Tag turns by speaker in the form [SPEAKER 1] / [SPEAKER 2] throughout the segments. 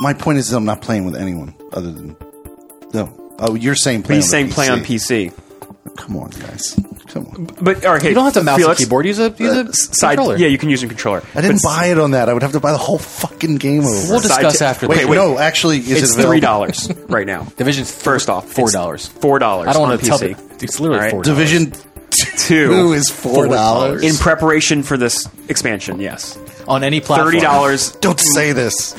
[SPEAKER 1] my point is, I'm not playing with anyone other than no. Oh, you're saying play.
[SPEAKER 2] He's
[SPEAKER 1] on the
[SPEAKER 2] saying
[SPEAKER 1] PC.
[SPEAKER 2] play on PC.
[SPEAKER 1] Come on, guys. Come on.
[SPEAKER 2] But okay,
[SPEAKER 3] You don't have to mouse
[SPEAKER 2] Felix,
[SPEAKER 3] and keyboard. Use a use a
[SPEAKER 1] Uh,
[SPEAKER 2] Side,
[SPEAKER 3] controller.
[SPEAKER 2] yeah, you can use a controller.
[SPEAKER 1] I didn't buy it on that. I would have to buy the whole fucking game over.
[SPEAKER 3] We'll discuss
[SPEAKER 2] ta-
[SPEAKER 3] after
[SPEAKER 2] wait,
[SPEAKER 3] this.
[SPEAKER 2] wait.
[SPEAKER 1] no, actually, is
[SPEAKER 2] it's
[SPEAKER 1] it available?
[SPEAKER 2] three dollars right now.
[SPEAKER 3] Division's
[SPEAKER 2] First off, it's
[SPEAKER 3] four dollars.
[SPEAKER 2] Four dollars.
[SPEAKER 3] I don't
[SPEAKER 2] want to
[SPEAKER 3] tell you. It's literally
[SPEAKER 2] All right.
[SPEAKER 3] four.
[SPEAKER 1] Division two
[SPEAKER 2] Two
[SPEAKER 1] is four dollars.
[SPEAKER 2] in preparation for this expansion. Yes,
[SPEAKER 3] on any platform.
[SPEAKER 2] thirty dollars.
[SPEAKER 1] Don't say this.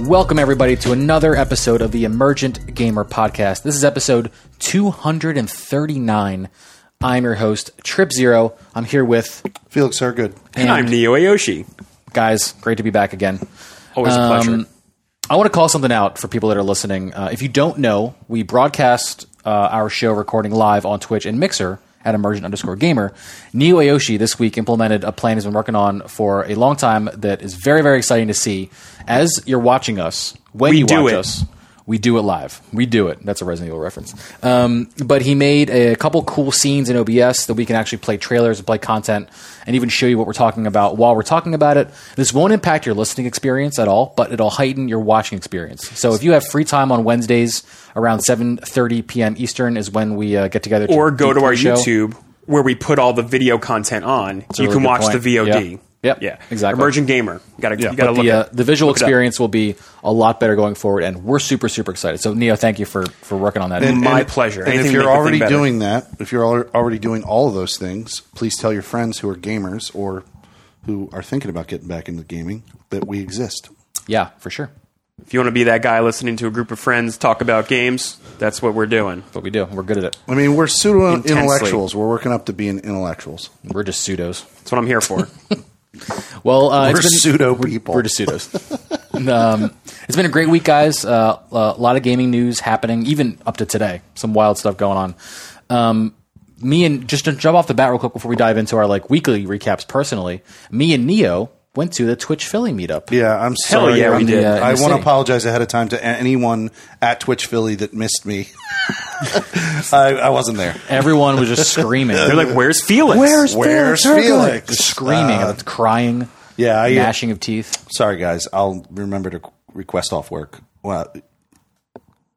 [SPEAKER 3] Welcome everybody to another episode of the Emergent Gamer Podcast. This is episode 239. I'm your host Trip Zero. I'm here with
[SPEAKER 1] Felix Hergood.
[SPEAKER 2] I'm Neo Ayoshi.
[SPEAKER 3] guys. Great to be back again.
[SPEAKER 2] Always a pleasure.
[SPEAKER 3] I want to call something out for people that are listening. Uh, if you don't know, we broadcast uh, our show recording live on Twitch and Mixer at Emergent underscore Gamer. Neo Ayoshi this week implemented a plan he's been working on for a long time that is very very exciting to see. As you're watching us, when
[SPEAKER 2] We
[SPEAKER 3] you
[SPEAKER 2] do
[SPEAKER 3] watch
[SPEAKER 2] it.
[SPEAKER 3] us, we do it live. We do it. That's a Resident Evil reference. Um, but he made a couple cool scenes in OBS that we can actually play trailers and play content and even show you what we're talking about while we're talking about it. This won't impact your listening experience at all, but it'll heighten your watching experience. So if you have free time on Wednesdays around 7:30 p.m. Eastern is when we uh, get together to
[SPEAKER 2] or go
[SPEAKER 3] do
[SPEAKER 2] to
[SPEAKER 3] the
[SPEAKER 2] our
[SPEAKER 3] show.
[SPEAKER 2] YouTube where we put all the video content on.
[SPEAKER 3] a
[SPEAKER 2] you can
[SPEAKER 3] really good
[SPEAKER 2] watch
[SPEAKER 3] point.
[SPEAKER 2] the VOD.
[SPEAKER 3] Yeah. Yep.
[SPEAKER 2] Yeah.
[SPEAKER 3] Exactly.
[SPEAKER 2] Emerging gamer. Got to. You got to
[SPEAKER 3] But
[SPEAKER 2] look
[SPEAKER 3] the, uh,
[SPEAKER 2] at
[SPEAKER 3] the visual
[SPEAKER 2] look it up.
[SPEAKER 3] experience will be a lot better going forward, and we're super, super excited. So, Neo, thank you for, for working on that.
[SPEAKER 2] My pleasure.
[SPEAKER 1] And
[SPEAKER 2] Anything
[SPEAKER 1] if
[SPEAKER 2] to
[SPEAKER 1] you're
[SPEAKER 2] make the thing
[SPEAKER 1] already
[SPEAKER 2] better.
[SPEAKER 1] doing that, if you're al- already doing all of those things, please tell your friends who are gamers or who are thinking about getting back into gaming that we exist.
[SPEAKER 3] yeah, for sure.
[SPEAKER 2] If you want to be that guy listening to a group of friends talk about games, that's what we're doing.
[SPEAKER 3] But we do. We're good at it.
[SPEAKER 1] I mean, we're pseudo
[SPEAKER 2] Intensely.
[SPEAKER 1] intellectuals. We're working up to being intellectuals.
[SPEAKER 3] We're just pseudos.
[SPEAKER 2] That's what I'm here for.
[SPEAKER 3] Well, uh,
[SPEAKER 1] We're
[SPEAKER 3] it's been,
[SPEAKER 1] pseudo people.
[SPEAKER 3] We're just pseudos. um, it's been a great week, guys. Uh, a lot of gaming news happening, even up to today. Some wild stuff going on. Um, me and just to jump off the bat real quick before we dive into our like weekly recaps. Personally, me and Neo went to the Twitch Philly meetup.
[SPEAKER 1] Yeah, I'm sorry.
[SPEAKER 2] yeah, we
[SPEAKER 1] I'm-
[SPEAKER 2] did. Yeah,
[SPEAKER 3] in
[SPEAKER 1] I
[SPEAKER 3] the
[SPEAKER 1] want to
[SPEAKER 3] city.
[SPEAKER 1] apologize ahead of time to a- anyone at Twitch Philly that missed me. I, I wasn't there.
[SPEAKER 3] Everyone was just screaming.
[SPEAKER 2] They're like, "Where's Felix?
[SPEAKER 1] Where's Felix?
[SPEAKER 3] screaming,
[SPEAKER 1] Uh,
[SPEAKER 3] crying,
[SPEAKER 1] yeah, I- uh,
[SPEAKER 3] gnashing of teeth.
[SPEAKER 1] sorry, guys. I'll remember to request off work. Well,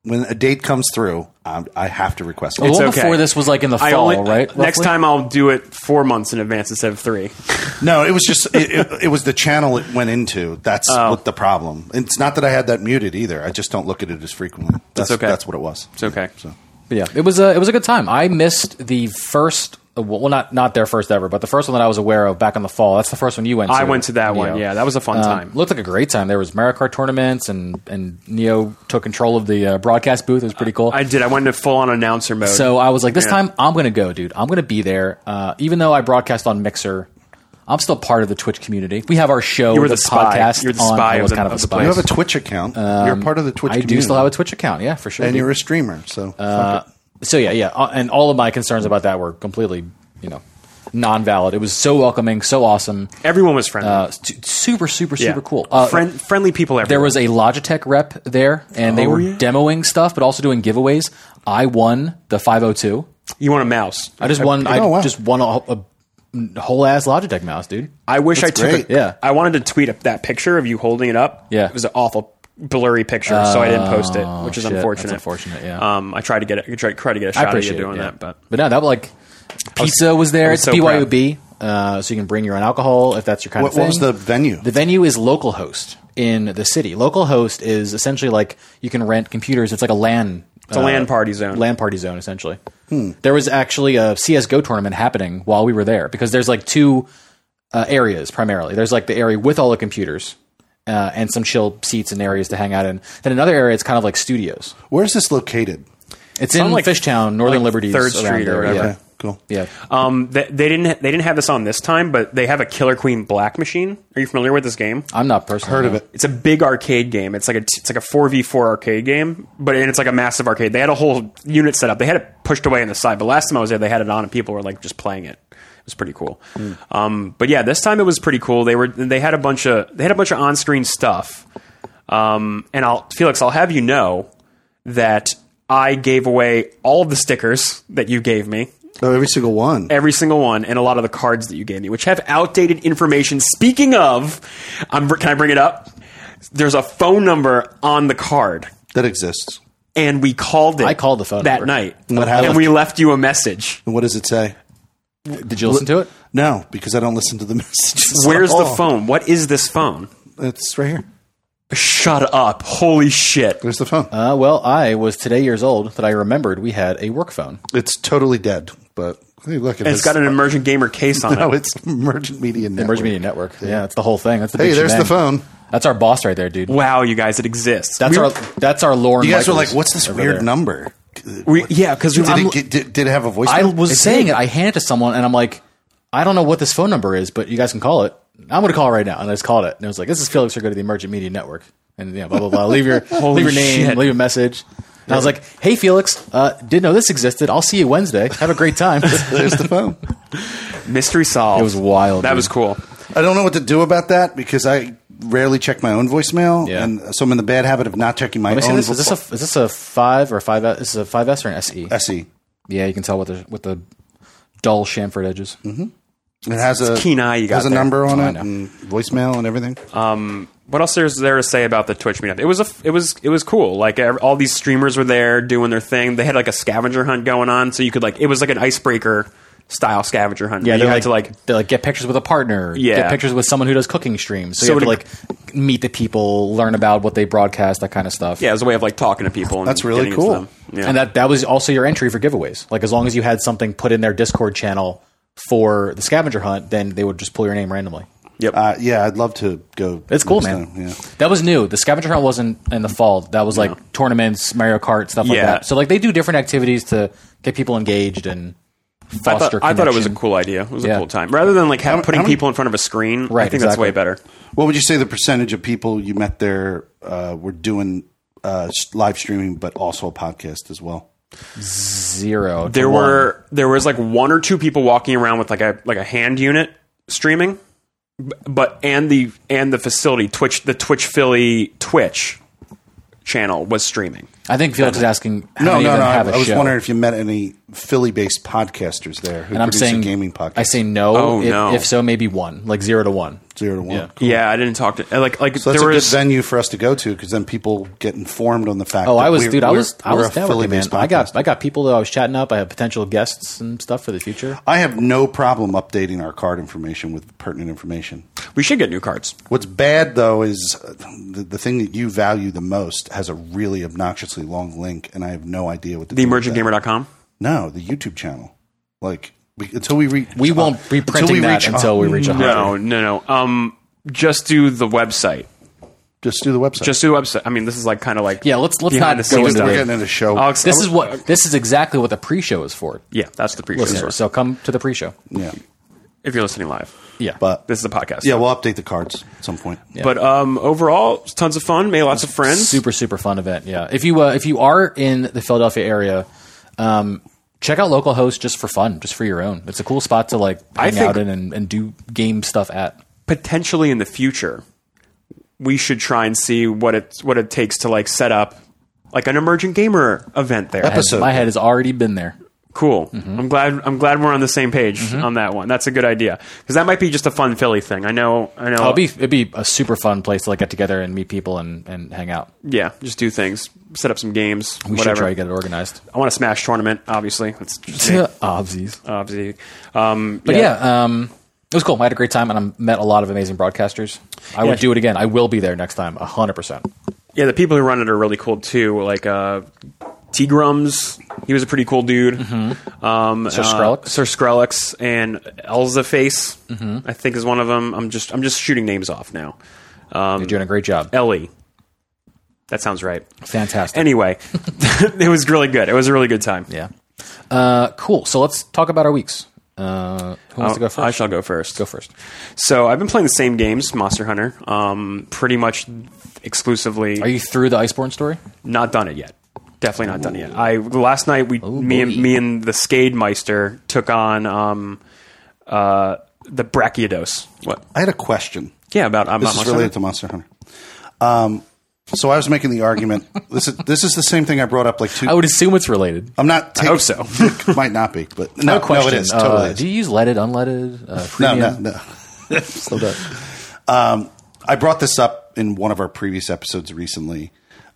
[SPEAKER 1] when a date comes through, I'm, I have to request off.
[SPEAKER 3] The
[SPEAKER 2] It's
[SPEAKER 3] one
[SPEAKER 2] okay.
[SPEAKER 3] before this was like in the
[SPEAKER 2] I
[SPEAKER 3] fall,
[SPEAKER 2] only-
[SPEAKER 3] right?
[SPEAKER 2] Next
[SPEAKER 3] roughly?
[SPEAKER 2] time I'll do it four months in advance instead of three.
[SPEAKER 1] No, it was just it, it, it was the channel it went into. That's what the problem. It's not that I had that muted either. I just don't look at it as frequently. That's
[SPEAKER 2] okay.
[SPEAKER 1] That's what it was. It's
[SPEAKER 2] okay.
[SPEAKER 1] So.
[SPEAKER 3] But yeah, it was a it was a good time. I missed the first well, not not their first ever, but the first one that I was aware of back in the fall. That's the first one you went. to.
[SPEAKER 2] I went to that one.
[SPEAKER 3] Neo.
[SPEAKER 2] Yeah, that was a fun
[SPEAKER 3] Um,
[SPEAKER 2] time.
[SPEAKER 3] Looked like a great time. There was Mario Kart tournaments, and and Neo took control of the uh, broadcast booth. It was pretty cool.
[SPEAKER 2] I did. I went into full on announcer mode.
[SPEAKER 3] so I was like, this
[SPEAKER 2] Yeah.
[SPEAKER 3] time I'm gonna go, dude. I'm gonna be there. Uh, even though I broadcast on Mixer, I'm still part of the Twitch community. We have our show.
[SPEAKER 2] You were
[SPEAKER 3] the,
[SPEAKER 2] the spy.
[SPEAKER 3] podcast.
[SPEAKER 2] You're the
[SPEAKER 3] on-
[SPEAKER 2] spy
[SPEAKER 3] I
[SPEAKER 2] of
[SPEAKER 3] was
[SPEAKER 2] the-
[SPEAKER 3] kind of,
[SPEAKER 2] of
[SPEAKER 3] a
[SPEAKER 2] the
[SPEAKER 3] spy.
[SPEAKER 2] podcast.
[SPEAKER 1] You have a Twitch account. You're part of the Twitch.
[SPEAKER 3] Um, I do still
[SPEAKER 1] community.
[SPEAKER 3] have a Twitch Uh, account. Yeah, for sure.
[SPEAKER 1] and
[SPEAKER 3] dude.
[SPEAKER 1] you're a streamer. So fuck it.
[SPEAKER 3] so yeah, yeah, uh, and all of my concerns about that were completely, you know, non-valid. It was so welcoming, so awesome,
[SPEAKER 2] everyone was friendly.
[SPEAKER 3] uh, su- super, super,
[SPEAKER 2] Yeah.
[SPEAKER 3] super cool. Uh,
[SPEAKER 2] Friend, friendly people. Everywhere.
[SPEAKER 3] there was a Logitech rep there, and they
[SPEAKER 2] Oh,
[SPEAKER 3] were
[SPEAKER 2] yeah.
[SPEAKER 3] demoing stuff, but also doing giveaways. I won the 502.
[SPEAKER 2] You want a mouse?
[SPEAKER 3] I just won. I
[SPEAKER 1] Oh, wow.
[SPEAKER 3] just won a, a whole ass Logitech mouse, dude.
[SPEAKER 2] I wish I took.
[SPEAKER 1] great.
[SPEAKER 2] A,
[SPEAKER 3] Yeah.
[SPEAKER 2] I wanted to tweet up that picture of you holding it up.
[SPEAKER 3] Yeah.
[SPEAKER 2] It was an awful blurry picture, so I didn't post it, which is
[SPEAKER 3] Oh, shit. That's
[SPEAKER 2] unfortunate.
[SPEAKER 3] unfortunate, yeah.
[SPEAKER 2] Um, I tried to get it. I tried, tried to get a
[SPEAKER 3] I
[SPEAKER 2] shot of you
[SPEAKER 3] appreciate
[SPEAKER 2] doing
[SPEAKER 3] it, yeah.
[SPEAKER 2] that, but
[SPEAKER 3] but no, that was like pizza was, there.
[SPEAKER 2] was
[SPEAKER 3] it's
[SPEAKER 2] so
[SPEAKER 3] BYOB, uh, so you can bring your own alcohol if that's your kind
[SPEAKER 1] What,
[SPEAKER 3] of thing.
[SPEAKER 1] what was the venue?
[SPEAKER 3] The venue is localhost in the city. Localhost is essentially like you can rent computers. It's like a LAN. It's
[SPEAKER 2] a LAN party zone.
[SPEAKER 3] LAN party zone, essentially.
[SPEAKER 1] Hmm.
[SPEAKER 3] There was actually a CS:GO tournament happening while we were there because there's like two uh, areas primarily. There's like the area with all the computers. Uh, and some chill seats and areas to hang out in. Then another area, it's kind of like studios.
[SPEAKER 1] Where's this located?
[SPEAKER 3] It's in
[SPEAKER 2] like-
[SPEAKER 3] Fishtown, Northern
[SPEAKER 2] like
[SPEAKER 3] Liberties,
[SPEAKER 2] Third
[SPEAKER 3] around
[SPEAKER 2] Street or
[SPEAKER 3] there,
[SPEAKER 2] whatever.
[SPEAKER 3] yeah.
[SPEAKER 1] Okay, Cool.
[SPEAKER 3] Yeah. Uh,
[SPEAKER 2] Um, they, they didn't they didn't have this on this time, but they have a Killer Queen Black machine. Are you familiar with this game?
[SPEAKER 3] I'm not personally
[SPEAKER 1] Heard of it.
[SPEAKER 2] It's a big arcade game. It's like a it's like a four v four arcade game, but and it's like a massive arcade. They had a whole unit set up. They had it pushed away in the side. But last time I was there, they had it on, and people were like just playing it. It was pretty cool. Um, but yeah, this time it was pretty cool. They were they had a bunch of they had a bunch of on screen stuff. Um, and I'll Felix, I'll have you know that I gave away all of the stickers that you gave me
[SPEAKER 1] Oh, every single one.
[SPEAKER 2] every single one and a lot of the cards that you gave me which have outdated information speaking of I'm, can i bring it up there's a phone number on the card
[SPEAKER 1] that exists.
[SPEAKER 2] and we called it
[SPEAKER 3] I called the phone
[SPEAKER 2] that
[SPEAKER 3] number.
[SPEAKER 2] night
[SPEAKER 1] What
[SPEAKER 2] and
[SPEAKER 1] happened?
[SPEAKER 2] we left you a message
[SPEAKER 1] And what does it say?
[SPEAKER 3] it. Did you listen to it?
[SPEAKER 1] No, because I don't listen to the messages.
[SPEAKER 2] where's
[SPEAKER 1] at
[SPEAKER 2] the
[SPEAKER 1] all.
[SPEAKER 2] phone what is this phone
[SPEAKER 1] It's right here.
[SPEAKER 2] shut up holy shit
[SPEAKER 1] There's the phone.
[SPEAKER 3] Uh, well, I was today years old that I remembered we had a work phone.
[SPEAKER 1] it's totally dead. But hey, look, it
[SPEAKER 2] it's got an emergent gamer case on
[SPEAKER 1] No,
[SPEAKER 2] it
[SPEAKER 1] it's Emergent Media Network.
[SPEAKER 3] Emergent Media Network. Yeah. that's the whole thing. That's the
[SPEAKER 1] Hey,
[SPEAKER 3] big
[SPEAKER 1] there's the
[SPEAKER 3] shebang.
[SPEAKER 1] phone.
[SPEAKER 3] That's our boss right there, dude.
[SPEAKER 2] wow you guys it exists
[SPEAKER 3] That's
[SPEAKER 2] We-
[SPEAKER 3] our that's our Lauren.
[SPEAKER 1] You guys were
[SPEAKER 3] Michaels
[SPEAKER 1] like, "What's this
[SPEAKER 3] over
[SPEAKER 1] weird
[SPEAKER 3] there.
[SPEAKER 1] number?"
[SPEAKER 2] we, yeah because
[SPEAKER 1] Did it, get, did, did it have a voice?
[SPEAKER 3] I was saying it. I handed it to someone, and I'm like, I don't know what this phone number is, but you guys can call it. I'm going to call it right now, and I just called it. And it was like, "This is Felix. Or go to the Emergent Media Network, and you know, blah blah blah. Leave your leave your name,
[SPEAKER 2] shit.
[SPEAKER 3] leave a message." And I was like, "Hey Felix, uh, didn't know this existed. I'll see you Wednesday. Have a great time."
[SPEAKER 1] There's the phone.
[SPEAKER 2] mystery solved
[SPEAKER 3] It was wild,
[SPEAKER 2] that
[SPEAKER 3] dude.
[SPEAKER 2] was cool
[SPEAKER 1] I don't know what to do about that because I rarely check my own voicemail,
[SPEAKER 3] Yeah.
[SPEAKER 1] and so I'm in the bad habit of not checking my
[SPEAKER 3] Let me see
[SPEAKER 1] own.
[SPEAKER 3] this. Is this a is this a five or a five? This is a five S or an SE?
[SPEAKER 1] SE?
[SPEAKER 3] Yeah, you can tell with the with the dull chamfered edges.
[SPEAKER 1] It has a
[SPEAKER 2] keen eye you got
[SPEAKER 1] has a
[SPEAKER 2] there.
[SPEAKER 1] number on
[SPEAKER 3] Oh, I
[SPEAKER 1] it
[SPEAKER 3] know. Uh,
[SPEAKER 1] and voicemail and everything.
[SPEAKER 2] what else is there to say about the Twitch meetup? It was a, it was it was cool. Like ev- all these streamers were there doing their thing. They had like a scavenger hunt going on, so you could like it was like an icebreaker style scavenger hunt. where you
[SPEAKER 3] they
[SPEAKER 2] had
[SPEAKER 3] like,
[SPEAKER 2] to like
[SPEAKER 3] they like get pictures with a partner.
[SPEAKER 2] Yeah.
[SPEAKER 3] get pictures with someone who does cooking streams. So,
[SPEAKER 2] So
[SPEAKER 3] you
[SPEAKER 2] it-
[SPEAKER 3] have to like meet the people, learn about what they broadcast, that kind of stuff.
[SPEAKER 2] yeah, it was a way of like talking to people. And
[SPEAKER 1] That's really
[SPEAKER 2] getting into
[SPEAKER 1] cool.
[SPEAKER 2] them. Yeah.
[SPEAKER 3] and that that was also your entry for giveaways. Like as long as you had something put in their Discord channel for the scavenger hunt, then they would just pull your name randomly.
[SPEAKER 2] yep.
[SPEAKER 1] Uh, yeah, I'd love to go.
[SPEAKER 3] It's cool,
[SPEAKER 1] next
[SPEAKER 3] man.
[SPEAKER 1] time, Yeah.
[SPEAKER 3] That was new. The scavenger hunt wasn't in the fall. That was like tournaments, Mario Kart, stuff like
[SPEAKER 2] Yeah.
[SPEAKER 3] that. So like they do different activities to get people engaged and
[SPEAKER 2] I
[SPEAKER 3] foster.
[SPEAKER 2] thought, I thought it was a
[SPEAKER 3] connection.
[SPEAKER 2] cool idea. It was
[SPEAKER 3] Yeah.
[SPEAKER 2] a cool time. Rather than like have, putting
[SPEAKER 1] how many-
[SPEAKER 2] people in front of a screen, I
[SPEAKER 3] Right,
[SPEAKER 2] think that's
[SPEAKER 3] exactly.
[SPEAKER 2] way better.
[SPEAKER 1] What would you say the percentage of people you met there uh, were doing uh, s- live streaming, but also a podcast as well?
[SPEAKER 3] zero. to
[SPEAKER 2] There
[SPEAKER 3] one.
[SPEAKER 2] were there was like one or two people walking around with like a like a hand unit streaming, B- but and the and the facility Twitch the Twitch Philly Twitch channel was streaming.
[SPEAKER 3] I think Felix is asking. How
[SPEAKER 1] No,
[SPEAKER 3] many
[SPEAKER 1] no,
[SPEAKER 3] of
[SPEAKER 1] no.
[SPEAKER 3] them
[SPEAKER 1] I,
[SPEAKER 3] Have a
[SPEAKER 1] I was
[SPEAKER 3] show.
[SPEAKER 1] wondering if you met any Philly-based podcasters there who
[SPEAKER 3] and I'm
[SPEAKER 1] produce
[SPEAKER 3] saying
[SPEAKER 1] a gaming podcast.
[SPEAKER 3] I say no.
[SPEAKER 2] Oh,
[SPEAKER 3] if,
[SPEAKER 2] no.
[SPEAKER 3] if so, maybe one, like zero to one.
[SPEAKER 1] zero to one.
[SPEAKER 3] Yeah.
[SPEAKER 1] Cool.
[SPEAKER 2] Yeah, I didn't talk to like like
[SPEAKER 1] So that's
[SPEAKER 2] there
[SPEAKER 1] a
[SPEAKER 2] was
[SPEAKER 1] good venue for us to go to because then people get informed on the fact.
[SPEAKER 3] Oh,
[SPEAKER 1] that
[SPEAKER 3] I was,
[SPEAKER 1] we're-
[SPEAKER 3] dude. I
[SPEAKER 1] we're-
[SPEAKER 3] was, I
[SPEAKER 1] we're
[SPEAKER 3] was
[SPEAKER 1] a
[SPEAKER 3] down with it, man.
[SPEAKER 1] Philly-based
[SPEAKER 3] I
[SPEAKER 1] podcast.
[SPEAKER 3] got, I got people that I was chatting up. I had potential guests and stuff for the future.
[SPEAKER 1] I have no problem updating our card information with pertinent information.
[SPEAKER 2] we should get new cards.
[SPEAKER 1] What's bad though is uh, the, the thing that you value the most has a really obnoxiously long link, and I have no idea what to
[SPEAKER 2] The
[SPEAKER 1] do with that.
[SPEAKER 2] emergentgamer.com.
[SPEAKER 1] No, the YouTube channel. Like we, until we reach,
[SPEAKER 3] We won't be printing that until we reach a hundred.
[SPEAKER 2] No, no, no. Um just do the website.
[SPEAKER 1] just do the website.
[SPEAKER 2] Just do the website. I mean, this is like kind of like
[SPEAKER 3] Yeah, let's- let's
[SPEAKER 2] behind
[SPEAKER 3] not
[SPEAKER 2] the
[SPEAKER 3] go
[SPEAKER 2] scenes
[SPEAKER 3] into
[SPEAKER 2] stuff.
[SPEAKER 1] we're getting into show.
[SPEAKER 2] Alex,
[SPEAKER 3] This
[SPEAKER 2] I
[SPEAKER 3] is
[SPEAKER 2] would-
[SPEAKER 3] what this is exactly what the pre-show is for,
[SPEAKER 2] Yeah, that's the pre-show.
[SPEAKER 3] listeners. So come to the pre-show.
[SPEAKER 1] yeah,
[SPEAKER 2] If you're listening live,
[SPEAKER 3] Yeah,
[SPEAKER 1] but
[SPEAKER 2] this is a podcast.
[SPEAKER 1] yeah, we'll update the cards at some point.
[SPEAKER 2] But um, overall, it's tons of fun. Made lots of friends.
[SPEAKER 3] super super fun event. Yeah, if you uh, if you are in the Philadelphia area, um, check out local host just for fun, just for your own. It's a cool spot to like
[SPEAKER 2] I
[SPEAKER 3] hang
[SPEAKER 2] think-
[SPEAKER 3] out in and, and do game stuff at.
[SPEAKER 2] Potentially in the future, we should try and see what it what it takes to like set up like an emergent gamer event there.
[SPEAKER 3] And
[SPEAKER 1] Episode.
[SPEAKER 3] my head has already been there.
[SPEAKER 2] Cool.
[SPEAKER 3] Mm-hmm.
[SPEAKER 2] I'm glad. I'm glad we're on the same page on that one. That's a good idea because that might be just a fun Philly thing. I know. I know.
[SPEAKER 3] It'd be it'd be a super fun place to like get together and meet people and, and hang out.
[SPEAKER 2] yeah, just do things. Set up some games.
[SPEAKER 3] We
[SPEAKER 2] whatever.
[SPEAKER 3] should try to get it organized.
[SPEAKER 2] I want a Smash tournament. Obviously, that's just me,
[SPEAKER 3] Obvious.
[SPEAKER 2] obviously. Um,
[SPEAKER 3] But Uh, yeah, um, it was cool. I had a great time, and I met a lot of amazing broadcasters. I
[SPEAKER 2] Yeah.
[SPEAKER 3] would do it again. I will be there next time, hundred percent.
[SPEAKER 2] Yeah, the people who run it are really cool too. Like uh, T Grums, he was a pretty cool dude. Um, Sir
[SPEAKER 3] Mm-hmm. Skrillex? Mm-hmm.
[SPEAKER 2] Sir Skrillex, and Elza Face, I think is one of them. I'm just I'm just shooting names off now.
[SPEAKER 3] You're doing a great job.
[SPEAKER 2] Ellie, that sounds right.
[SPEAKER 3] Fantastic.
[SPEAKER 2] Anyway, it was really good. It was a really good time.
[SPEAKER 3] yeah. Uh, cool. So let's talk about our weeks. Uh, who wants to go first?
[SPEAKER 2] I shall go first.
[SPEAKER 3] go first.
[SPEAKER 2] So I've been playing the same games, Monster Hunter, um, pretty much exclusively.
[SPEAKER 3] Are you through the Iceborne story?
[SPEAKER 2] not done it yet. Definitely not done it yet. I last night we me and me and the Skade Meister took on um, uh, the Brachiodos. What?
[SPEAKER 1] I had a question.
[SPEAKER 2] Yeah, about I'm
[SPEAKER 1] This
[SPEAKER 2] not
[SPEAKER 1] is related to Monster Hunter. Um, so I was making the argument. this is this is the same thing I brought up like two.
[SPEAKER 3] I would assume it's related.
[SPEAKER 1] I'm not. Taking,
[SPEAKER 2] hope so.
[SPEAKER 1] might not be, but no,
[SPEAKER 3] question.
[SPEAKER 1] no, it is
[SPEAKER 3] Uh,
[SPEAKER 1] totally. is.
[SPEAKER 3] Do you use leaded, unleaded? Uh,
[SPEAKER 1] no,
[SPEAKER 3] premium?
[SPEAKER 1] no, no. Slow down. Um, I brought this up in one of our previous episodes recently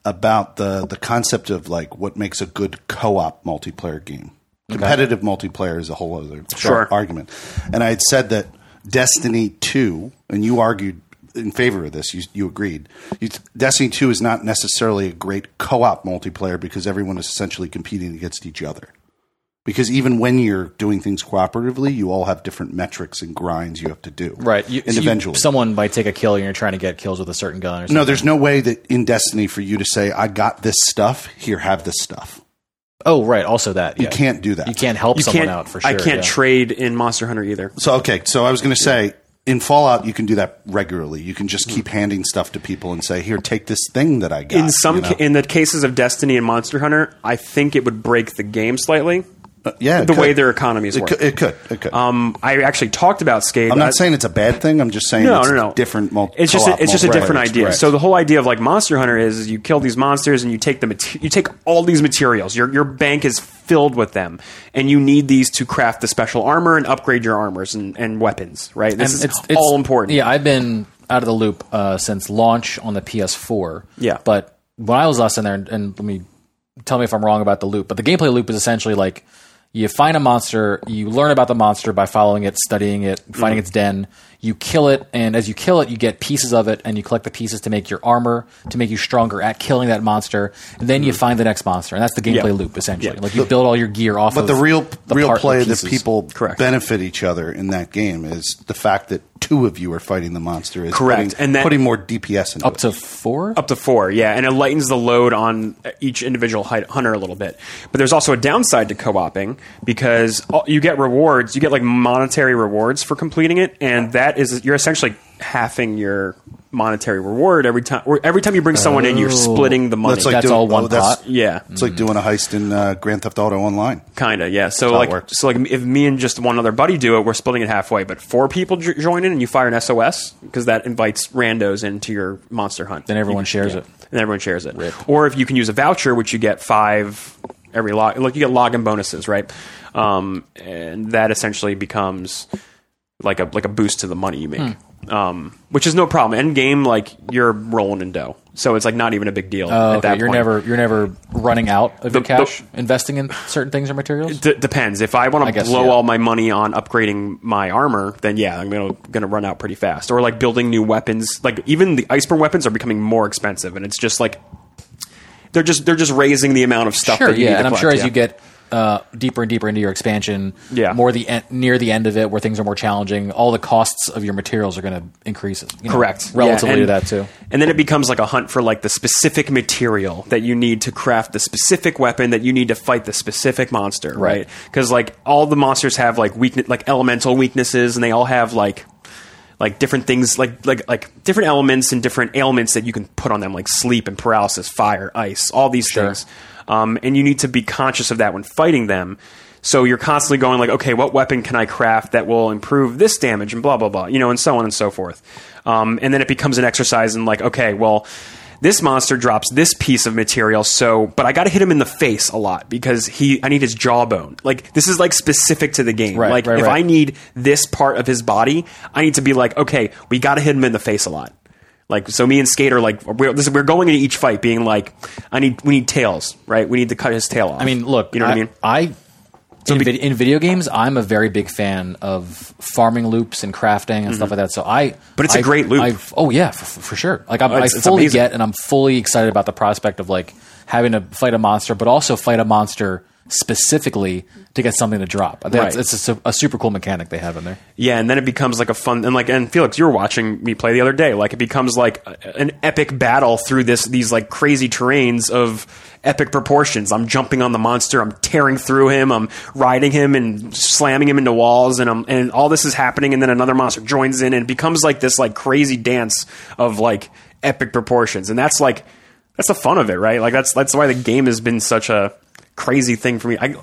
[SPEAKER 1] about the the concept of like what makes a good co-op multiplayer game. Competitive multiplayer is a whole other
[SPEAKER 2] Sure.
[SPEAKER 1] argument, and I had said that Destiny Two, and you argued in favor of this. You you agreed. You, Destiny Two is not necessarily a great co-op multiplayer because everyone is essentially competing against each other because even when you're doing things cooperatively, you all have different metrics and grinds you have to do.
[SPEAKER 3] Right. You, so you-
[SPEAKER 1] individually.
[SPEAKER 3] someone might take a kill and you're trying to get kills with a certain gun or something.
[SPEAKER 1] no, there's no way that in Destiny for you to say, I got this stuff, here, have this stuff.
[SPEAKER 3] Oh, right. Also that.
[SPEAKER 1] You can't do that.
[SPEAKER 3] You can't help
[SPEAKER 2] You
[SPEAKER 3] someone
[SPEAKER 2] can't.
[SPEAKER 3] out for sure.
[SPEAKER 2] I can't
[SPEAKER 3] yeah.
[SPEAKER 2] trade in Monster Hunter either.
[SPEAKER 1] So, okay, so I was going to say, in Fallout, you can do that regularly. You can just keep handing stuff to people and say, here, take this thing that I got.
[SPEAKER 2] Hmm. In some,
[SPEAKER 1] Ah, you know?
[SPEAKER 2] ca- in the cases of Destiny and Monster Hunter, I think it would break the game slightly.
[SPEAKER 1] Uh, yeah, it
[SPEAKER 2] the way
[SPEAKER 1] could.
[SPEAKER 2] their economies
[SPEAKER 1] It
[SPEAKER 2] work.
[SPEAKER 1] could, it could. It could.
[SPEAKER 2] Um, I actually talked about Skade.
[SPEAKER 1] I'm
[SPEAKER 2] I-
[SPEAKER 1] not saying it's a bad thing. I'm just saying
[SPEAKER 2] no,
[SPEAKER 1] it's
[SPEAKER 2] no,
[SPEAKER 1] a
[SPEAKER 2] no.
[SPEAKER 1] different mul-
[SPEAKER 2] It's just
[SPEAKER 1] co-op
[SPEAKER 2] a, it's just a
[SPEAKER 1] multiplayer.
[SPEAKER 2] different idea.
[SPEAKER 1] Correct.
[SPEAKER 2] So the whole idea of like Monster Hunter is, is you kill these monsters and you take the mate- you take all these materials. Your your bank is filled with them, and you need these to craft the special armor and upgrade your armors and, and weapons. Right? This is all important.
[SPEAKER 3] Yeah, I've been out of the loop uh, since launch on the PS4.
[SPEAKER 2] Yeah.
[SPEAKER 3] but when I was last in there, and, and let me tell me if I'm wrong about the loop. But the gameplay loop is essentially like you find a monster, you learn about the monster by following it, studying it, finding its den. You kill it, and as you kill it, you get pieces of it, and you collect the pieces to make your armor to make you stronger at killing that monster. And then you find the next monster, and that's the gameplay
[SPEAKER 2] Yeah.
[SPEAKER 3] loop essentially. Like you build all your gear off.
[SPEAKER 1] But
[SPEAKER 3] of
[SPEAKER 1] the real real
[SPEAKER 3] part- the
[SPEAKER 1] play that
[SPEAKER 3] pieces.
[SPEAKER 1] people
[SPEAKER 2] Correct.
[SPEAKER 1] benefit each other in that game is the fact that two of you are fighting the monster is
[SPEAKER 2] Correct.
[SPEAKER 1] putting,
[SPEAKER 2] And that-
[SPEAKER 1] putting more DPS into
[SPEAKER 3] up
[SPEAKER 1] it.
[SPEAKER 3] to four.
[SPEAKER 2] Up to four, yeah, and it lightens the load on each individual hi- hunter a little bit. But there's also a downside to co-oping because all- you get rewards, you get like monetary rewards for completing it, and that is you're essentially halving your monetary reward every time. Or every time you bring someone in, you're splitting the money.
[SPEAKER 1] Oh. That's like
[SPEAKER 3] That's
[SPEAKER 1] doing,
[SPEAKER 3] all one
[SPEAKER 1] that's-
[SPEAKER 3] pot?
[SPEAKER 2] yeah,
[SPEAKER 1] It's like doing a heist in uh, Grand Theft Auto Online.
[SPEAKER 2] kind of yeah. So
[SPEAKER 1] how it
[SPEAKER 2] like
[SPEAKER 1] works.
[SPEAKER 2] so like if me and just one other buddy do it, we're splitting it halfway. But four people jo- join in, and you fire an SOS because that invites randos into your monster hunt.
[SPEAKER 3] Then everyone shares it.
[SPEAKER 2] and everyone shares it. Or if you can use a voucher, which you get five every log, like you get login bonuses, right? Um, and that essentially becomes like a like a boost to the money you
[SPEAKER 3] Hmm.
[SPEAKER 2] make, um, which is no problem. End game, like you're rolling in dough, so it's like not even a big deal
[SPEAKER 3] Oh,
[SPEAKER 2] at that
[SPEAKER 3] you're
[SPEAKER 2] point.
[SPEAKER 3] never you're never running out of your
[SPEAKER 2] the-
[SPEAKER 3] cash investing in certain things or materials.
[SPEAKER 2] D- depends. If I want to
[SPEAKER 3] guess,
[SPEAKER 2] blow
[SPEAKER 3] yeah.
[SPEAKER 2] all my money on upgrading my armor, then yeah, I'm gonna gonna run out pretty fast. Or like building new weapons. Like even the iceberg weapons are becoming more expensive, and it's just like they're just they're just raising the amount of stuff.
[SPEAKER 3] Sure,
[SPEAKER 2] that you
[SPEAKER 3] yeah,
[SPEAKER 2] need
[SPEAKER 3] and
[SPEAKER 2] to
[SPEAKER 3] I'm
[SPEAKER 2] collect,
[SPEAKER 3] sure as
[SPEAKER 2] yeah.
[SPEAKER 3] you get uh, deeper and deeper into your expansion,
[SPEAKER 2] Yeah.
[SPEAKER 3] more the en- near the end of it where things are more challenging, all the costs of your materials are going to increase. you know,
[SPEAKER 2] correct
[SPEAKER 3] relatively
[SPEAKER 2] Yeah,
[SPEAKER 3] to
[SPEAKER 2] and-
[SPEAKER 3] that too.
[SPEAKER 2] And then it becomes like a hunt for like the specific material that you need to craft the specific weapon that you need to fight the specific monster,
[SPEAKER 3] Right.
[SPEAKER 2] right? Because like all the monsters have like weakness, like elemental weaknesses, and they all have like like different things, like like like different elements and different ailments that you can put on them, like sleep and paralysis, fire, ice, all these things. Um, and you need to be conscious of that when fighting them. So you're constantly going like, okay, what weapon can I craft that will improve this damage and blah blah blah, you know, and so on and so forth. Um, and then it becomes an exercise in like, okay, well, this monster drops this piece of material, so but I got to hit him in the face a lot because he I need his jawbone. Like this is like specific to the game.
[SPEAKER 3] Right,
[SPEAKER 2] like
[SPEAKER 3] right,
[SPEAKER 2] if
[SPEAKER 3] right.
[SPEAKER 2] I need this part of his body, I need to be like, okay, we got to hit him in the face a lot. Like so, me and Skate are like we're this, we're going into each fight being like, I need we need tails, right? We need to cut his tail off.
[SPEAKER 3] I mean, look,
[SPEAKER 2] you know what I mean?
[SPEAKER 3] I in, vid- in video games, I'm a very big fan of farming loops and crafting and stuff like that. So I,
[SPEAKER 2] Mm-hmm. But it's a
[SPEAKER 3] a
[SPEAKER 2] great loop.
[SPEAKER 3] I've, oh yeah, for, for sure. Like I'm,
[SPEAKER 2] it's-
[SPEAKER 3] I
[SPEAKER 2] it's
[SPEAKER 3] fully
[SPEAKER 2] amazing.
[SPEAKER 3] get, and I'm fully excited about the prospect of like having to fight a monster, but also fight a monster specifically to get something to drop. That's
[SPEAKER 2] Right.
[SPEAKER 3] it's a, su- a super cool mechanic they have in there.
[SPEAKER 2] Yeah, and then it becomes like a fun and like and Felix, you were watching me play the other day. Like it becomes like a- an epic battle through this these like crazy terrains of epic proportions. I'm jumping on the monster, I'm tearing through him, I'm riding him and slamming him into walls, and I'm and all this is happening, and then another monster joins in, and it becomes like this like crazy dance of like epic proportions, and that's like that's the fun of it, right? Like that's that's why the game has been such a crazy thing for me. I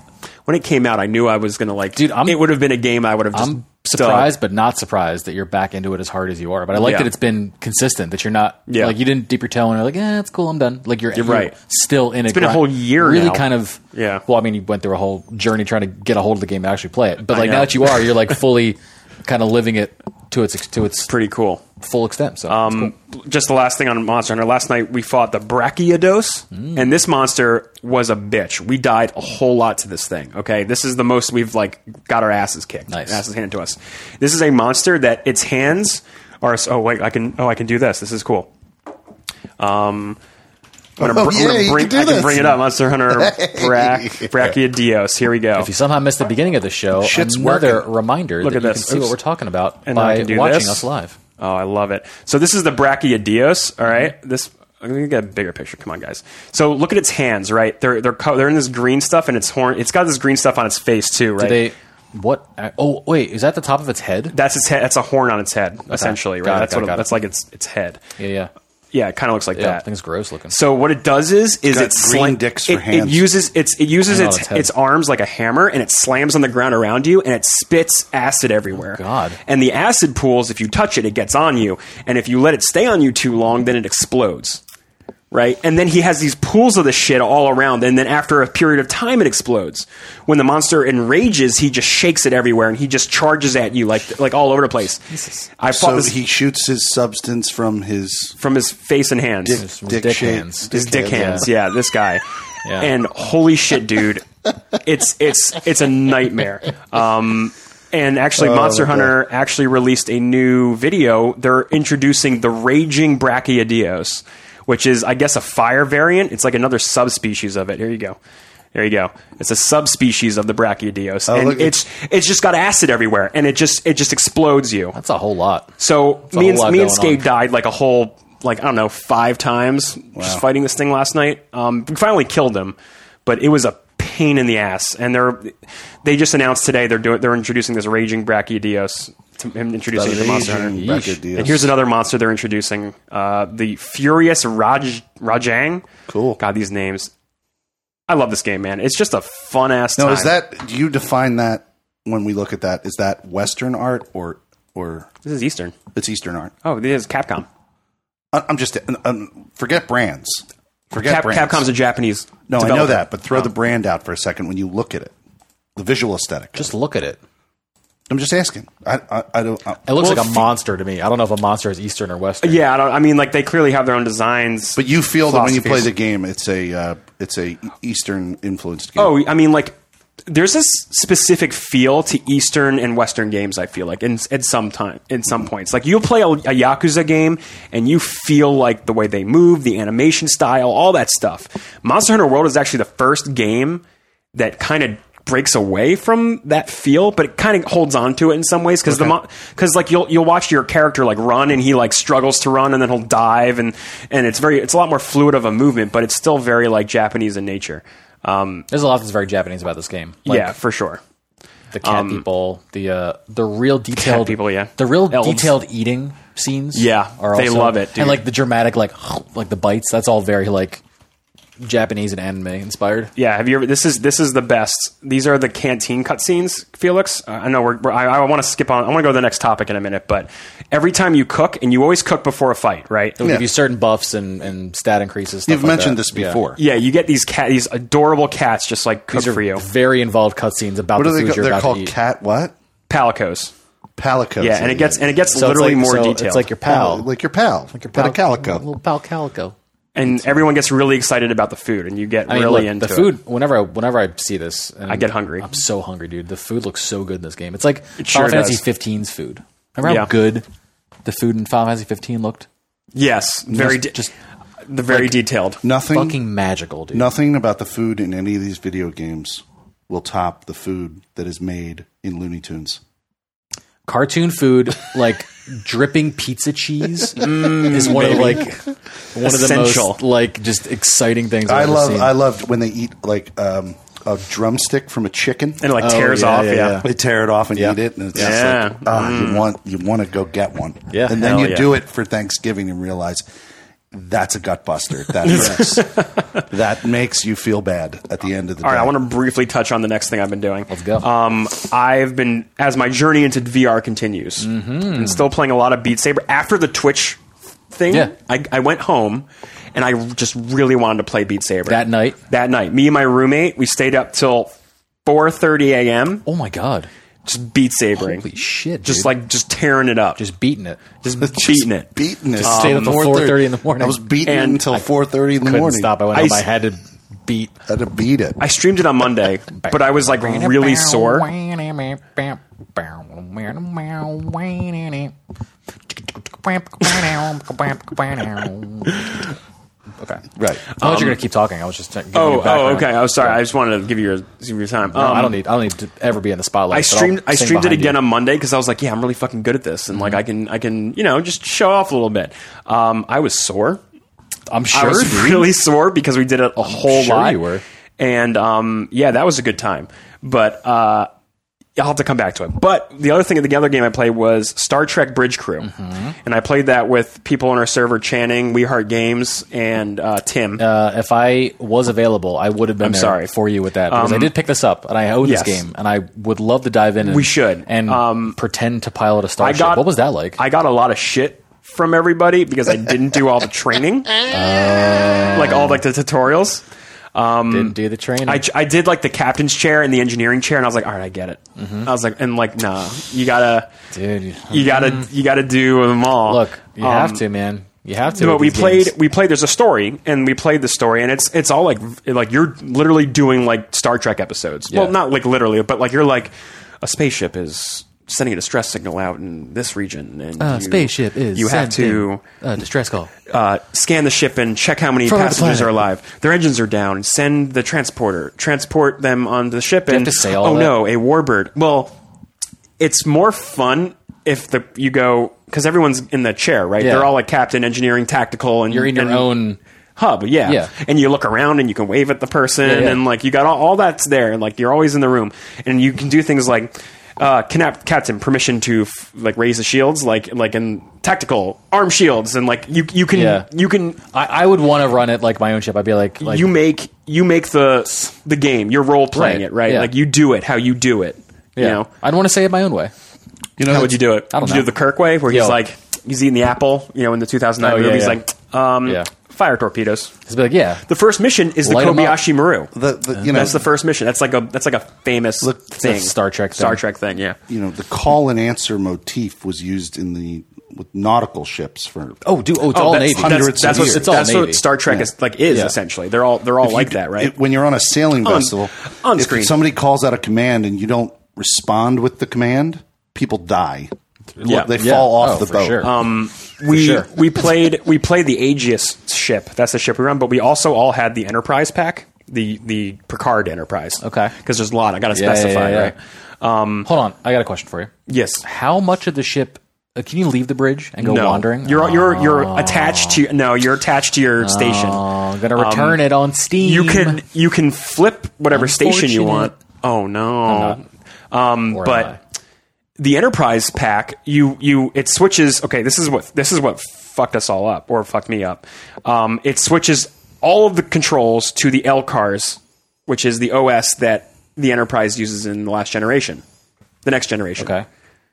[SPEAKER 2] when it came out, I knew I was gonna like
[SPEAKER 3] Dude, I'm-
[SPEAKER 2] it would have been a game I would have just
[SPEAKER 3] I'm
[SPEAKER 2] done.
[SPEAKER 3] surprised, but not surprised that you're back into it as hard as you are. But I like
[SPEAKER 2] Yeah.
[SPEAKER 3] that it's been consistent. That you're not
[SPEAKER 2] Yeah.
[SPEAKER 3] like you didn't dip your toe and you're like, eh, it's cool, I'm done. Like you're, you're
[SPEAKER 2] right.
[SPEAKER 3] still in it. It's
[SPEAKER 2] been a whole year
[SPEAKER 3] Really,
[SPEAKER 2] now.
[SPEAKER 3] kind of.
[SPEAKER 2] Yeah.
[SPEAKER 3] Well, I mean, you went through a whole journey trying to get a hold of the game and actually play it. But like
[SPEAKER 2] know.
[SPEAKER 3] now that you are, you're like fully kind of living it to its ex- to its
[SPEAKER 2] pretty cool.
[SPEAKER 3] full extent. So it's
[SPEAKER 2] Um, Just the last thing on Monster Hunter. Last night we fought the Brachiodos, and this monster was a bitch. We died a whole lot to this thing. Okay, this is the most we've like got our asses kicked.
[SPEAKER 3] Nice.
[SPEAKER 2] asses handed to us. This is a monster that its hands are. Oh wait, I can. Oh, I can do this. This is cool. Um. I'm gonna,
[SPEAKER 1] Oh,
[SPEAKER 2] br- I'm
[SPEAKER 1] yeah,
[SPEAKER 2] gonna
[SPEAKER 1] you
[SPEAKER 2] bring,
[SPEAKER 1] can do
[SPEAKER 2] I can
[SPEAKER 1] this.
[SPEAKER 2] bring it up, Monster Hunter Brach, Brachiodos. Here we go.
[SPEAKER 3] If you somehow missed the beginning of the show,
[SPEAKER 1] Shit's
[SPEAKER 3] another
[SPEAKER 1] working.
[SPEAKER 3] reminder
[SPEAKER 2] Look
[SPEAKER 3] that
[SPEAKER 2] at
[SPEAKER 3] you
[SPEAKER 2] this.
[SPEAKER 3] can see
[SPEAKER 2] Oops.
[SPEAKER 3] what we're talking about
[SPEAKER 2] And I
[SPEAKER 3] by
[SPEAKER 2] can do
[SPEAKER 3] watching
[SPEAKER 2] this.
[SPEAKER 3] us live.
[SPEAKER 2] Oh, I love it. So this is the Brachiodeus. All right,
[SPEAKER 3] Mm-hmm.
[SPEAKER 2] this I'm gonna get a bigger picture. Come on, guys. So look at its hands. Right, they're they're co- they're in this green stuff, and its horn. It's got this green stuff on its face too. Right.
[SPEAKER 3] They what? uh, Oh wait, is that the top of its head?
[SPEAKER 2] that's its head. That's a horn on its head, essentially.
[SPEAKER 3] Got
[SPEAKER 2] Right.
[SPEAKER 3] it,
[SPEAKER 2] that's
[SPEAKER 3] got it,
[SPEAKER 2] what.
[SPEAKER 3] got
[SPEAKER 2] It,
[SPEAKER 3] it.
[SPEAKER 2] that's like its its head.
[SPEAKER 3] Yeah, yeah.
[SPEAKER 2] Yeah, it kind of looks like
[SPEAKER 3] Yeah,
[SPEAKER 2] that.
[SPEAKER 3] thing's gross looking.
[SPEAKER 2] So what it does is is
[SPEAKER 1] got
[SPEAKER 2] it
[SPEAKER 1] green
[SPEAKER 2] sla-
[SPEAKER 1] dicks for
[SPEAKER 2] it,
[SPEAKER 1] hands.
[SPEAKER 2] It uses its it uses
[SPEAKER 3] And on
[SPEAKER 2] its
[SPEAKER 3] its
[SPEAKER 2] its,
[SPEAKER 3] head.
[SPEAKER 2] arms like a hammer and it slams on the ground around you and it spits acid everywhere.
[SPEAKER 3] Oh, God.
[SPEAKER 2] And the acid pools if you touch it it gets on you and if you let it stay on you too long then it explodes. Right? And then he has these pools of the shit all around and then after a period of time it explodes. When the monster enrages he just shakes it everywhere and he just charges at you like like all over the place. I fought
[SPEAKER 1] So
[SPEAKER 2] this
[SPEAKER 1] he shoots his substance from his
[SPEAKER 2] from his face and hands.
[SPEAKER 1] dick,
[SPEAKER 3] His
[SPEAKER 1] dick,
[SPEAKER 3] dick
[SPEAKER 1] shape-
[SPEAKER 3] hands.
[SPEAKER 2] his dick hands. Yeah, this guy.
[SPEAKER 3] Yeah.
[SPEAKER 2] And holy shit, dude, it's it's it's a nightmare. Um, and actually, Monster
[SPEAKER 1] Oh, okay.
[SPEAKER 2] Hunter actually released a new video. They're introducing the raging Brachiodeos, which is, I guess, a fire variant. It's like another subspecies of it. Here you go. There you go. It's a subspecies of the Brachiodeos, and
[SPEAKER 1] Oh, look,
[SPEAKER 2] it's it's just got acid everywhere, and it just it just explodes you.
[SPEAKER 3] That's a whole lot.
[SPEAKER 2] So
[SPEAKER 3] a
[SPEAKER 2] me and,
[SPEAKER 3] whole lot
[SPEAKER 2] me and
[SPEAKER 3] going
[SPEAKER 2] Skate
[SPEAKER 3] on.
[SPEAKER 2] died like a whole like I don't know five times just fighting this thing last night. Um, we finally killed him, but it was a pain in the ass. And they're they just announced today they're doing they're introducing this raging Brachiodeos. To, him introducing it to Monster Hunter.
[SPEAKER 1] Raging
[SPEAKER 3] Yeesh.
[SPEAKER 1] Brachiodeus.
[SPEAKER 2] And here's another monster they're introducing: uh, the furious Raj Rajang.
[SPEAKER 1] Cool.
[SPEAKER 2] God, these names. I love this game, man. It's just a fun ass.
[SPEAKER 1] Now, is that do you define that when we look at that? Is that Western art or or
[SPEAKER 2] this is Eastern?
[SPEAKER 1] it's Eastern art?
[SPEAKER 2] Oh, this is Capcom.
[SPEAKER 1] I- I'm just um, forget brands. Forget
[SPEAKER 2] Cap,
[SPEAKER 1] brands.
[SPEAKER 2] Capcom's a Japanese.
[SPEAKER 1] no, I know
[SPEAKER 2] developer. Oh.
[SPEAKER 1] that, but throw the brand out for a second when you look at it. The visual aesthetic.
[SPEAKER 3] Just look at it.
[SPEAKER 1] I'm just asking. I I, I don't. I,
[SPEAKER 3] It looks
[SPEAKER 2] Well,
[SPEAKER 3] like a
[SPEAKER 2] if-
[SPEAKER 3] monster to me. I don't know if a monster is Eastern or Western.
[SPEAKER 2] Yeah, I, don't, I mean, like they clearly have their own designs.
[SPEAKER 1] but you feel that when you play
[SPEAKER 2] Philosophies.
[SPEAKER 1] the game, it's a uh, it's a Eastern influenced game.
[SPEAKER 2] oh, I mean, like there's this specific feel to Eastern and Western games. I feel like, in at some time, in some points, like you'll play a, a Yakuza game and you feel like the way they move, the animation style, all that stuff. Monster Hunter World is actually the first game that kind of breaks away from that feel but it kind of holds on to it in some ways because the because like you'll you'll watch your character like run and he like struggles to run and then he'll dive and and it's very it's a lot more fluid of a movement but it's still very like japanese in nature um
[SPEAKER 3] There's a lot that's very Japanese about this game. Like
[SPEAKER 2] yeah, for sure.
[SPEAKER 3] the cat people, the uh, the real detailed
[SPEAKER 2] people, yeah.
[SPEAKER 3] the real
[SPEAKER 2] Elves.
[SPEAKER 3] detailed eating scenes.
[SPEAKER 2] Yeah, they
[SPEAKER 3] also-
[SPEAKER 2] love it, dude.
[SPEAKER 3] and like the dramatic, like like the bites. That's all very like Japanese and anime inspired.
[SPEAKER 2] Yeah, have you ever? This is this is the best. These are the canteen cutscenes, Felix. Uh, I know we're. we're I, I want to skip on. I want to go to the next topic in a minute. But every time you cook, and you always cook before a fight, right?
[SPEAKER 3] It'll give you certain buffs and, and stat increases. stuff
[SPEAKER 1] You've
[SPEAKER 3] like
[SPEAKER 1] mentioned
[SPEAKER 3] that.
[SPEAKER 1] this
[SPEAKER 3] Yeah.
[SPEAKER 1] before.
[SPEAKER 2] Yeah, you get these cat, these adorable cats, just like cook
[SPEAKER 3] These are
[SPEAKER 2] for you,
[SPEAKER 3] very involved cutscenes about
[SPEAKER 1] What
[SPEAKER 3] the
[SPEAKER 1] are they?
[SPEAKER 3] food
[SPEAKER 1] Go-
[SPEAKER 3] you're
[SPEAKER 1] they're
[SPEAKER 3] about to
[SPEAKER 1] called
[SPEAKER 3] eat.
[SPEAKER 1] cat what?
[SPEAKER 2] palicos.
[SPEAKER 1] Palicos.
[SPEAKER 2] Yeah, and it gets and it gets
[SPEAKER 3] So it's
[SPEAKER 2] literally
[SPEAKER 3] like-
[SPEAKER 2] more
[SPEAKER 3] so
[SPEAKER 2] detailed.
[SPEAKER 3] It's like your
[SPEAKER 1] pal,
[SPEAKER 3] pal,
[SPEAKER 1] Oh, like your pal, like your
[SPEAKER 3] pal
[SPEAKER 1] pal, calico.
[SPEAKER 3] little pal calico.
[SPEAKER 2] and everyone gets really excited about the food, and you get
[SPEAKER 3] I mean,
[SPEAKER 2] really
[SPEAKER 3] look,
[SPEAKER 2] into
[SPEAKER 3] the
[SPEAKER 2] it.
[SPEAKER 3] food. Whenever I whenever I see this, and
[SPEAKER 2] I get hungry.
[SPEAKER 3] I'm so hungry, dude. The food looks so good in this game. It's like
[SPEAKER 2] sure
[SPEAKER 3] Final Fantasy
[SPEAKER 2] does.
[SPEAKER 3] 15's food. Remember how
[SPEAKER 2] Yeah.
[SPEAKER 3] good the food in Final Fantasy 15 looked?
[SPEAKER 2] Yes, very
[SPEAKER 3] just,
[SPEAKER 2] just.
[SPEAKER 3] just
[SPEAKER 2] the very detailed.
[SPEAKER 1] Nothing,
[SPEAKER 3] Fucking magical, dude.
[SPEAKER 1] nothing about the food in any of these video games will top the food that is made in Looney Tunes.
[SPEAKER 3] Cartoon food, like dripping pizza cheese, is one of like one
[SPEAKER 2] Mm, Essential.
[SPEAKER 3] of the most like just exciting things I've
[SPEAKER 1] I
[SPEAKER 3] ever
[SPEAKER 1] love,
[SPEAKER 3] seen.
[SPEAKER 1] I loved when they eat like um, a drumstick from a chicken.
[SPEAKER 2] And it like tears
[SPEAKER 3] Oh, yeah,
[SPEAKER 2] off.
[SPEAKER 3] yeah,
[SPEAKER 2] Yeah.
[SPEAKER 3] yeah.
[SPEAKER 1] They tear it off and
[SPEAKER 3] Yeah.
[SPEAKER 1] eat it, and it's
[SPEAKER 2] Yeah.
[SPEAKER 1] just like, ah, you want you want to go get one.
[SPEAKER 3] Yeah.
[SPEAKER 1] and then
[SPEAKER 2] Hell
[SPEAKER 1] you
[SPEAKER 2] yeah.
[SPEAKER 1] do it for Thanksgiving and realize that's a gut buster. That hurts. that makes you feel bad at the end of the
[SPEAKER 2] All
[SPEAKER 1] day.
[SPEAKER 2] right, I want to briefly touch on the next thing I've been doing. Let's
[SPEAKER 3] go.
[SPEAKER 2] Um, I've been as my journey into VR continues,
[SPEAKER 3] Mm-hmm.
[SPEAKER 2] and still playing a lot of Beat Saber. After the Twitch thing,
[SPEAKER 3] Yeah.
[SPEAKER 2] I, I went home and I just really wanted to play Beat Saber
[SPEAKER 3] That night?
[SPEAKER 2] That night, me and my roommate, we stayed up till four thirty a.m.
[SPEAKER 3] oh my god,
[SPEAKER 2] just Beat Sabering,
[SPEAKER 3] holy shit!
[SPEAKER 2] just
[SPEAKER 3] dude.
[SPEAKER 2] like just tearing it up, just
[SPEAKER 3] just beating it.
[SPEAKER 2] just
[SPEAKER 1] Just
[SPEAKER 2] beating it.
[SPEAKER 1] beating it. Um,
[SPEAKER 3] stayed up till 4:30 in the morning.
[SPEAKER 1] I was beating it
[SPEAKER 2] And
[SPEAKER 1] until
[SPEAKER 2] I
[SPEAKER 1] four thirty in the
[SPEAKER 3] Couldn't
[SPEAKER 1] morning.
[SPEAKER 3] stop. I went
[SPEAKER 2] I
[SPEAKER 3] home. I
[SPEAKER 2] s-
[SPEAKER 3] had to beat.
[SPEAKER 1] I had to beat it.
[SPEAKER 2] I streamed it on Monday, but I was like really sore.
[SPEAKER 3] Okay.
[SPEAKER 1] right.
[SPEAKER 3] I thought you were gonna keep talking. I was just giving you
[SPEAKER 2] Oh, oh,
[SPEAKER 3] background.
[SPEAKER 2] okay. I was sorry. I just wanted to give you your, give you your time.
[SPEAKER 3] No, I
[SPEAKER 2] Um,
[SPEAKER 3] don't need. I don't need to ever be in the spotlight.
[SPEAKER 2] I
[SPEAKER 3] but I'll
[SPEAKER 2] streamed. I
[SPEAKER 3] sing
[SPEAKER 2] streamed it
[SPEAKER 3] behind
[SPEAKER 2] again
[SPEAKER 3] you.
[SPEAKER 2] on
[SPEAKER 3] Mm-hmm.
[SPEAKER 2] Monday because I was like, yeah, I'm really fucking good at this, and like I can, I can, you know, just show off a little bit. Um, I was sore.
[SPEAKER 3] I'm sure.
[SPEAKER 2] I was
[SPEAKER 3] dude.
[SPEAKER 2] really sore because we did it a whole
[SPEAKER 3] sure
[SPEAKER 2] lot.
[SPEAKER 3] you were.
[SPEAKER 2] And um, yeah, that was a good time. But uh, I'll have to come back to it. But the other thing, the other game I played was Star Trek Bridge Crew,
[SPEAKER 3] Mm-hmm.
[SPEAKER 2] and I played that with people on our server, Channing, We Heart Games, and uh, Tim.
[SPEAKER 3] Uh, if I was available, I would have been there
[SPEAKER 2] sorry. Um,
[SPEAKER 3] for you with that because I did pick this up and I own this
[SPEAKER 2] yes.
[SPEAKER 3] game and I would love to dive in. And,
[SPEAKER 2] We should. Um,
[SPEAKER 3] and pretend to pilot a
[SPEAKER 2] I
[SPEAKER 3] starship.
[SPEAKER 2] got
[SPEAKER 3] what was that like?
[SPEAKER 2] I got a lot of shit from everybody because I didn't do all the training,
[SPEAKER 3] Oh.
[SPEAKER 2] like all like the tutorials.
[SPEAKER 3] Didn't do the training.
[SPEAKER 2] I, I did like the captain's chair and the engineering chair, and I was like, all right, I get it.
[SPEAKER 3] Mm-hmm.
[SPEAKER 2] I was like, and like, nah, you gotta,
[SPEAKER 3] Dude,
[SPEAKER 2] you gotta, you gotta do them all.
[SPEAKER 3] Mm-hmm. look, you
[SPEAKER 2] Um,
[SPEAKER 3] have to, man. You have to.
[SPEAKER 2] But
[SPEAKER 3] with
[SPEAKER 2] we
[SPEAKER 3] these
[SPEAKER 2] played,
[SPEAKER 3] games.
[SPEAKER 2] we played. There's a story, and we played the story, and it's it's all like like you're literally doing like Star Trek episodes.
[SPEAKER 3] Yeah.
[SPEAKER 2] Well, not like literally, but like you're like a spaceship is sending a distress signal out in this region, and
[SPEAKER 3] Uh,
[SPEAKER 2] you-
[SPEAKER 3] spaceship is.
[SPEAKER 2] you have to
[SPEAKER 3] sending a distress call.
[SPEAKER 2] uh, scan the ship and check how many
[SPEAKER 3] From the
[SPEAKER 2] passengers
[SPEAKER 3] planet.
[SPEAKER 2] are alive. Their engines are down. Send the transporter. Transport them on the ship.
[SPEAKER 3] you
[SPEAKER 2] and
[SPEAKER 3] have to say all
[SPEAKER 2] oh
[SPEAKER 3] that?
[SPEAKER 2] no, a warbird. Well, it's more fun if the you go because everyone's in the chair, right?
[SPEAKER 3] Yeah.
[SPEAKER 2] They're all like captain, engineering, tactical, and
[SPEAKER 3] You're in your
[SPEAKER 2] and
[SPEAKER 3] own.
[SPEAKER 2] hub. Yeah.
[SPEAKER 3] Yeah.
[SPEAKER 2] and you look around and you can wave at the person,
[SPEAKER 3] yeah.
[SPEAKER 2] and like you got all, all that's there, and like you're always in the room, and you can do things like. Uh, connect captain permission to f- like raise the shields like like in tactical arm shields and like you you can
[SPEAKER 3] Yeah.
[SPEAKER 2] you can
[SPEAKER 3] I, I would want to run it like my own ship. I'd be like, like
[SPEAKER 2] you make you make the the game. You're role playing
[SPEAKER 3] Right,
[SPEAKER 2] it, right?
[SPEAKER 3] yeah.
[SPEAKER 2] Like you do it how you do it.
[SPEAKER 3] yeah.
[SPEAKER 2] You know,
[SPEAKER 3] I'd want to say it my own way.
[SPEAKER 1] You know,
[SPEAKER 2] how would you do it?
[SPEAKER 3] I don't
[SPEAKER 2] would
[SPEAKER 3] know.
[SPEAKER 2] you do the Kirk way, where
[SPEAKER 3] Yo.
[SPEAKER 2] he's like he's eating the apple? You know, in the 2009
[SPEAKER 3] Oh, yeah,
[SPEAKER 2] movie, he's
[SPEAKER 3] yeah.
[SPEAKER 2] like, um,
[SPEAKER 3] Yeah.
[SPEAKER 2] fire torpedoes.
[SPEAKER 3] Just be like, yeah,
[SPEAKER 2] The first mission is the
[SPEAKER 3] Light 'em up.
[SPEAKER 2] Kobayashi Maru.
[SPEAKER 1] The, the, you know,
[SPEAKER 2] that's the first mission. That's like a that's like a famous thing.
[SPEAKER 3] that's Star Trek
[SPEAKER 2] Star
[SPEAKER 3] thing.
[SPEAKER 2] Trek thing. Yeah.
[SPEAKER 1] you know, the call and answer motif was used in the with nautical ships for
[SPEAKER 3] Oh, dude, oh, it's all
[SPEAKER 2] that's,
[SPEAKER 3] Navy.
[SPEAKER 2] That's, that's, what,
[SPEAKER 1] years.
[SPEAKER 3] it's all
[SPEAKER 2] that's
[SPEAKER 3] Navy.
[SPEAKER 2] what Star Trek is like is
[SPEAKER 3] Yeah.
[SPEAKER 2] essentially. They're all they're all like that, right?
[SPEAKER 1] It- when you're on a sailing
[SPEAKER 2] On-
[SPEAKER 1] vessel,
[SPEAKER 2] on
[SPEAKER 1] if
[SPEAKER 2] screen.
[SPEAKER 1] somebody calls out a command and you don't respond with the command, people die.
[SPEAKER 2] Yeah.
[SPEAKER 1] They
[SPEAKER 3] Yeah.
[SPEAKER 1] fall off
[SPEAKER 3] Oh,
[SPEAKER 1] the
[SPEAKER 3] for
[SPEAKER 1] boat.
[SPEAKER 3] sure.
[SPEAKER 2] Um, we
[SPEAKER 3] sure.
[SPEAKER 2] we played we played the Aegis ship. That's the ship we were on, but we also all had the Enterprise pack, the the Picard Enterprise.
[SPEAKER 3] Okay.
[SPEAKER 2] because there's a lot. I got to
[SPEAKER 3] Yeah, yeah,
[SPEAKER 2] specify,
[SPEAKER 3] yeah, yeah.
[SPEAKER 2] right?
[SPEAKER 3] Hold on, I got a question for you.
[SPEAKER 2] Yes.
[SPEAKER 3] How much of the ship? Uh, can you leave the bridge and go
[SPEAKER 2] No.
[SPEAKER 3] wandering?
[SPEAKER 2] You're you're you're attached to no. You're attached to your
[SPEAKER 3] Oh,
[SPEAKER 2] station.
[SPEAKER 3] I'm gonna return it on Steam.
[SPEAKER 2] um, You can you can flip whatever station you want. Oh no. Um,
[SPEAKER 3] Or am I?
[SPEAKER 2] but the enterprise pack you you it switches okay this is what this is what fucked us all up or fucked me up um, it switches all of the controls to the l cars which is the os that the enterprise uses in the last generation the next generation
[SPEAKER 3] Okay.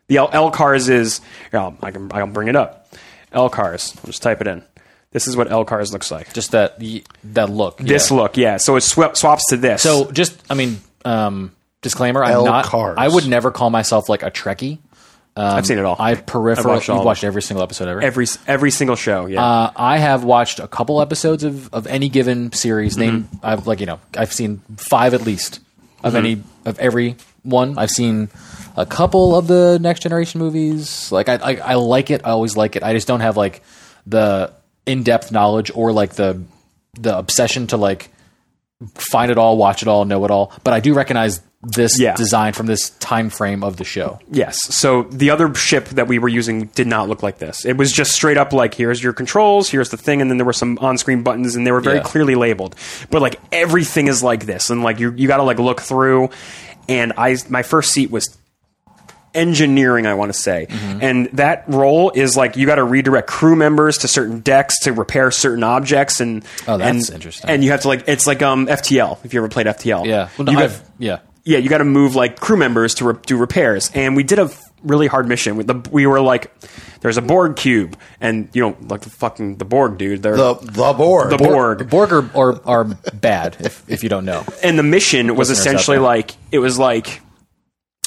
[SPEAKER 2] the L, L cars is here, I'll, I can I can bring it up L cars I'll just type it in this is what L cars looks like
[SPEAKER 3] just that y- that look.
[SPEAKER 2] this
[SPEAKER 3] yeah.
[SPEAKER 2] look yeah so it sw- swaps to this
[SPEAKER 3] So just, I mean, um, disclaimer. I'm
[SPEAKER 1] L
[SPEAKER 3] not.
[SPEAKER 1] cars.
[SPEAKER 3] I would never call myself like a Trekkie.
[SPEAKER 2] I've seen it all
[SPEAKER 3] I peripheral.
[SPEAKER 2] watched all
[SPEAKER 3] you've
[SPEAKER 2] of
[SPEAKER 3] watched every single episode ever.
[SPEAKER 2] every every single show yeah
[SPEAKER 3] Uh, I have watched a couple episodes of, of any given series. Name
[SPEAKER 2] Mm-hmm.
[SPEAKER 3] I've like you know I've seen five at least of any
[SPEAKER 2] Mm-hmm.
[SPEAKER 3] of every one. I've seen a couple of the Next Generation movies. Like I, I I like it. I always like it. I just don't have like the in depth knowledge or like the the obsession to like find it all, watch it all, know it all. But I do recognize this
[SPEAKER 2] Yeah.
[SPEAKER 3] design from this time frame of the show.
[SPEAKER 2] Yes. So the other ship that we were using did not look like this. It was just straight up like here's your controls, here's the thing, and then there were some on-screen buttons, and they were very
[SPEAKER 3] Yeah.
[SPEAKER 2] clearly labeled. But like everything is like this, and like you you got to like look through. And I my first seat was engineering, I want to say.
[SPEAKER 3] Mm-hmm.
[SPEAKER 2] And that role is like you got to redirect crew members to certain decks to repair certain objects, and
[SPEAKER 3] Oh, that's
[SPEAKER 2] and-
[SPEAKER 3] interesting.
[SPEAKER 2] And you have to like it's like um FTL if you ever played FTL.
[SPEAKER 3] Yeah. Well, no,
[SPEAKER 2] You got-
[SPEAKER 3] I've- yeah.
[SPEAKER 2] yeah, you got to move like crew members to re- do repairs. And we did a f- really hard mission. With the, we were like, there's a Borg cube, and you don't like the fucking the Borg dude. They're
[SPEAKER 1] The the board.
[SPEAKER 2] the Borg.
[SPEAKER 3] Borg are, are, are bad if, if you don't know.
[SPEAKER 2] and the mission was
[SPEAKER 3] Listeners out
[SPEAKER 2] essentially
[SPEAKER 3] there.
[SPEAKER 2] like it was like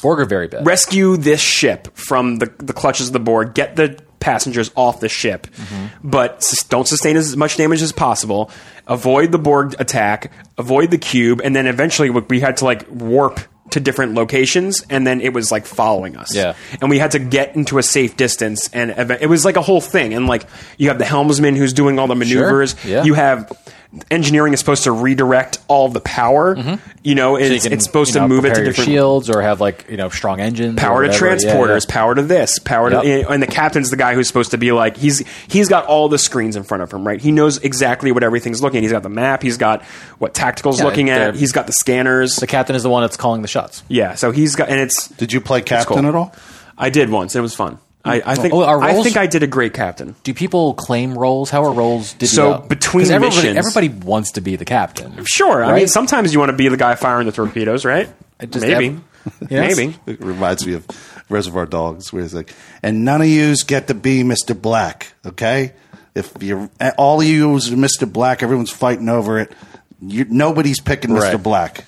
[SPEAKER 3] Borg are very bad.
[SPEAKER 2] rescue this ship from the the clutches of the Borg. Get the passengers off the ship, but sus- don't sustain as much damage as possible. Avoid the Borg attack. Avoid the cube, and then eventually we- we had to like warp to different locations, and then it was like following us.
[SPEAKER 3] Yeah.
[SPEAKER 2] and we had to get into a safe distance, and ev- it was like a whole thing. And like you have the helmsman who's doing all the maneuvers.
[SPEAKER 3] Yeah.
[SPEAKER 2] You have engineering is supposed to redirect all the power. You know,
[SPEAKER 3] Mm-hmm. So
[SPEAKER 2] it's,
[SPEAKER 3] you can,
[SPEAKER 2] it's supposed
[SPEAKER 3] you know,
[SPEAKER 2] to move it
[SPEAKER 3] prepare
[SPEAKER 2] to
[SPEAKER 3] your
[SPEAKER 2] different
[SPEAKER 3] shields or have like you know strong engines. or
[SPEAKER 2] power to
[SPEAKER 3] whatever. Yeah,
[SPEAKER 2] transporters,
[SPEAKER 3] yeah.
[SPEAKER 2] power to this, power
[SPEAKER 3] Yep.
[SPEAKER 2] to and the captain's the guy who's supposed to be like he's he's got all the screens in front of him, right? He knows exactly what everything's looking. at. He's got the map, he's got what tacticals
[SPEAKER 3] Yeah,
[SPEAKER 2] looking at,
[SPEAKER 3] the-
[SPEAKER 2] he's got the scanners.
[SPEAKER 3] The captain is the one that's calling the shots.
[SPEAKER 2] yeah, so he's got and it's
[SPEAKER 1] Did you play captain
[SPEAKER 2] cool.
[SPEAKER 1] at all?
[SPEAKER 2] I did once. It was fun. I, I think
[SPEAKER 3] Oh, our
[SPEAKER 2] I
[SPEAKER 3] roles-
[SPEAKER 2] think I did a great captain.
[SPEAKER 3] Do people claim roles? How are roles divvied
[SPEAKER 2] So,
[SPEAKER 3] up?
[SPEAKER 2] between
[SPEAKER 3] 'Cause everybody,
[SPEAKER 2] missions-
[SPEAKER 3] everybody wants to be the captain.
[SPEAKER 2] Sure. I mean,
[SPEAKER 3] Right?
[SPEAKER 2] sometimes you want to be the guy firing the torpedoes, right?
[SPEAKER 3] just-
[SPEAKER 2] Maybe.
[SPEAKER 3] Yes.
[SPEAKER 2] Maybe.
[SPEAKER 1] It reminds me of Reservoir Dogs, where he's like, "And none of yous get to be Mr. Black, okay? If you all of you is Mr. Black, everyone's fighting over it. You, nobody's picking
[SPEAKER 3] Right.
[SPEAKER 1] Mr. Black.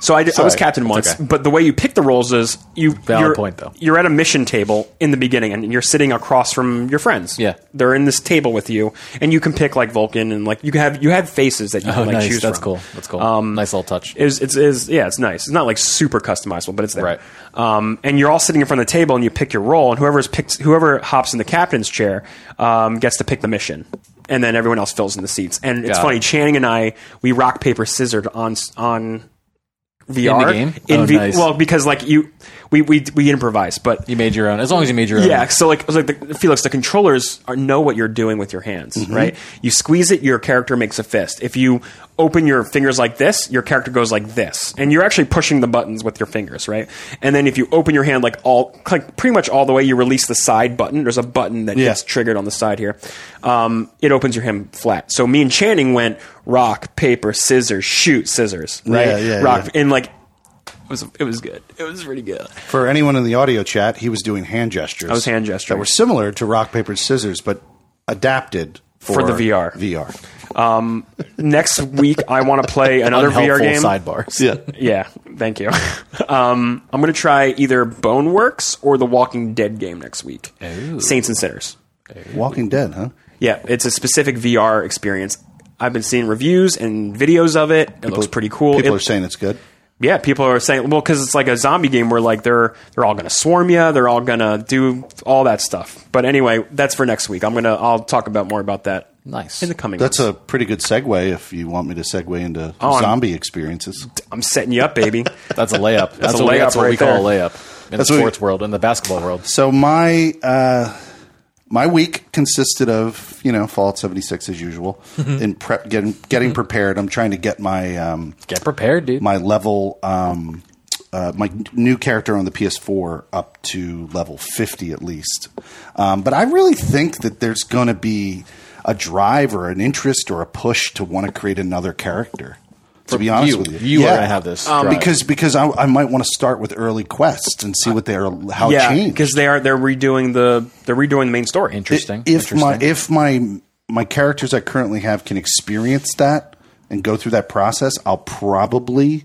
[SPEAKER 2] So I, did- I was
[SPEAKER 1] Sorry.
[SPEAKER 2] captain once,
[SPEAKER 3] okay.
[SPEAKER 2] but the way you pick the roles is you
[SPEAKER 3] Valid
[SPEAKER 2] you're,
[SPEAKER 3] point, though.
[SPEAKER 2] You're at a mission table in the beginning, and you're sitting across from your friends.
[SPEAKER 3] Yeah.
[SPEAKER 2] they're in this table with you, and you can pick like Vulcan and like you can have you have faces that you
[SPEAKER 3] Oh,
[SPEAKER 2] can like
[SPEAKER 3] nice.
[SPEAKER 2] choose.
[SPEAKER 3] That's
[SPEAKER 2] from. Um,
[SPEAKER 3] cool. That's cool. nice little touch.
[SPEAKER 2] It's, it's, it's yeah, it's nice. It's not like super customizable, but it's there.
[SPEAKER 3] Right.
[SPEAKER 2] Um, and you're all sitting in front of the table, and you pick your role, and whoever's picked, whoever hops in the captain's chair um, gets to pick the mission, and then everyone else fills in the seats. And it's
[SPEAKER 3] Got
[SPEAKER 2] funny,
[SPEAKER 3] it.
[SPEAKER 2] Channing and I we rock paper scissors on on VR
[SPEAKER 3] game?
[SPEAKER 2] In
[SPEAKER 3] Oh,
[SPEAKER 2] V-
[SPEAKER 3] nice.
[SPEAKER 2] Well, because like you, we we we improvise, but.
[SPEAKER 3] you made your own. As long as you made your own.
[SPEAKER 2] Yeah, so like, so like the, Felix, the controllers are, know what you're doing with your hands,
[SPEAKER 1] Mm-hmm.
[SPEAKER 2] right? You squeeze it, your character makes a fist. If you open your fingers like this, your character goes like this, and you're actually pushing the buttons with your fingers, right? And then if you open your hand like all, like pretty much all the way, you release the side button. There's a button that
[SPEAKER 1] Yeah.
[SPEAKER 2] gets triggered on the side here. Um, it opens your hand flat. So me and Channing went rock, paper, scissors, shoot, scissors, right?
[SPEAKER 1] Yeah, yeah,
[SPEAKER 2] rock
[SPEAKER 1] yeah.
[SPEAKER 2] and like. It was, it was good. It was pretty good.
[SPEAKER 1] For anyone in the audio chat, he was doing hand gestures. I
[SPEAKER 2] was hand gesturing.
[SPEAKER 1] that were similar to rock paper scissors, but adapted for,
[SPEAKER 2] For the VR.
[SPEAKER 1] VR.
[SPEAKER 2] Next week, I want to play another VR
[SPEAKER 3] Unhelpful
[SPEAKER 2] game.
[SPEAKER 3] sidebars.
[SPEAKER 2] Yeah, thank you. um, I'm going to try either Boneworks or the Walking Dead game next week. Saints and Sinners.
[SPEAKER 1] Walking Dead, huh?
[SPEAKER 2] Yeah, it's a specific VR experience. I've been seeing reviews and videos of it. It looks pretty cool.
[SPEAKER 1] People
[SPEAKER 2] It-
[SPEAKER 1] are saying it's good.
[SPEAKER 2] yeah, people are saying, well, because it's like a zombie game where like they're they're all gonna swarm you, they're all gonna do all that stuff. But anyway, that's for next week. I'm gonna I'll talk about more about that
[SPEAKER 3] Nice.
[SPEAKER 2] in the coming.
[SPEAKER 1] That's
[SPEAKER 2] weeks.
[SPEAKER 1] a pretty good segue if you want me to segue into
[SPEAKER 2] Oh, I'm-
[SPEAKER 1] zombie experiences.
[SPEAKER 2] I'm setting you up, baby.
[SPEAKER 3] That's a layup. That's,
[SPEAKER 2] a
[SPEAKER 3] what
[SPEAKER 2] layup
[SPEAKER 3] we- that's what we
[SPEAKER 2] right
[SPEAKER 3] call a layup in
[SPEAKER 1] That's
[SPEAKER 3] the
[SPEAKER 1] what we-
[SPEAKER 3] sports world, in the basketball world.
[SPEAKER 1] So my uh, my week consisted of you know Fallout seventy six as usual
[SPEAKER 2] Mm-hmm.
[SPEAKER 1] in prep getting getting prepared. I'm trying to get my um,
[SPEAKER 3] Get prepared, dude.
[SPEAKER 1] my level um, uh, my new character on the PS4 up to level 50 at least. Um, but I really think that there's going to be a drive or an interest or a push to want to create another character. To be honest
[SPEAKER 3] you.
[SPEAKER 1] with you, Um,
[SPEAKER 3] You are gonna have this drive.
[SPEAKER 1] because because I, I might want to start with early quests and see what they are how
[SPEAKER 2] yeah,
[SPEAKER 1] changed.
[SPEAKER 2] because they are they're redoing the they're redoing the main story.
[SPEAKER 3] Interesting.
[SPEAKER 1] If
[SPEAKER 3] Interesting.
[SPEAKER 1] my if my my characters I currently have can experience that and go through that process, I'll probably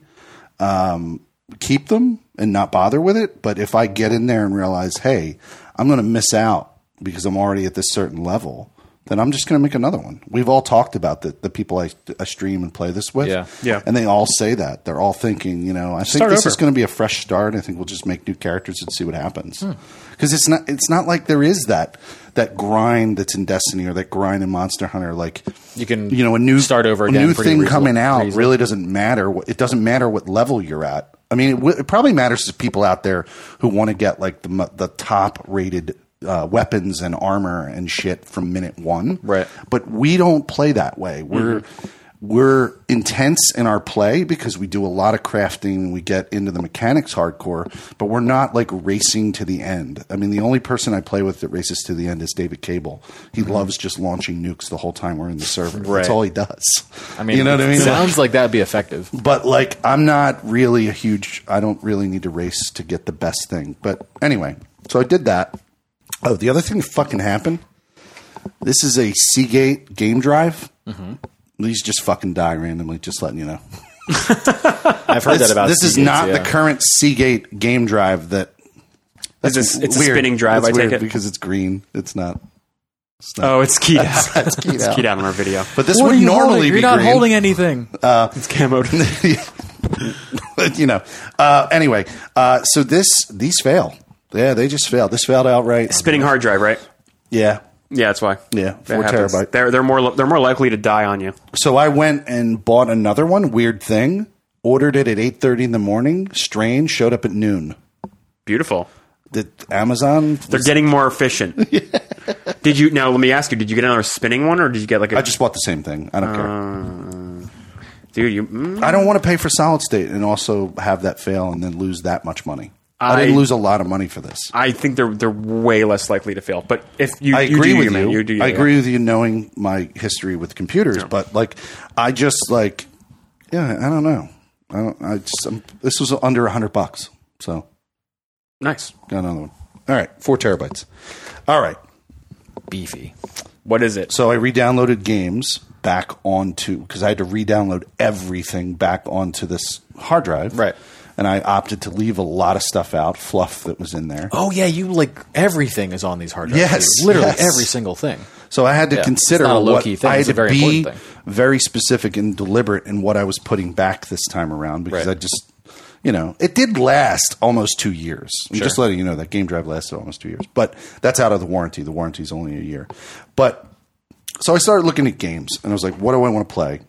[SPEAKER 1] um, keep them and not bother with it. But if I get in there and realize, hey, I'm going to miss out because I'm already at this certain level, then I'm just going to make another one. We've all talked about the, the people I, I stream and play this with.
[SPEAKER 3] Yeah.
[SPEAKER 2] Yeah.
[SPEAKER 1] And they all say that. They're all thinking, you know, I think
[SPEAKER 2] start
[SPEAKER 1] this
[SPEAKER 2] over.
[SPEAKER 1] is going to be a fresh start. I think we'll just make new characters and see what happens.
[SPEAKER 3] Hmm.
[SPEAKER 1] Because it's not it's not like there is that that grind that's in Destiny or that grind in Monster Hunter. Like
[SPEAKER 3] You can
[SPEAKER 1] you know a new
[SPEAKER 3] start over
[SPEAKER 1] a
[SPEAKER 3] again
[SPEAKER 1] new
[SPEAKER 3] pretty
[SPEAKER 1] thing
[SPEAKER 3] reasonable-
[SPEAKER 1] coming out
[SPEAKER 3] pretty easily.
[SPEAKER 1] really doesn't matter. what- It doesn't matter what level you're at. I mean, it, w- it probably matters to people out there who want to get like the mo- the top rated uh, weapons and armor and shit from minute one.
[SPEAKER 3] Right. Mm-hmm.
[SPEAKER 1] But we don't play that way. We're we're intense in our play because we do a lot of crafting and we get into the mechanics hardcore, but we're not like racing to the end. I mean, the only person I play with that races to the end is David Cable. He loves just launching nukes the whole time we're in the server.
[SPEAKER 3] Mm-hmm. Right.
[SPEAKER 1] That's all he does.
[SPEAKER 3] I mean,
[SPEAKER 1] you know what I mean?
[SPEAKER 3] Sounds like that'd be effective.
[SPEAKER 1] but like, I'm not really a huge. I don't really need to race to get the best thing. But anyway, so I did that. Oh, the other thing that fucking happened. This is a Seagate game drive. These just fucking die randomly. Just letting you know.
[SPEAKER 3] I've heard
[SPEAKER 1] This,
[SPEAKER 3] that about.
[SPEAKER 1] this is
[SPEAKER 3] Seagates,
[SPEAKER 1] not
[SPEAKER 3] yeah.
[SPEAKER 1] the current Seagate game drive that. That's
[SPEAKER 2] It's a- it's a spinning drive,
[SPEAKER 1] It's
[SPEAKER 2] I take
[SPEAKER 1] weird
[SPEAKER 2] it?
[SPEAKER 1] because it's green. It's not.
[SPEAKER 2] Oh, it's key. it's
[SPEAKER 1] Keyed out.
[SPEAKER 2] keyed out on our video.
[SPEAKER 1] But this
[SPEAKER 3] What are
[SPEAKER 1] would
[SPEAKER 3] you
[SPEAKER 1] normally
[SPEAKER 3] holding?
[SPEAKER 1] be
[SPEAKER 3] You're not
[SPEAKER 1] green.
[SPEAKER 3] holding anything.
[SPEAKER 2] It's camoed.
[SPEAKER 1] But, you know. Uh, anyway, uh, so this these fail. Yeah, they just failed. This failed outright.
[SPEAKER 2] Spinning hard drive, right?
[SPEAKER 1] Yeah.
[SPEAKER 2] Yeah, that's why.
[SPEAKER 1] Yeah,
[SPEAKER 2] That
[SPEAKER 1] four
[SPEAKER 2] happens.
[SPEAKER 1] terabyte.
[SPEAKER 2] They're they're more li- they're more likely to die on you.
[SPEAKER 1] So I went and bought another one. Weird thing. Ordered it at eight thirty in the morning. Strain showed up at noon.
[SPEAKER 2] Beautiful.
[SPEAKER 1] The Amazon.
[SPEAKER 2] They're getting more efficient. did you now? Let me ask you: Did you get another spinning one, or did you get like a
[SPEAKER 1] I just bought the same thing. I don't
[SPEAKER 2] Uh.
[SPEAKER 1] care.
[SPEAKER 2] dude? You mm,
[SPEAKER 1] I don't want to pay for solid state and also have that fail and then lose that much money. I,
[SPEAKER 2] I-
[SPEAKER 1] didn't lose a lot of money for this.
[SPEAKER 2] I think they're they're way less likely to fail. But if you,
[SPEAKER 1] I
[SPEAKER 2] you
[SPEAKER 1] agree
[SPEAKER 2] do
[SPEAKER 1] with you.
[SPEAKER 2] man, you do,
[SPEAKER 1] I
[SPEAKER 2] yeah.
[SPEAKER 1] agree with you knowing my history with computers, but like I just like yeah, I don't know. I don't I just i this was under 100 bucks. So,
[SPEAKER 2] Nice.
[SPEAKER 1] got another one. All right, 4 terabytes. All right.
[SPEAKER 3] Beefy.
[SPEAKER 2] What is it?
[SPEAKER 1] So I re-downloaded games back onto because I had to re-download everything back onto this hard drive.
[SPEAKER 3] Right.
[SPEAKER 1] And I opted to leave a lot of stuff out, fluff that was in there.
[SPEAKER 3] Oh yeah, you like everything is on these hard drives.
[SPEAKER 1] Yes,
[SPEAKER 3] dude. literally
[SPEAKER 1] yes.
[SPEAKER 3] every single thing.
[SPEAKER 1] So I had to
[SPEAKER 3] Yeah,
[SPEAKER 1] consider
[SPEAKER 3] it's not a low-key
[SPEAKER 1] what
[SPEAKER 3] thing,
[SPEAKER 1] I had
[SPEAKER 3] it's a
[SPEAKER 1] to
[SPEAKER 3] very
[SPEAKER 1] be
[SPEAKER 3] important thing.
[SPEAKER 1] very specific and deliberate in what I was putting back this time around because
[SPEAKER 3] Right.
[SPEAKER 1] I just, you know, it did last almost two years. I'm just letting you know that game drive lasted almost two years, but that's out of the warranty. The warranty is only a year. But so I started looking at games and I was like, what do I want to play?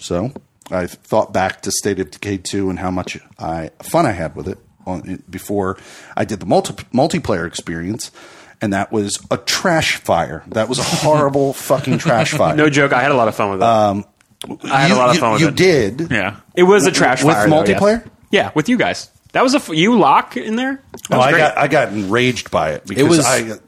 [SPEAKER 1] So I thought back to State of Decay 2 and how much I fun I had with it on, before I did the multi, multiplayer experience. And that was a trash fire. That was a horrible fucking trash fire.
[SPEAKER 2] No joke. I had a lot of fun
[SPEAKER 1] Uh,
[SPEAKER 2] with it. Um, I had
[SPEAKER 1] you,
[SPEAKER 2] a lot of
[SPEAKER 1] you-
[SPEAKER 2] fun with
[SPEAKER 1] you
[SPEAKER 2] it.
[SPEAKER 1] did.
[SPEAKER 2] Yeah, it was a trash
[SPEAKER 1] With
[SPEAKER 2] fire, though, yes.
[SPEAKER 1] multiplayer?
[SPEAKER 2] Yeah, with you guys. That was a f- you lock in there. That
[SPEAKER 1] Oh,
[SPEAKER 2] was
[SPEAKER 1] I
[SPEAKER 2] great.
[SPEAKER 1] got I got enraged by it because
[SPEAKER 3] It was.
[SPEAKER 1] I,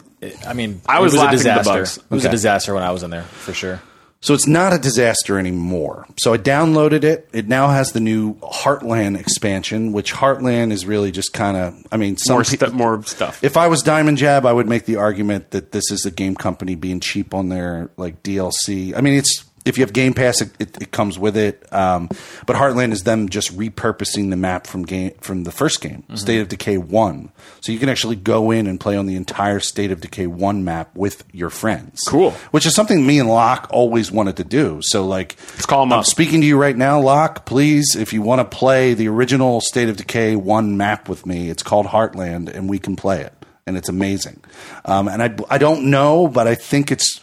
[SPEAKER 3] I, mean,
[SPEAKER 2] I was
[SPEAKER 3] it was a
[SPEAKER 2] laughing at the
[SPEAKER 3] disaster.
[SPEAKER 2] bugs.
[SPEAKER 3] It was a
[SPEAKER 1] Okay.
[SPEAKER 3] disaster when I was in there for sure.
[SPEAKER 1] So it's not a disaster anymore. So I downloaded it. It now has the new Heartland expansion, which Heartland is really just kind of. I mean, some
[SPEAKER 2] more,
[SPEAKER 1] pe-
[SPEAKER 2] stu- more stuff.
[SPEAKER 1] If I was Diamond Jab, I would make the argument that this is a game company being cheap on their like DLC. I mean, it's if you have Game Pass, it, it, it comes with it. Um, but Heartland is them just repurposing the map from game from the first game,
[SPEAKER 2] Mm-hmm.
[SPEAKER 1] State of Decay One. So you can actually go in and play on the entire State of Decay One map with your friends.
[SPEAKER 2] Cool.
[SPEAKER 1] which is something me and Locke always wanted to do. So like,
[SPEAKER 2] Let's call 'em
[SPEAKER 1] I'm
[SPEAKER 2] up.
[SPEAKER 1] Speaking to you right now, Locke, please, if you want to play the original State of Decay 1 map with me, it's called Heartland, and we can play it. And it's amazing. Um, and I, I don't know, but I think it's.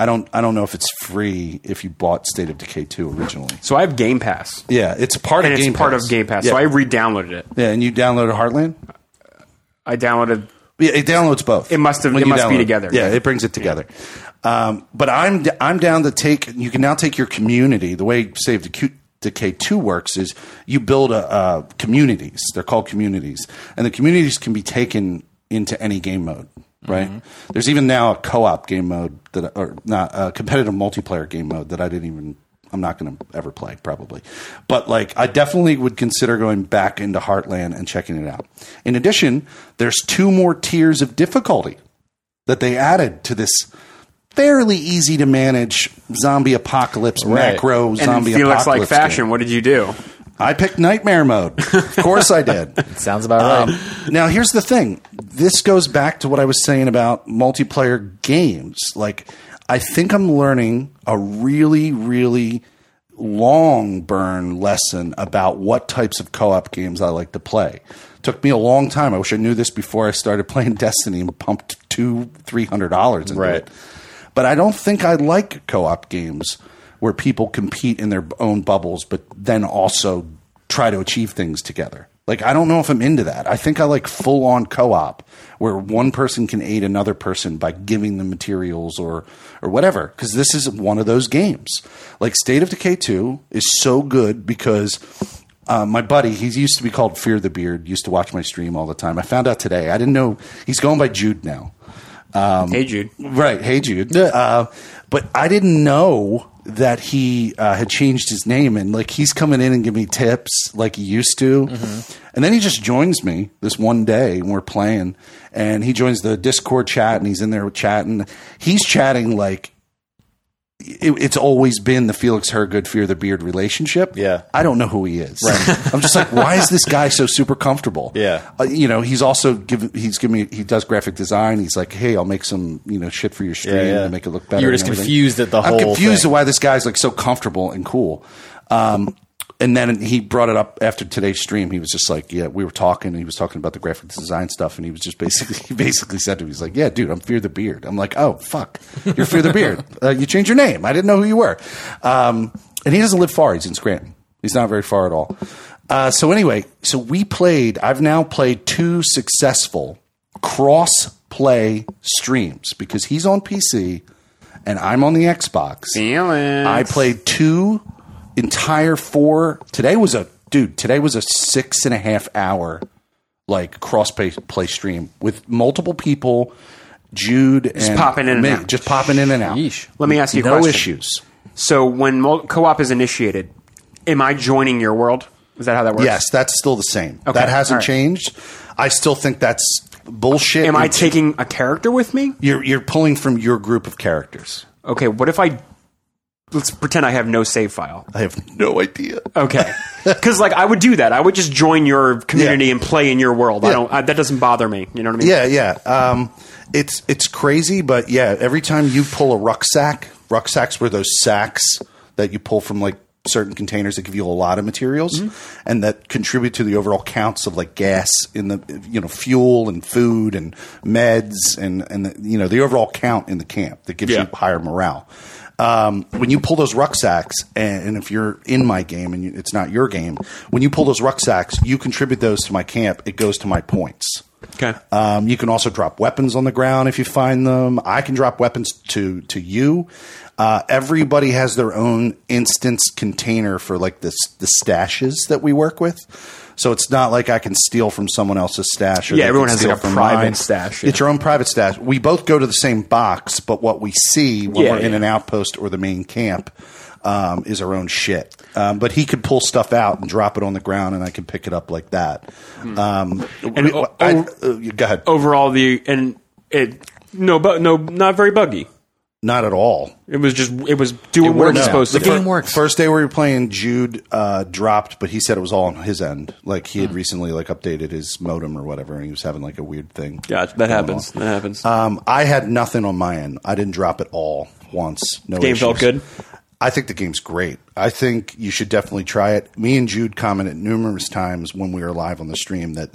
[SPEAKER 1] I don't, I don't know if it's free if you bought State of Decay 2 originally.
[SPEAKER 2] so I have Game Pass,
[SPEAKER 1] Yeah, it's part
[SPEAKER 2] and
[SPEAKER 1] of
[SPEAKER 2] it's
[SPEAKER 1] Game
[SPEAKER 2] part
[SPEAKER 1] Pass.
[SPEAKER 2] of Game Pass.
[SPEAKER 1] Yeah.
[SPEAKER 2] So I re-downloaded it.
[SPEAKER 1] yeah, and you downloaded Heartland?
[SPEAKER 2] I downloaded.
[SPEAKER 1] Yeah, it downloads both.
[SPEAKER 2] It must have-
[SPEAKER 1] When
[SPEAKER 2] it
[SPEAKER 1] you
[SPEAKER 2] must be
[SPEAKER 1] download.
[SPEAKER 2] together.
[SPEAKER 1] Yeah,
[SPEAKER 2] Yeah.
[SPEAKER 1] it brings it together. Um, but I'm I'm down to take. You can now take your community. The way Save the Q- Decay Two works is you build a, uh communities. They're called communities, and the communities can be taken into any game mode. Right? There's even now a co-op game mode that, or not a competitive multiplayer game mode that I didn't even. I'm not going to ever play probably, but like I definitely would consider going back into Heartland and checking it out. In addition, there's two more tiers of difficulty that they added to this fairly easy to manage zombie apocalypse
[SPEAKER 3] Right.
[SPEAKER 1] macro
[SPEAKER 2] And in
[SPEAKER 1] zombie
[SPEAKER 2] Felix like
[SPEAKER 1] apocalypse
[SPEAKER 2] fashion.
[SPEAKER 1] game.
[SPEAKER 2] What did you do?
[SPEAKER 1] I picked nightmare mode. Of course I did.
[SPEAKER 3] Sounds about right.
[SPEAKER 1] Um, now here's the thing. This goes back to what I was saying about multiplayer games. Like I think I'm learning a really, really long burn lesson about what types of co-op games I like to play. Took me a long time. I wish I knew this before I started playing Destiny and pumped two, three hundred dollars into
[SPEAKER 4] Right.
[SPEAKER 1] it. But I don't think I like co-op games where people compete in their own bubbles, but then also try to achieve things together. Like I don't know if I'm into that. I think I like full-on co-op where one person can aid another person by giving them materials or or whatever. Because this is one of those games. Like State of Decay Two is so good because uh, my buddy, he used to be called Fear the Beard. Used to watch my stream all the time. I found out today. I didn't know he's going by Jude now. Um,
[SPEAKER 2] hey, Jude.
[SPEAKER 1] Right. Hey, Jude. Uh, but I didn't know that he uh, had changed his name and like he's coming in and giving me tips like he used to. And then he just joins me this one day and we're playing and he joins the Discord chat and he's in there chatting. He's chatting like it, it's always been the Felix Hergood Fear the Beard relationship.
[SPEAKER 4] Yeah.
[SPEAKER 1] I don't know who he is. I'm just like, why is this guy so super comfortable?
[SPEAKER 4] Yeah.
[SPEAKER 1] Uh, you know, he's also given, he's giving me, he does graphic design. He's like, hey, I'll make some, you know, shit for your stream
[SPEAKER 4] yeah.
[SPEAKER 1] to make it look better.
[SPEAKER 3] You were
[SPEAKER 1] and
[SPEAKER 3] just
[SPEAKER 1] everything.
[SPEAKER 3] confused at the
[SPEAKER 1] I'm
[SPEAKER 3] whole
[SPEAKER 1] confused
[SPEAKER 3] thing.
[SPEAKER 1] at why this guy's like so comfortable and cool. Um, and then he brought it up after today's stream. He was just like, "Yeah, we were talking, and he was talking about the graphic design stuff." And he was just basically, he basically said to me, "He's like, yeah, dude, I'm Fear the Beard." I'm like, "Oh fuck, you're Fear the Beard. Uh, you changed your name. I didn't know who you were." Um, and he doesn't live far. He's in Scranton. He's not very far at all. Uh, so anyway, so we played. I've now played two successful cross-play streams because he's on PC and I'm on the Xbox.
[SPEAKER 2] Feeling.
[SPEAKER 1] I played two entire four. Today was a dude. Today was a six and a half hour like cross play, play stream with multiple people. Jude just and
[SPEAKER 2] popping in and
[SPEAKER 1] me,
[SPEAKER 2] out.
[SPEAKER 1] just popping in and out.
[SPEAKER 3] Yeesh.
[SPEAKER 2] Let me ask you a
[SPEAKER 1] no
[SPEAKER 2] question.
[SPEAKER 1] issues.
[SPEAKER 2] So when mul- co-op is initiated, am I joining your world? Is that how that works?
[SPEAKER 1] Yes, that's still the same.
[SPEAKER 2] Okay,
[SPEAKER 1] That hasn't
[SPEAKER 2] all right.
[SPEAKER 1] changed. I still think that's bullshit.
[SPEAKER 2] Am I
[SPEAKER 1] You're-
[SPEAKER 2] taking a character with me?
[SPEAKER 1] you're you're pulling from your group of characters.
[SPEAKER 2] Okay. What if I? Let's pretend I have no save file.
[SPEAKER 1] I have no idea.
[SPEAKER 2] Okay. Because like I would do that. I would just join your community
[SPEAKER 1] Yeah.
[SPEAKER 2] and play in your world. I
[SPEAKER 1] Yeah.
[SPEAKER 2] don't. I, that doesn't bother me. You know what I mean?
[SPEAKER 1] Yeah, yeah. Um, it's it's crazy, but yeah. Every time you pull a rucksack, rucksacks were those sacks that you pull from like certain containers that give you a lot of materials and that contribute to the overall counts of like gas in the you know fuel and food and meds and and the, you know the overall count in the camp that gives
[SPEAKER 2] Yeah.
[SPEAKER 1] you higher morale. Um, when you pull those rucksacks, and, and if you're in my game and you, it's not your game, when you pull those rucksacks, you contribute those to my camp. It goes to my points.
[SPEAKER 2] Okay.
[SPEAKER 1] Um, you can also drop weapons on the ground if you find them. I can drop weapons to to you. Uh, everybody has their own instance container for like the s- the stashes that we work with. So it's not like I can steal from someone else's stash. Or
[SPEAKER 2] Yeah,
[SPEAKER 1] they
[SPEAKER 2] everyone
[SPEAKER 1] can
[SPEAKER 2] has,
[SPEAKER 1] steal
[SPEAKER 2] like, a
[SPEAKER 1] from
[SPEAKER 2] private
[SPEAKER 1] mine.
[SPEAKER 2] stash, yeah.
[SPEAKER 1] It's your own private stash. We both go to the same box, but what we see when
[SPEAKER 2] Yeah,
[SPEAKER 1] we're in
[SPEAKER 2] yeah.
[SPEAKER 1] an outpost or the main camp um, is our own shit. Um, but he could pull stuff out and drop it on the ground, and I could pick it up like that. Um, we-
[SPEAKER 2] o-
[SPEAKER 1] I-
[SPEAKER 2] o-
[SPEAKER 1] uh, you- go ahead.
[SPEAKER 2] Overall, the and it no bu- no not very buggy.
[SPEAKER 1] Not at all.
[SPEAKER 2] It was just it was doing what it
[SPEAKER 3] worked
[SPEAKER 2] was
[SPEAKER 3] out.
[SPEAKER 2] supposed
[SPEAKER 3] The
[SPEAKER 2] to.
[SPEAKER 3] game
[SPEAKER 2] do.
[SPEAKER 3] works.
[SPEAKER 1] First day we were playing, Jude uh, dropped, but he said it was all on his end. Like he had
[SPEAKER 2] Hmm.
[SPEAKER 1] recently like updated his modem or whatever, and he was having like a weird thing.
[SPEAKER 2] Yeah, that
[SPEAKER 1] going
[SPEAKER 2] happens.
[SPEAKER 1] on.
[SPEAKER 2] That happens.
[SPEAKER 1] Um, I had nothing on my end. I didn't drop at all once. No
[SPEAKER 2] Game felt
[SPEAKER 1] issues.
[SPEAKER 2] good?
[SPEAKER 1] I think the game's great. I think you should definitely try it. Me and Jude commented numerous times when we were live on the stream that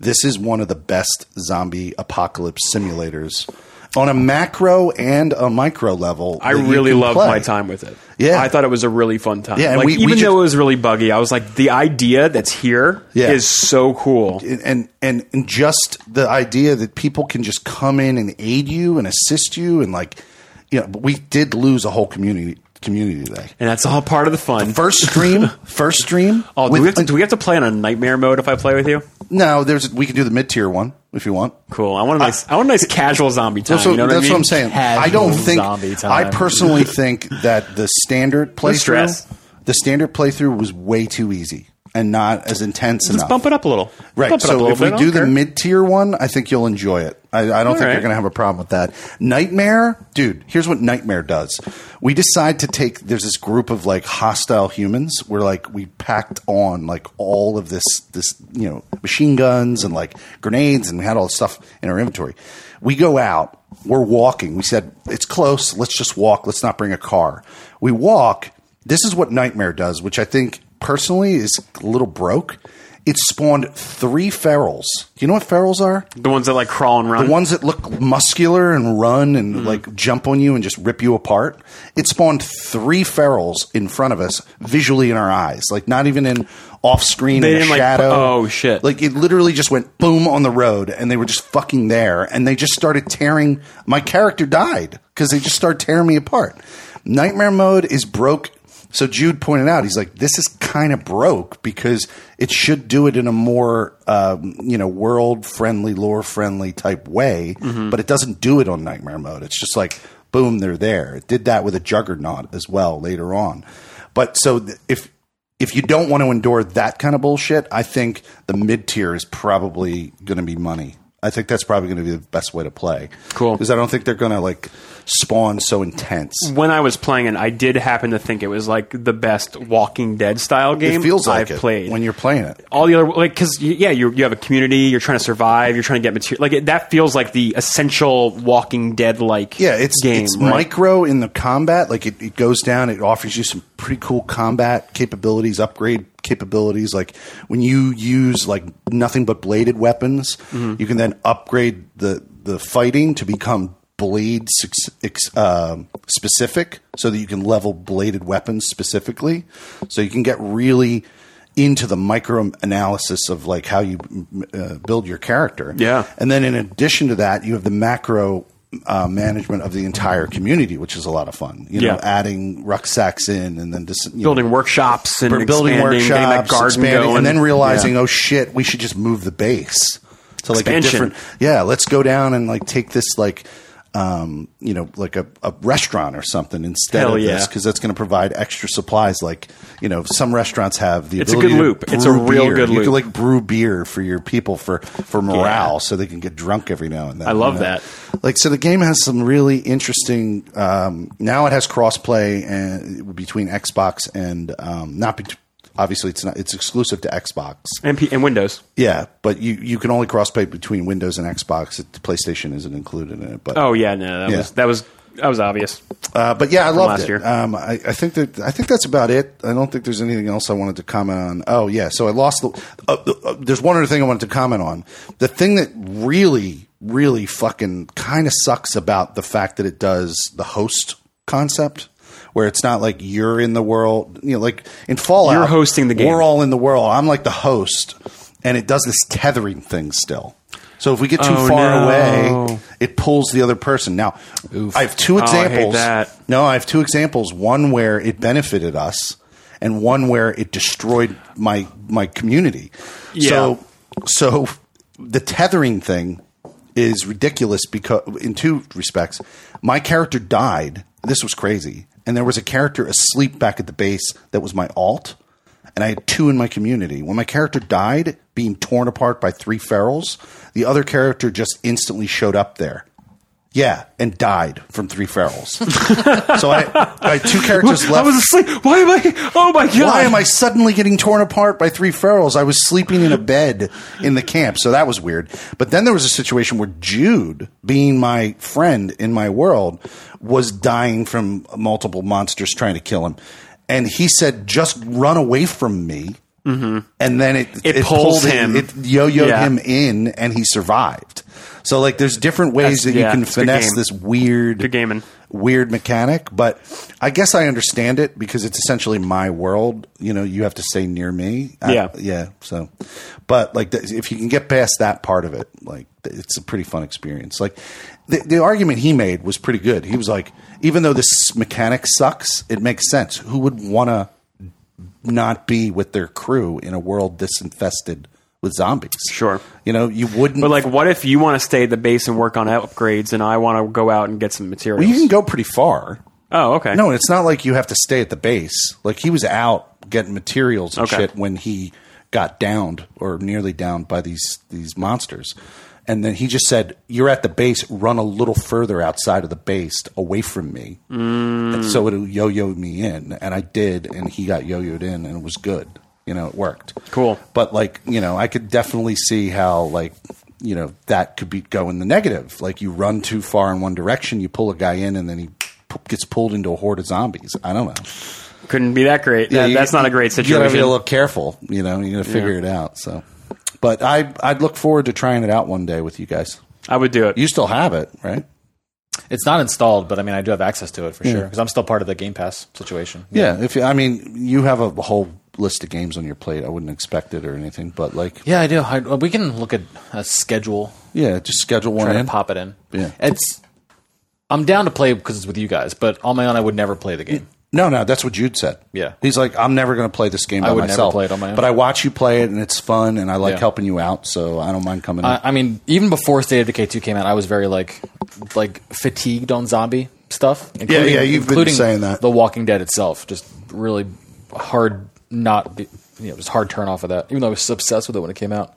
[SPEAKER 1] this is one of the best zombie apocalypse simulators on a macro and a micro level.
[SPEAKER 2] I
[SPEAKER 1] that you
[SPEAKER 2] really
[SPEAKER 1] can
[SPEAKER 2] loved
[SPEAKER 1] play.
[SPEAKER 2] my time with it.
[SPEAKER 1] Yeah.
[SPEAKER 2] I thought it was a really fun time.
[SPEAKER 1] Yeah, and
[SPEAKER 2] like
[SPEAKER 1] we- we
[SPEAKER 2] even
[SPEAKER 1] ju-
[SPEAKER 2] though it was really buggy, I was like, the idea that's here is
[SPEAKER 1] Yeah.
[SPEAKER 2] so cool.
[SPEAKER 1] and and and just the idea that people can just come in and aid you and assist you and like you know but we did lose a whole community community today
[SPEAKER 2] And that's all part of the fun.
[SPEAKER 1] first stream first stream
[SPEAKER 2] oh, do,
[SPEAKER 1] with-
[SPEAKER 2] we have to, do we have to play on a nightmare mode if I play with you?
[SPEAKER 1] no there's we can do the mid-tier one if you want
[SPEAKER 2] Cool. I want a nice I, want a nice casual zombie time.
[SPEAKER 1] Uh, that's, what,
[SPEAKER 2] Ah, you know what I
[SPEAKER 1] that's
[SPEAKER 2] mean?
[SPEAKER 1] what I'm saying. I don't
[SPEAKER 3] Casual
[SPEAKER 1] think.
[SPEAKER 3] zombie time.
[SPEAKER 1] I personally think that the standard
[SPEAKER 2] stress.
[SPEAKER 1] playthrough, the standard playthrough was way too easy. and not as intense
[SPEAKER 2] Let's
[SPEAKER 1] enough.
[SPEAKER 2] bump it up a little.
[SPEAKER 1] Right.
[SPEAKER 2] Bump it up a
[SPEAKER 1] so
[SPEAKER 2] little
[SPEAKER 1] if we
[SPEAKER 2] bit. I
[SPEAKER 1] do
[SPEAKER 2] don't
[SPEAKER 1] the
[SPEAKER 2] care.
[SPEAKER 1] mid tier one, I think you'll enjoy it. I, I don't think
[SPEAKER 2] right.
[SPEAKER 1] you're going to have a problem with that. Nightmare, dude, here's what Nightmare does. We decide to take, there's this group of like hostile humans where like we packed on like all of this, this, you know, machine guns and like grenades and we had all this stuff in our inventory. We go out, we're walking. We said, it's close. Let's just walk. Let's not bring a car. We walk. This is what Nightmare does, which I think personally is a little broke. It spawned three ferals. Do you know what ferals are?
[SPEAKER 2] the ones that like crawl and run. Hmm.
[SPEAKER 1] The ones that look muscular and run and like jump on you and just rip you apart. It spawned three ferals in front of us, visually in our eyes, like not even in off screen in
[SPEAKER 2] didn't,
[SPEAKER 1] a
[SPEAKER 2] like,
[SPEAKER 1] shadow.
[SPEAKER 2] oh, shit.
[SPEAKER 1] Like it literally just went boom on the road, and they were just fucking there, and they just started tearing. My character died because they just started tearing me apart. Nightmare mode is broke. So Jude pointed out, he's like, this is kind of broke because it should do it in a more, um, you know, world friendly, lore friendly type way,
[SPEAKER 2] Mm-hmm.
[SPEAKER 1] but it doesn't do it on Nightmare mode. It's just like, boom, they're there. It did that with a Juggernaut as well later on. But so th- if if you don't want to endure that kind of bullshit, I think the mid tier is probably going to be money. I think that's probably going to be the best way to play.
[SPEAKER 2] Cool. Mm.
[SPEAKER 1] because I don't think they're going to like spawn so intense.
[SPEAKER 2] when I was playing it, I did happen to think it was like the best Walking Dead style game
[SPEAKER 1] It feels like
[SPEAKER 2] I've
[SPEAKER 1] it
[SPEAKER 2] played.
[SPEAKER 1] when you're playing it.
[SPEAKER 2] all the other like because yeah you you have a community you're trying to survive you're trying to get material like it, that feels like the essential Walking Dead like
[SPEAKER 1] Yeah, it's
[SPEAKER 2] game
[SPEAKER 1] it's
[SPEAKER 2] right?
[SPEAKER 1] micro in the combat. Like it, it goes down. It offers you some pretty cool combat capabilities, upgrade capabilities. Like when you use like nothing but bladed weapons,
[SPEAKER 2] Mm-hmm.
[SPEAKER 1] you can then upgrade the the fighting to become blade six, ex, um specific, so that you can level bladed weapons specifically. So you can get really into the micro analysis of like how you m- uh, build your character.
[SPEAKER 2] Yeah.
[SPEAKER 1] And then in addition to that, you have the macro uh, management of the entire community, which is a lot of fun. You know,
[SPEAKER 2] Yeah.
[SPEAKER 1] adding rucksacks in and then just you know,
[SPEAKER 2] building workshops and
[SPEAKER 1] b- building
[SPEAKER 2] expanding, getting that
[SPEAKER 1] workshops,
[SPEAKER 2] garden
[SPEAKER 1] expanding,
[SPEAKER 2] going.
[SPEAKER 1] and then realizing,
[SPEAKER 2] Yeah.
[SPEAKER 1] oh shit, we should just move the base to like a
[SPEAKER 2] Expansion.
[SPEAKER 1] different. Yeah, let's go down and like take this like. Um, you know, like a, a restaurant or something instead
[SPEAKER 2] Hell
[SPEAKER 1] of
[SPEAKER 2] yeah.
[SPEAKER 1] this because that's going to provide extra supplies. Like you know, some restaurants have the
[SPEAKER 2] It's a
[SPEAKER 1] ability
[SPEAKER 2] good
[SPEAKER 1] to
[SPEAKER 2] loop. It's
[SPEAKER 1] brew
[SPEAKER 2] a real
[SPEAKER 1] beer.
[SPEAKER 2] good
[SPEAKER 1] You can
[SPEAKER 2] loop.
[SPEAKER 1] like brew beer for your people for for morale so they can get drunk every now and then.
[SPEAKER 2] I love that.
[SPEAKER 1] Like so, the game has some really interesting. Um, now it has crossplay and between Xbox and um, not bet obviously it's not it's exclusive to Xbox.
[SPEAKER 2] and, P- and Windows
[SPEAKER 1] Yeah, but you you can only crossplay between Windows and Xbox. The PlayStation isn't included in it, but
[SPEAKER 2] oh yeah no that
[SPEAKER 1] Yeah.
[SPEAKER 2] was that was that was obvious
[SPEAKER 1] uh, but yeah, I loved
[SPEAKER 2] last
[SPEAKER 1] it.
[SPEAKER 2] year.
[SPEAKER 1] Um, I, I think that I think that's about it. I don't think there's anything else I wanted to comment on. Oh yeah, so I lost the. Uh, uh, there's one other thing I wanted to comment on. The thing that really, really fucking kind of sucks about the fact that it does the host concept, where it's not like you're in the world. You know, like in Fallout,
[SPEAKER 2] You're hosting the game.
[SPEAKER 1] We're all in the world. I'm like the host, and it does this tethering thing still. So if we get too
[SPEAKER 2] Oh,
[SPEAKER 1] far
[SPEAKER 2] no.
[SPEAKER 1] away, it pulls the other person. Now, I have two
[SPEAKER 2] Oh, I hate
[SPEAKER 1] examples.
[SPEAKER 2] that.
[SPEAKER 1] No, I have two examples. One where it benefited us, and one where it destroyed my my community.
[SPEAKER 2] Yeah.
[SPEAKER 1] So, so the tethering thing is ridiculous because in two respects, my character died. This was crazy, and there was a character asleep back at the base that was my alt. And I had two in my community. When my character died, being torn apart by three ferals, the other character just instantly showed up there. Yeah, and died from three ferals. so I, I had two characters
[SPEAKER 2] I
[SPEAKER 1] left.
[SPEAKER 2] was asleep why am I oh my god
[SPEAKER 1] Why am I suddenly getting torn apart by three ferals? I was sleeping in a bed in the camp, so that was weird. But then there was a situation where Jude, being my friend in my world, was dying from multiple monsters trying to kill him. And he said, just run away from me. Mm-hmm. And then it,
[SPEAKER 2] It pulls him.
[SPEAKER 1] It, yo-yoed
[SPEAKER 2] Yeah.
[SPEAKER 1] him in, and he survived. So like, there's different ways
[SPEAKER 2] That's-
[SPEAKER 1] that
[SPEAKER 2] yeah,
[SPEAKER 1] you can
[SPEAKER 2] it's a good
[SPEAKER 1] finesse
[SPEAKER 2] game.
[SPEAKER 1] this weird
[SPEAKER 2] Good gaming.
[SPEAKER 1] weird mechanic, but I guess I understand it because it's essentially my world. You know, you have to stay near me. I-
[SPEAKER 2] Yeah.
[SPEAKER 1] yeah. So, but like, th- if you can get past that part of it, like, th- it's a pretty fun experience. Like, the, the argument he made was pretty good. He was like, even though this mechanic sucks, it makes sense. Who would want to not be with their crew in a world this infested with zombies?
[SPEAKER 2] Sure.
[SPEAKER 1] You know, you wouldn't.
[SPEAKER 2] but like what if you want to stay at the base and work on upgrades and I want to go out and get some materials
[SPEAKER 1] you can go pretty far.
[SPEAKER 2] oh okay
[SPEAKER 1] No, and it's not like you have to stay at the base. Like he was out get materials and
[SPEAKER 2] Okay.
[SPEAKER 1] shit when he got downed or nearly downed by these these monsters. And then he just said, "You're at the base. Run a little further outside of the base, away from me."
[SPEAKER 2] Mm.
[SPEAKER 1] And so it yo-yoed me in, and I did, and he got yo-yoed in, and it was good. You know, it worked.
[SPEAKER 2] Cool.
[SPEAKER 1] But like, you know, I could definitely see how like, you know, that could be go in the negative. Like, you run too far in one direction, you pull a guy in, and then he p- gets pulled into a horde of zombies. I don't know.
[SPEAKER 2] Couldn't be that great.
[SPEAKER 1] Yeah,
[SPEAKER 2] That-
[SPEAKER 1] you-
[SPEAKER 2] that's not a great
[SPEAKER 1] You gotta be a
[SPEAKER 2] situation.
[SPEAKER 1] little careful. You know, you gotta figure it out. So, but I I'd look forward to trying it out one day with you guys.
[SPEAKER 2] I would do it.
[SPEAKER 1] You still have it, right?
[SPEAKER 3] It's not installed, but I mean, I do have access to it for sure because I'm still part of the Game Pass situation.
[SPEAKER 1] Yeah. If you, I mean, you have a whole list of games on your plate. I wouldn't expect it or anything, but like,
[SPEAKER 3] Yeah, I do. I, uh, we can look at a schedule,
[SPEAKER 1] yeah, just schedule one
[SPEAKER 3] try
[SPEAKER 1] in.
[SPEAKER 3] to pop it in.
[SPEAKER 1] Yeah.
[SPEAKER 3] It's. I'm down to play because it's with you guys, but on my own, I would never play the game.
[SPEAKER 1] No, no, that's what Jude said.
[SPEAKER 3] Yeah.
[SPEAKER 1] he's like, I'm never going to play this game by
[SPEAKER 3] would never
[SPEAKER 1] myself.
[SPEAKER 3] play it on my own.
[SPEAKER 1] But I watch you play it, and it's fun, and I like
[SPEAKER 3] Yeah.
[SPEAKER 1] helping you out, so I don't mind coming. in.
[SPEAKER 3] I, I mean, even before State of Decay 2 came out, I was very like like fatigued on zombie stuff. including-
[SPEAKER 1] yeah, you've been
[SPEAKER 3] including
[SPEAKER 1] saying that.
[SPEAKER 3] The Walking Dead itself, just really hard, not be, you know, just hard turn off of that. Even though I was obsessed with it when it came out.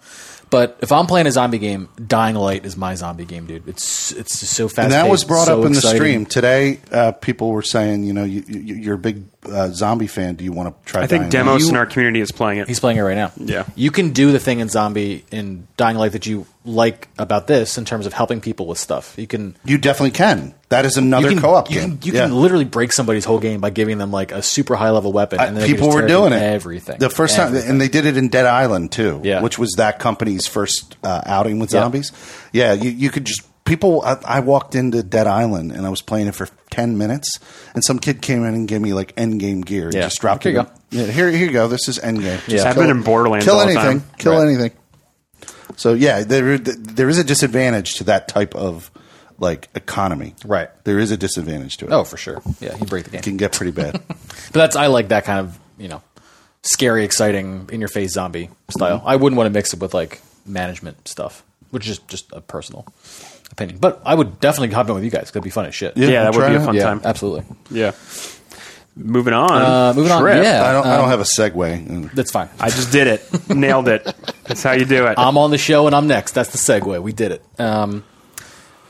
[SPEAKER 3] But if I'm playing a zombie game, Dying Light is my zombie game, dude. It's it's just so fast.
[SPEAKER 1] and that was brought up in the stream today. Uh, people were saying, you know, you, you, you're a big uh, zombie fan. Do you want to try?
[SPEAKER 2] I think
[SPEAKER 1] Dying Light?
[SPEAKER 2] Demos
[SPEAKER 3] You-
[SPEAKER 2] in our community is playing it.
[SPEAKER 3] He's playing it right now.
[SPEAKER 2] Yeah.
[SPEAKER 3] You can do the thing in Zombie in Dying Light that you like about this in terms of helping people with stuff. You can
[SPEAKER 1] You definitely can. That is another
[SPEAKER 3] you can,
[SPEAKER 1] co-op
[SPEAKER 3] you
[SPEAKER 1] game.
[SPEAKER 3] Can, you
[SPEAKER 1] Yeah.
[SPEAKER 3] can literally break somebody's whole game by giving them like a super high level weapon.
[SPEAKER 1] I-
[SPEAKER 3] And then they can
[SPEAKER 1] people
[SPEAKER 3] just
[SPEAKER 1] were
[SPEAKER 3] tear
[SPEAKER 1] doing
[SPEAKER 3] through
[SPEAKER 1] it.
[SPEAKER 3] everything.
[SPEAKER 1] The first time,
[SPEAKER 3] Everything.
[SPEAKER 1] and they did it in Dead Island too,
[SPEAKER 3] Yeah.
[SPEAKER 1] which was that company's first uh, outing with
[SPEAKER 3] Yeah.
[SPEAKER 1] zombies. Yeah, you, you could just people. I, I walked into Dead Island and I was playing it for ten minutes, and some kid came in and gave me like end game gear. and
[SPEAKER 3] Yeah.
[SPEAKER 1] just dropped
[SPEAKER 3] Here
[SPEAKER 1] it.
[SPEAKER 3] you go.
[SPEAKER 1] Yeah, here, here you go. This is end game.
[SPEAKER 3] Yeah. I've
[SPEAKER 2] been in Borderlands
[SPEAKER 1] Kill
[SPEAKER 2] all the
[SPEAKER 1] anything.
[SPEAKER 2] time.
[SPEAKER 1] Kill
[SPEAKER 3] Right.
[SPEAKER 1] anything. So yeah, there there is a disadvantage to that type of like economy.
[SPEAKER 3] Right.
[SPEAKER 1] There is a disadvantage to it.
[SPEAKER 3] oh, for sure. Yeah, you break the game.
[SPEAKER 1] It can get pretty bad.
[SPEAKER 3] But that's I like that kind of you know scary, exciting, in your face zombie style.
[SPEAKER 1] Mm-hmm.
[SPEAKER 3] I wouldn't want to mix it with like management stuff, which is just a personal opinion. But I would definitely hop in with you guys. 'cause It'd be fun as shit.
[SPEAKER 2] yeah, that would
[SPEAKER 1] try
[SPEAKER 2] be
[SPEAKER 1] it.
[SPEAKER 2] a fun
[SPEAKER 3] Yeah,
[SPEAKER 2] time.
[SPEAKER 3] absolutely.
[SPEAKER 2] Yeah. Moving on.
[SPEAKER 3] Uh, moving on.
[SPEAKER 2] Trip.
[SPEAKER 3] Yeah,
[SPEAKER 1] I don't. I
[SPEAKER 3] um,
[SPEAKER 1] don't have a segue.
[SPEAKER 3] That's fine.
[SPEAKER 2] I just did it. Nailed it. That's how you do it.
[SPEAKER 3] I'm on the show and I'm next. That's the segue. We did it. Um,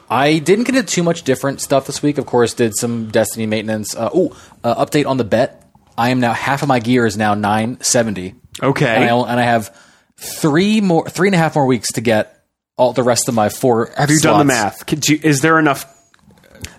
[SPEAKER 3] I didn't get into too much different stuff this week. Of course, did some Destiny maintenance. Uh, oh, uh, update on the bet. I am now half of my gear is now 970.
[SPEAKER 2] Okay.
[SPEAKER 3] and I, on- and I have three more, three and a half more weeks to get all the rest of my four.
[SPEAKER 2] have you done the math? Could you, is there enough?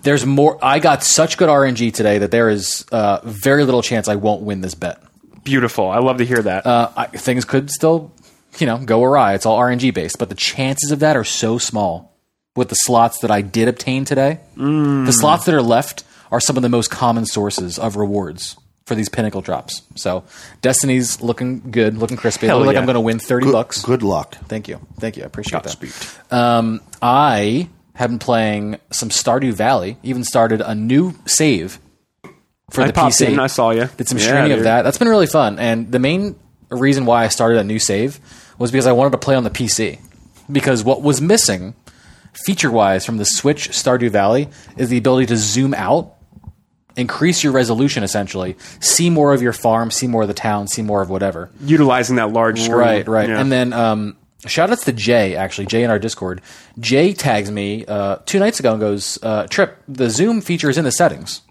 [SPEAKER 3] There's more. I got such good RNG today that there is uh, very little chance I won't win this bet.
[SPEAKER 2] Beautiful. I love to hear that.
[SPEAKER 3] I, things could still, you know, go awry. It's all RNG based, but the chances of that are so small with the slots that I did obtain today. The slots that are left are some of the most common sources of rewards for these pinnacle drops. So Destiny's looking good, looking crispy. It
[SPEAKER 2] Hell
[SPEAKER 3] looks like
[SPEAKER 2] yeah.
[SPEAKER 3] I'm going to win 30 bucks.
[SPEAKER 1] Good luck.
[SPEAKER 3] Thank you. Thank you. I appreciate
[SPEAKER 2] Godspeed.
[SPEAKER 3] that. Um, I have been playing some Stardew Valley, even started a new save for
[SPEAKER 2] I
[SPEAKER 3] the
[SPEAKER 2] popped
[SPEAKER 3] PC.
[SPEAKER 2] in. I saw you.
[SPEAKER 3] Did some
[SPEAKER 2] Yeah,
[SPEAKER 3] streaming of
[SPEAKER 2] dude.
[SPEAKER 3] that. That's been really fun. And the main reason why I started a new save was because I wanted to play on the PC. Because what was missing feature wise from the Switch Stardew Valley is the ability to zoom out, increase your resolution essentially, see more of your farm, see more of the town, see more of whatever.
[SPEAKER 2] Utilizing that large screen.
[SPEAKER 3] Right, right.
[SPEAKER 2] Yeah.
[SPEAKER 3] And then um, shout outs to Jay, actually, Jay in our Discord. Jay tags me uh, two nights ago and goes, uh, Trip, the Zoom feature is in the settings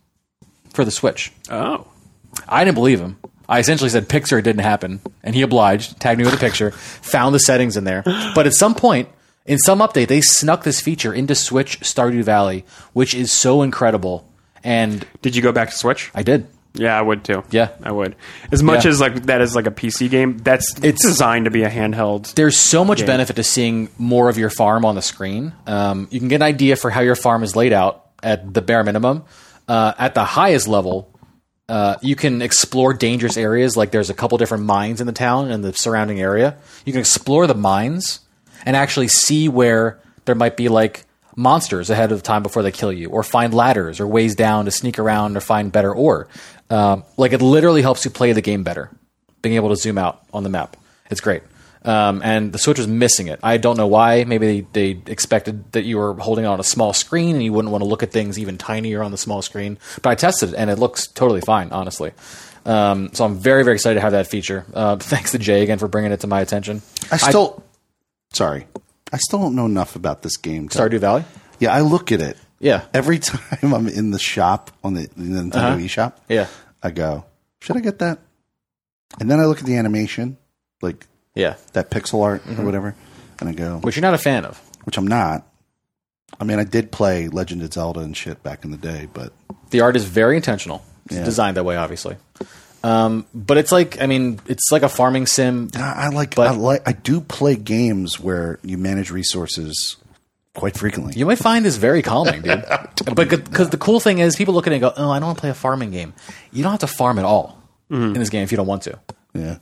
[SPEAKER 3] for the Switch.
[SPEAKER 2] oh.
[SPEAKER 3] I didn't believe him. I essentially said picture it didn't happen, and he obliged, tagged me with a picture, found the settings in there. But at some point, in some update, they snuck this feature into Switch Stardew Valley, which is so incredible. And
[SPEAKER 2] Did you go back to Switch?
[SPEAKER 3] I did.
[SPEAKER 2] yeah, I would too.
[SPEAKER 3] Yeah.
[SPEAKER 2] I would. As much
[SPEAKER 3] Yeah.
[SPEAKER 2] as like that is like a PC game, that's it's
[SPEAKER 3] It's-
[SPEAKER 2] designed to be a handheld.
[SPEAKER 3] there's so much benefit to seeing more of your farm on the screen. Um, you can get an idea for how your farm is laid out at the bare minimum. Uh, at the highest level, uh, you can explore dangerous areas. Like there's a couple different mines in the town and the surrounding area. You can explore the mines and actually see where there might be like monsters ahead of time before they kill you, or find ladders or ways down to sneak around or find better ore. Um, like it literally helps you play the game better, being able to zoom out on the map. It's great. Um, and the Switch was missing it. I don't know why. Maybe they, they expected that you were holding it on a small screen and you wouldn't want to look at things even tinier on the small screen. But I tested it and it looks totally fine, honestly. Um, so I'm very, very excited to have that feature. Uh, thanks to Jay again for bringing it to my attention.
[SPEAKER 1] I still, sorry, I still don't know enough about this game. to-
[SPEAKER 3] Stardew Valley.
[SPEAKER 1] Yeah, I look at it.
[SPEAKER 3] Yeah.
[SPEAKER 1] Every time I'm in the shop on the the Nintendo eShop,
[SPEAKER 3] Yeah.
[SPEAKER 1] I go, should I get that? And then I look at the animation, like
[SPEAKER 3] Yeah.
[SPEAKER 1] that pixel art or whatever, and I go,
[SPEAKER 3] Which you're not a fan of.
[SPEAKER 1] which I'm not. I mean, I did play Legend of Zelda and shit back in the day, but
[SPEAKER 3] The art is very intentional. It's designed that way, obviously. Um, but it's like, I mean, it's like a farming sim.
[SPEAKER 1] I, I like,
[SPEAKER 3] But-
[SPEAKER 1] I like, I do play games where you manage resources quite frequently.
[SPEAKER 3] You might find this very calming, dude. but because the cool thing is, people look at it and go, "Oh, I don't want to play a farming game." You don't have to farm at all
[SPEAKER 1] Mm-hmm.
[SPEAKER 3] in this game if you don't want to
[SPEAKER 1] yeah,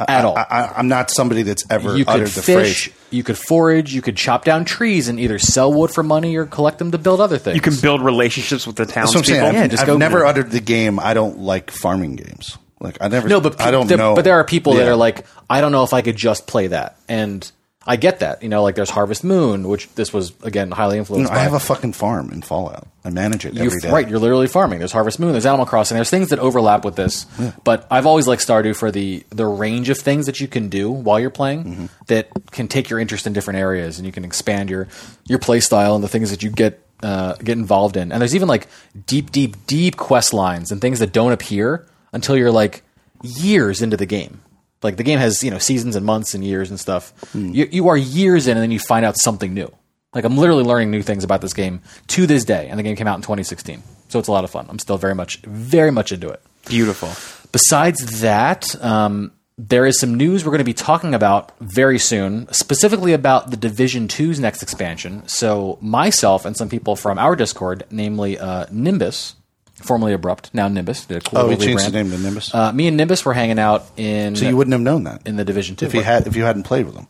[SPEAKER 3] at all.
[SPEAKER 1] I, I, I'm not somebody that's ever
[SPEAKER 3] you
[SPEAKER 1] uttered
[SPEAKER 3] could
[SPEAKER 1] the
[SPEAKER 3] fish,
[SPEAKER 1] phrase.
[SPEAKER 3] you could forage, you could chop down trees and either sell wood for money or collect them to build other things.
[SPEAKER 2] You can build relationships with the
[SPEAKER 1] That's what I'm
[SPEAKER 2] townspeople.
[SPEAKER 1] saying.
[SPEAKER 3] Yeah,
[SPEAKER 1] I've,
[SPEAKER 3] just
[SPEAKER 1] I've
[SPEAKER 3] go-
[SPEAKER 1] never uttered the game. I don't like farming games. Like I never.
[SPEAKER 3] No, but
[SPEAKER 1] I don't
[SPEAKER 3] there,
[SPEAKER 1] know.
[SPEAKER 3] But there are people that
[SPEAKER 1] Yeah.
[SPEAKER 3] are like, I don't know if I could just play that, and I get that. You know, like there's Harvest Moon, which this was again highly
[SPEAKER 1] You
[SPEAKER 3] influenced.
[SPEAKER 1] know, I
[SPEAKER 3] by.
[SPEAKER 1] have a fucking farm in Fallout. I manage it
[SPEAKER 3] You-
[SPEAKER 1] every day.
[SPEAKER 3] right, you're literally farming. There's Harvest Moon, there's Animal Crossing, there's things that overlap with this. But I've always liked Stardew for the the range of things that you can do while you're playing
[SPEAKER 1] Mm-hmm.
[SPEAKER 3] that can take your interest in different areas and you can expand your your play style and the things that you get uh, get involved in. And there's even like deep, deep, deep quest lines and things that don't appear until you're like years into the game. Like the game has you know seasons and months and years and stuff.
[SPEAKER 1] Hmm.
[SPEAKER 3] You, you are years in, and then you find out something new. Like I'm literally learning new things about this game to this day, and the game came out in 2016, so it's a lot of fun. I'm still very much, very much into it.
[SPEAKER 2] Beautiful.
[SPEAKER 3] Besides that, um, there is some news we're going to be talking about very soon, specifically about the Division 2's next expansion. So, myself and some people from our Discord, namely uh, Nimbus, formerly Abrupt, now Nimbus, the cool
[SPEAKER 1] Oh, we
[SPEAKER 3] little
[SPEAKER 1] changed
[SPEAKER 3] rebrand.
[SPEAKER 1] the name to Nimbus?
[SPEAKER 3] Uh, me and Nimbus were hanging out in
[SPEAKER 1] So you wouldn't have known that
[SPEAKER 3] in the Division 2.
[SPEAKER 1] if you had if you hadn't played with them.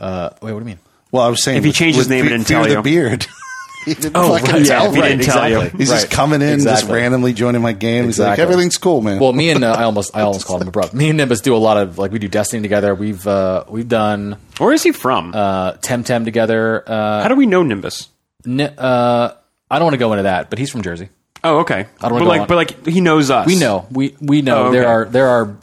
[SPEAKER 3] Wait, what do you mean?
[SPEAKER 1] Well, I was saying
[SPEAKER 2] If he
[SPEAKER 1] with-
[SPEAKER 2] changed his
[SPEAKER 1] with
[SPEAKER 2] name,
[SPEAKER 1] Fe-
[SPEAKER 2] it didn't
[SPEAKER 1] Fear
[SPEAKER 2] tell
[SPEAKER 1] the
[SPEAKER 2] you.
[SPEAKER 1] beard. he didn't
[SPEAKER 3] Oh,
[SPEAKER 1] fucking
[SPEAKER 3] right,
[SPEAKER 1] tell
[SPEAKER 2] yeah, if he
[SPEAKER 1] me.
[SPEAKER 2] didn't tell you.
[SPEAKER 1] He's just
[SPEAKER 3] Right.
[SPEAKER 1] coming in, just
[SPEAKER 3] Exactly.
[SPEAKER 1] randomly joining my game. He's like,
[SPEAKER 3] Exactly.
[SPEAKER 1] everything's cool, man.
[SPEAKER 3] Well, me and uh, I almost I almost called him abrupt. Me and Nimbus do a lot of like we do Destiny together. We've uh, we've done
[SPEAKER 2] Where is he from?
[SPEAKER 3] uh, Temtem together. Uh,
[SPEAKER 2] How do we know Nimbus?
[SPEAKER 3] ni- uh, I don't want to go into that, but he's from Jersey.
[SPEAKER 2] Oh, okay. I
[SPEAKER 3] don't
[SPEAKER 2] but
[SPEAKER 3] wanna go
[SPEAKER 2] like,
[SPEAKER 3] on.
[SPEAKER 2] but like, he knows us.
[SPEAKER 3] We know we we know
[SPEAKER 2] Oh, okay.
[SPEAKER 3] there are there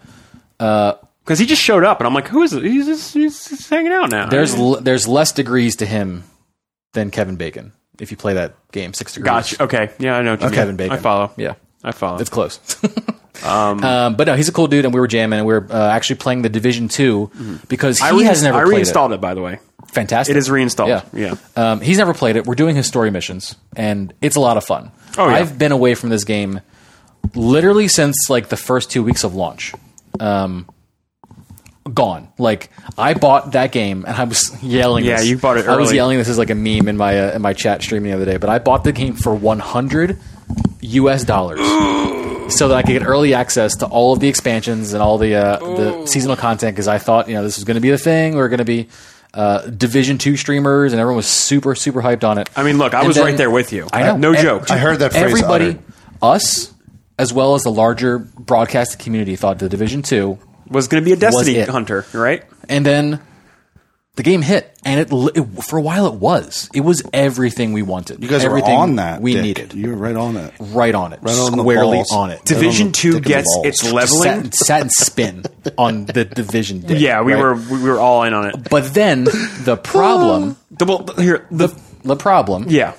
[SPEAKER 3] are
[SPEAKER 2] because he just showed up, and I'm like, who is it? He's just, he's just hanging out now.
[SPEAKER 3] there's l- there's less degrees to him than Kevin Bacon. If you play that game, six degrees.
[SPEAKER 2] gotcha. Okay, yeah, I know. What you mean.
[SPEAKER 3] Kevin
[SPEAKER 2] I
[SPEAKER 3] Bacon.
[SPEAKER 2] follow.
[SPEAKER 3] Yeah.
[SPEAKER 2] I follow.
[SPEAKER 3] It's close. um, but no, he's a cool dude, and we were jamming, and we were uh, actually playing the Division Two because he
[SPEAKER 2] Mm-hmm. I re-
[SPEAKER 3] has never
[SPEAKER 2] I
[SPEAKER 3] played
[SPEAKER 2] reinstalled it. by the way.
[SPEAKER 3] it. Fantastic!
[SPEAKER 2] It is reinstalled.
[SPEAKER 3] Yeah.
[SPEAKER 2] Yeah.
[SPEAKER 3] Um, he's never played it. We're doing his story missions, and it's a lot of fun.
[SPEAKER 2] Oh, yeah.
[SPEAKER 3] I've been away from this game literally since like the first two weeks of launch. Um, gone. Like I bought that game, and I was yelling.
[SPEAKER 2] Yeah,
[SPEAKER 3] this.
[SPEAKER 2] you bought it
[SPEAKER 3] I was
[SPEAKER 2] early.
[SPEAKER 3] yelling this as like a meme in my uh, in my chat stream the other day. But I bought the game for one hundred U.S. dollars. So that I could get early access to all of the expansions and all the uh, the seasonal content because I thought you know this was going to be the thing. We are going to be uh, Division two streamers, and everyone was super super hyped on it.
[SPEAKER 2] I mean, look, I
[SPEAKER 3] And
[SPEAKER 2] was
[SPEAKER 3] then-
[SPEAKER 2] right there with you.
[SPEAKER 3] I know.
[SPEAKER 2] No
[SPEAKER 3] And-
[SPEAKER 2] joke.
[SPEAKER 1] I heard that phrase.
[SPEAKER 3] Everybody,
[SPEAKER 1] uttered.
[SPEAKER 3] us as well as the larger broadcast community, thought the Division two,
[SPEAKER 2] was going to be a Destiny
[SPEAKER 3] it.
[SPEAKER 2] hunter, right?
[SPEAKER 3] and then the game hit, and it, li- it for a while it was it was everything we wanted.
[SPEAKER 1] You guys were
[SPEAKER 3] everything
[SPEAKER 1] on that.
[SPEAKER 3] we
[SPEAKER 1] Dick.
[SPEAKER 3] needed.
[SPEAKER 1] You were right on it.
[SPEAKER 3] right on it,
[SPEAKER 1] on the
[SPEAKER 3] squarely
[SPEAKER 1] balls.
[SPEAKER 3] on it.
[SPEAKER 1] Divi-
[SPEAKER 2] Division
[SPEAKER 1] know,
[SPEAKER 2] two
[SPEAKER 1] dick in the
[SPEAKER 2] gets
[SPEAKER 1] balls.
[SPEAKER 2] its
[SPEAKER 3] sat,
[SPEAKER 2] leveling.
[SPEAKER 3] and- sat and spin on the division. Day,
[SPEAKER 2] Yeah, we
[SPEAKER 3] right?
[SPEAKER 2] were we were all in on it.
[SPEAKER 3] But then the problem,
[SPEAKER 2] The, well, the- here the,
[SPEAKER 3] the, the problem,
[SPEAKER 2] yeah,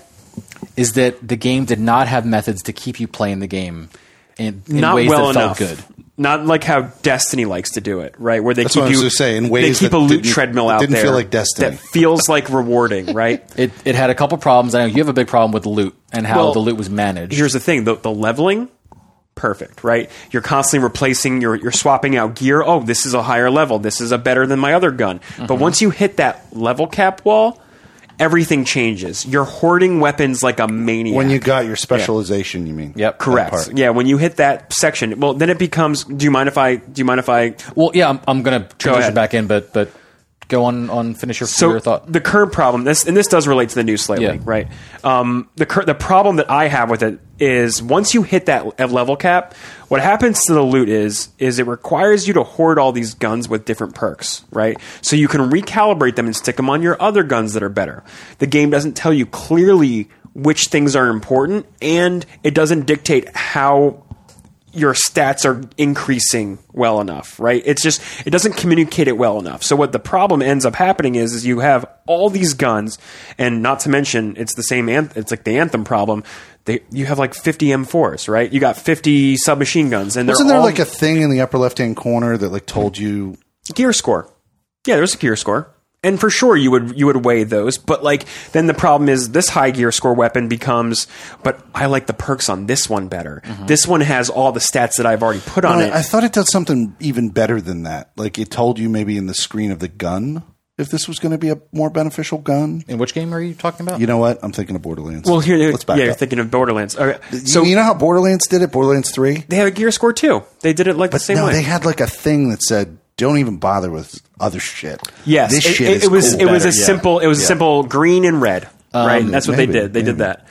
[SPEAKER 3] is that the game did not have methods to keep you playing the game in, in
[SPEAKER 2] not
[SPEAKER 3] ways
[SPEAKER 2] well
[SPEAKER 3] that
[SPEAKER 2] enough.
[SPEAKER 3] felt good.
[SPEAKER 2] Not like how Destiny likes to do it, right? Where they
[SPEAKER 1] That's
[SPEAKER 2] keep
[SPEAKER 1] what I was
[SPEAKER 2] you
[SPEAKER 1] gonna say, in ways
[SPEAKER 2] they keep
[SPEAKER 1] that
[SPEAKER 2] a loot
[SPEAKER 1] didn't-
[SPEAKER 2] treadmill out
[SPEAKER 1] didn't
[SPEAKER 2] there.
[SPEAKER 1] feel like Destiny.
[SPEAKER 2] that feels like rewarding, right?
[SPEAKER 3] It, it had a couple problems. I know you have a big problem with loot and how
[SPEAKER 2] Well,
[SPEAKER 3] the loot was managed.
[SPEAKER 2] here's the thing the, the leveling perfect right you're constantly replacing your you're swapping out gear oh this is a higher level this is a better than my other gun but
[SPEAKER 3] Mm-hmm.
[SPEAKER 2] once you hit that level cap wall everything changes you're hoarding weapons like a maniac
[SPEAKER 1] When you got your specialization, you mean?
[SPEAKER 3] Yep.
[SPEAKER 1] That part.
[SPEAKER 2] correct yeah when you hit that section well then it becomes do you mind if i do you mind if i
[SPEAKER 3] well, yeah, I'm, I'm going to transition
[SPEAKER 2] ahead.
[SPEAKER 3] back in, but but go on on finish your,
[SPEAKER 2] so
[SPEAKER 3] your thought.
[SPEAKER 2] the current problem this and this does relate to the news slightly
[SPEAKER 3] Yeah.
[SPEAKER 2] right um, the cur- the problem that i have with it is once you hit that l- level cap what happens to the loot is is it requires you to hoard all these guns with different perks right so you can recalibrate them and stick them on your other guns that are better the game doesn't tell you clearly which things are important and it doesn't dictate how your stats are increasing well enough, right? It's just it doesn't communicate it well enough. So what the problem ends up happening is is you have all these guns, and not to mention it's the same anth- it's like the anthem problem. They, you have like 50 M4s, right? You got 50 submachine guns, and they're
[SPEAKER 1] Wasn't there
[SPEAKER 2] all
[SPEAKER 1] like a thing in the upper left hand corner that like told you
[SPEAKER 2] gear score. Yeah, there's a gear score. And for sure you would you would weigh those, but like then the problem is this high gear score weapon becomes but I like the perks on this one better. This one has all the stats that I've already put on it.
[SPEAKER 1] Mm-hmm. I, I thought it did something even better than that. Like it told you maybe in the screen of the gun if this was going to be a more beneficial gun.
[SPEAKER 3] In which game are you talking about?
[SPEAKER 1] You know what? I'm thinking of Borderlands.
[SPEAKER 2] well here
[SPEAKER 1] let's back
[SPEAKER 2] yeah, you're
[SPEAKER 1] up.
[SPEAKER 2] thinking of Borderlands. Okay.
[SPEAKER 1] So
[SPEAKER 2] So
[SPEAKER 1] you know how Borderlands did it? Borderlands Three.
[SPEAKER 2] they had a gear score too. They did it like the same
[SPEAKER 1] no,
[SPEAKER 2] way.
[SPEAKER 1] they had like a thing that said, "Don't even bother with other shit."
[SPEAKER 2] yes,
[SPEAKER 1] this
[SPEAKER 2] it,
[SPEAKER 1] shit
[SPEAKER 2] it-
[SPEAKER 1] is
[SPEAKER 2] it was
[SPEAKER 1] cool
[SPEAKER 2] it was a
[SPEAKER 1] better. Yeah.
[SPEAKER 2] simple it was a
[SPEAKER 1] Yeah. Um,
[SPEAKER 2] simple green and red. Right? That's what
[SPEAKER 1] maybe,
[SPEAKER 2] they did. They did
[SPEAKER 1] maybe.
[SPEAKER 2] that.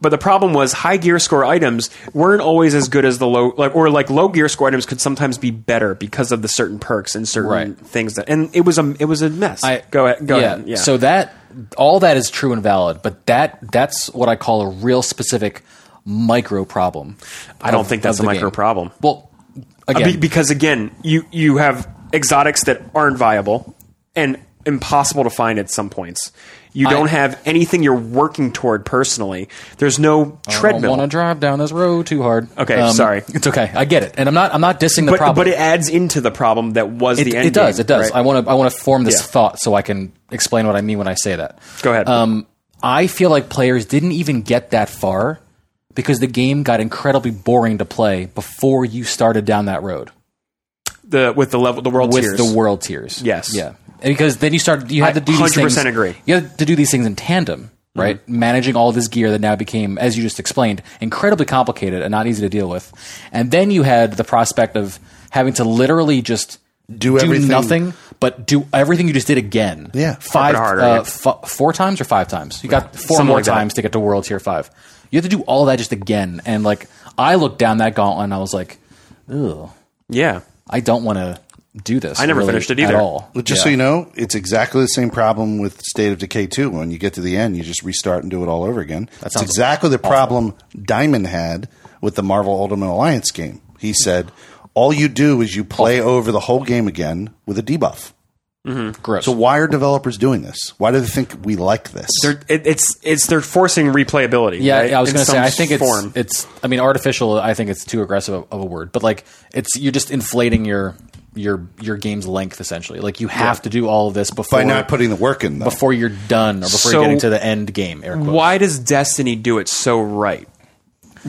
[SPEAKER 2] But the problem was high gear score items weren't always as good as the low, like or like low gear score items could sometimes be better because of the certain perks and certain
[SPEAKER 3] Right.
[SPEAKER 2] things that. And it was a it was a mess.
[SPEAKER 3] I-
[SPEAKER 2] go ahead, go ahead. Yeah.
[SPEAKER 3] So that all that is true and valid, but that that's what I call a real specific micro problem.
[SPEAKER 2] I don't think that's
[SPEAKER 3] of
[SPEAKER 2] a
[SPEAKER 3] the
[SPEAKER 2] micro
[SPEAKER 3] game.
[SPEAKER 2] problem.
[SPEAKER 3] Well, again,
[SPEAKER 2] Uh, Be- because again, you you have exotics that aren't viable and impossible to find at some points. You don't have anything you're working toward personally. There's no
[SPEAKER 3] I don't want to
[SPEAKER 2] treadmill.
[SPEAKER 3] drive down this road too hard. Um,
[SPEAKER 2] Okay, sorry.
[SPEAKER 3] It's okay. I get it, and I'm not. I'm not dissing the
[SPEAKER 2] But
[SPEAKER 3] problem.
[SPEAKER 2] but it adds into the problem that was
[SPEAKER 3] it,
[SPEAKER 2] the end.
[SPEAKER 3] it does.
[SPEAKER 2] game,
[SPEAKER 3] It does.
[SPEAKER 2] right?
[SPEAKER 3] I want to. I want to form this
[SPEAKER 2] Yeah.
[SPEAKER 3] thought so I can explain what I mean when I say that.
[SPEAKER 2] Go ahead.
[SPEAKER 3] Um, I feel like players didn't even get that far because the game got incredibly boring to play before you started down that road
[SPEAKER 2] the with the level the world
[SPEAKER 3] with
[SPEAKER 2] tiers.
[SPEAKER 3] the world tiers.
[SPEAKER 2] Yes.
[SPEAKER 3] Yeah. And because then you started. You had
[SPEAKER 2] I
[SPEAKER 3] to do these
[SPEAKER 2] 100%
[SPEAKER 3] things.
[SPEAKER 2] agree. Mm-hmm.
[SPEAKER 3] You had to do these things in tandem, right? Managing all this gear that now became, as you just explained, incredibly complicated and not easy to deal with. And then you had the prospect of having to literally just
[SPEAKER 1] Do everything.
[SPEAKER 3] nothing, but do everything you just did again.
[SPEAKER 1] Yeah.
[SPEAKER 3] five,
[SPEAKER 2] Harder,
[SPEAKER 3] uh,
[SPEAKER 2] yeah.
[SPEAKER 3] fo- four times or five times. You got four
[SPEAKER 2] Something
[SPEAKER 3] more
[SPEAKER 2] like that.
[SPEAKER 3] times to get to world tier five. You have to do all that just again. And like, I looked down that gauntlet and I was like, "Ugh,
[SPEAKER 2] yeah.
[SPEAKER 3] I don't want to." Do this. I
[SPEAKER 2] never finished it either.
[SPEAKER 3] At all.
[SPEAKER 1] Well, just so you know, it's exactly the same problem with State of Decay 2. When you get to the end, you just restart and do it all over again. That's
[SPEAKER 3] sounds
[SPEAKER 1] exactly the problem Diamond had with the Marvel Ultimate Alliance game. He said, all you do is you play over the whole game again with a debuff.
[SPEAKER 3] Gross.
[SPEAKER 1] So why are developers doing this? Why do they think we like this?
[SPEAKER 2] They're, it, it's it's they're forcing replayability.
[SPEAKER 3] Yeah,
[SPEAKER 2] right?
[SPEAKER 3] I was
[SPEAKER 2] In
[SPEAKER 3] going to say.
[SPEAKER 2] some
[SPEAKER 3] I think it's
[SPEAKER 2] form.
[SPEAKER 3] it's. I mean, artificial. I think it's too aggressive of, of a word, but like it's you're just inflating your your your game's length essentially. Like you have to do all of this before
[SPEAKER 1] By not putting the work in, though.
[SPEAKER 3] before you're done or
[SPEAKER 2] So-
[SPEAKER 3] before you're getting to the end game. Air quotes.
[SPEAKER 2] Why does Destiny do it so right?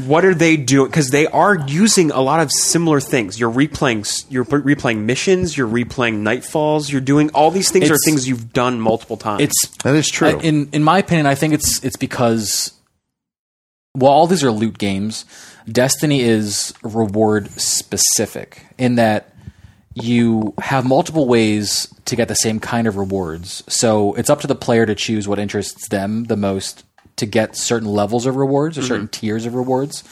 [SPEAKER 2] What are they doing? Because they are using a lot of similar things. You're replaying, s- you're re- replaying missions. You're replaying nightfalls. You're doing all these things are
[SPEAKER 3] It's-
[SPEAKER 2] things you've done multiple times.
[SPEAKER 3] It's
[SPEAKER 1] That is true.
[SPEAKER 3] I- in in my opinion, I think it's it's because while all these are loot games, Destiny is reward specific in that you have multiple ways to get the same kind of rewards. So it's up to the player to choose what interests them the most to get certain levels of rewards or certain tiers of rewards.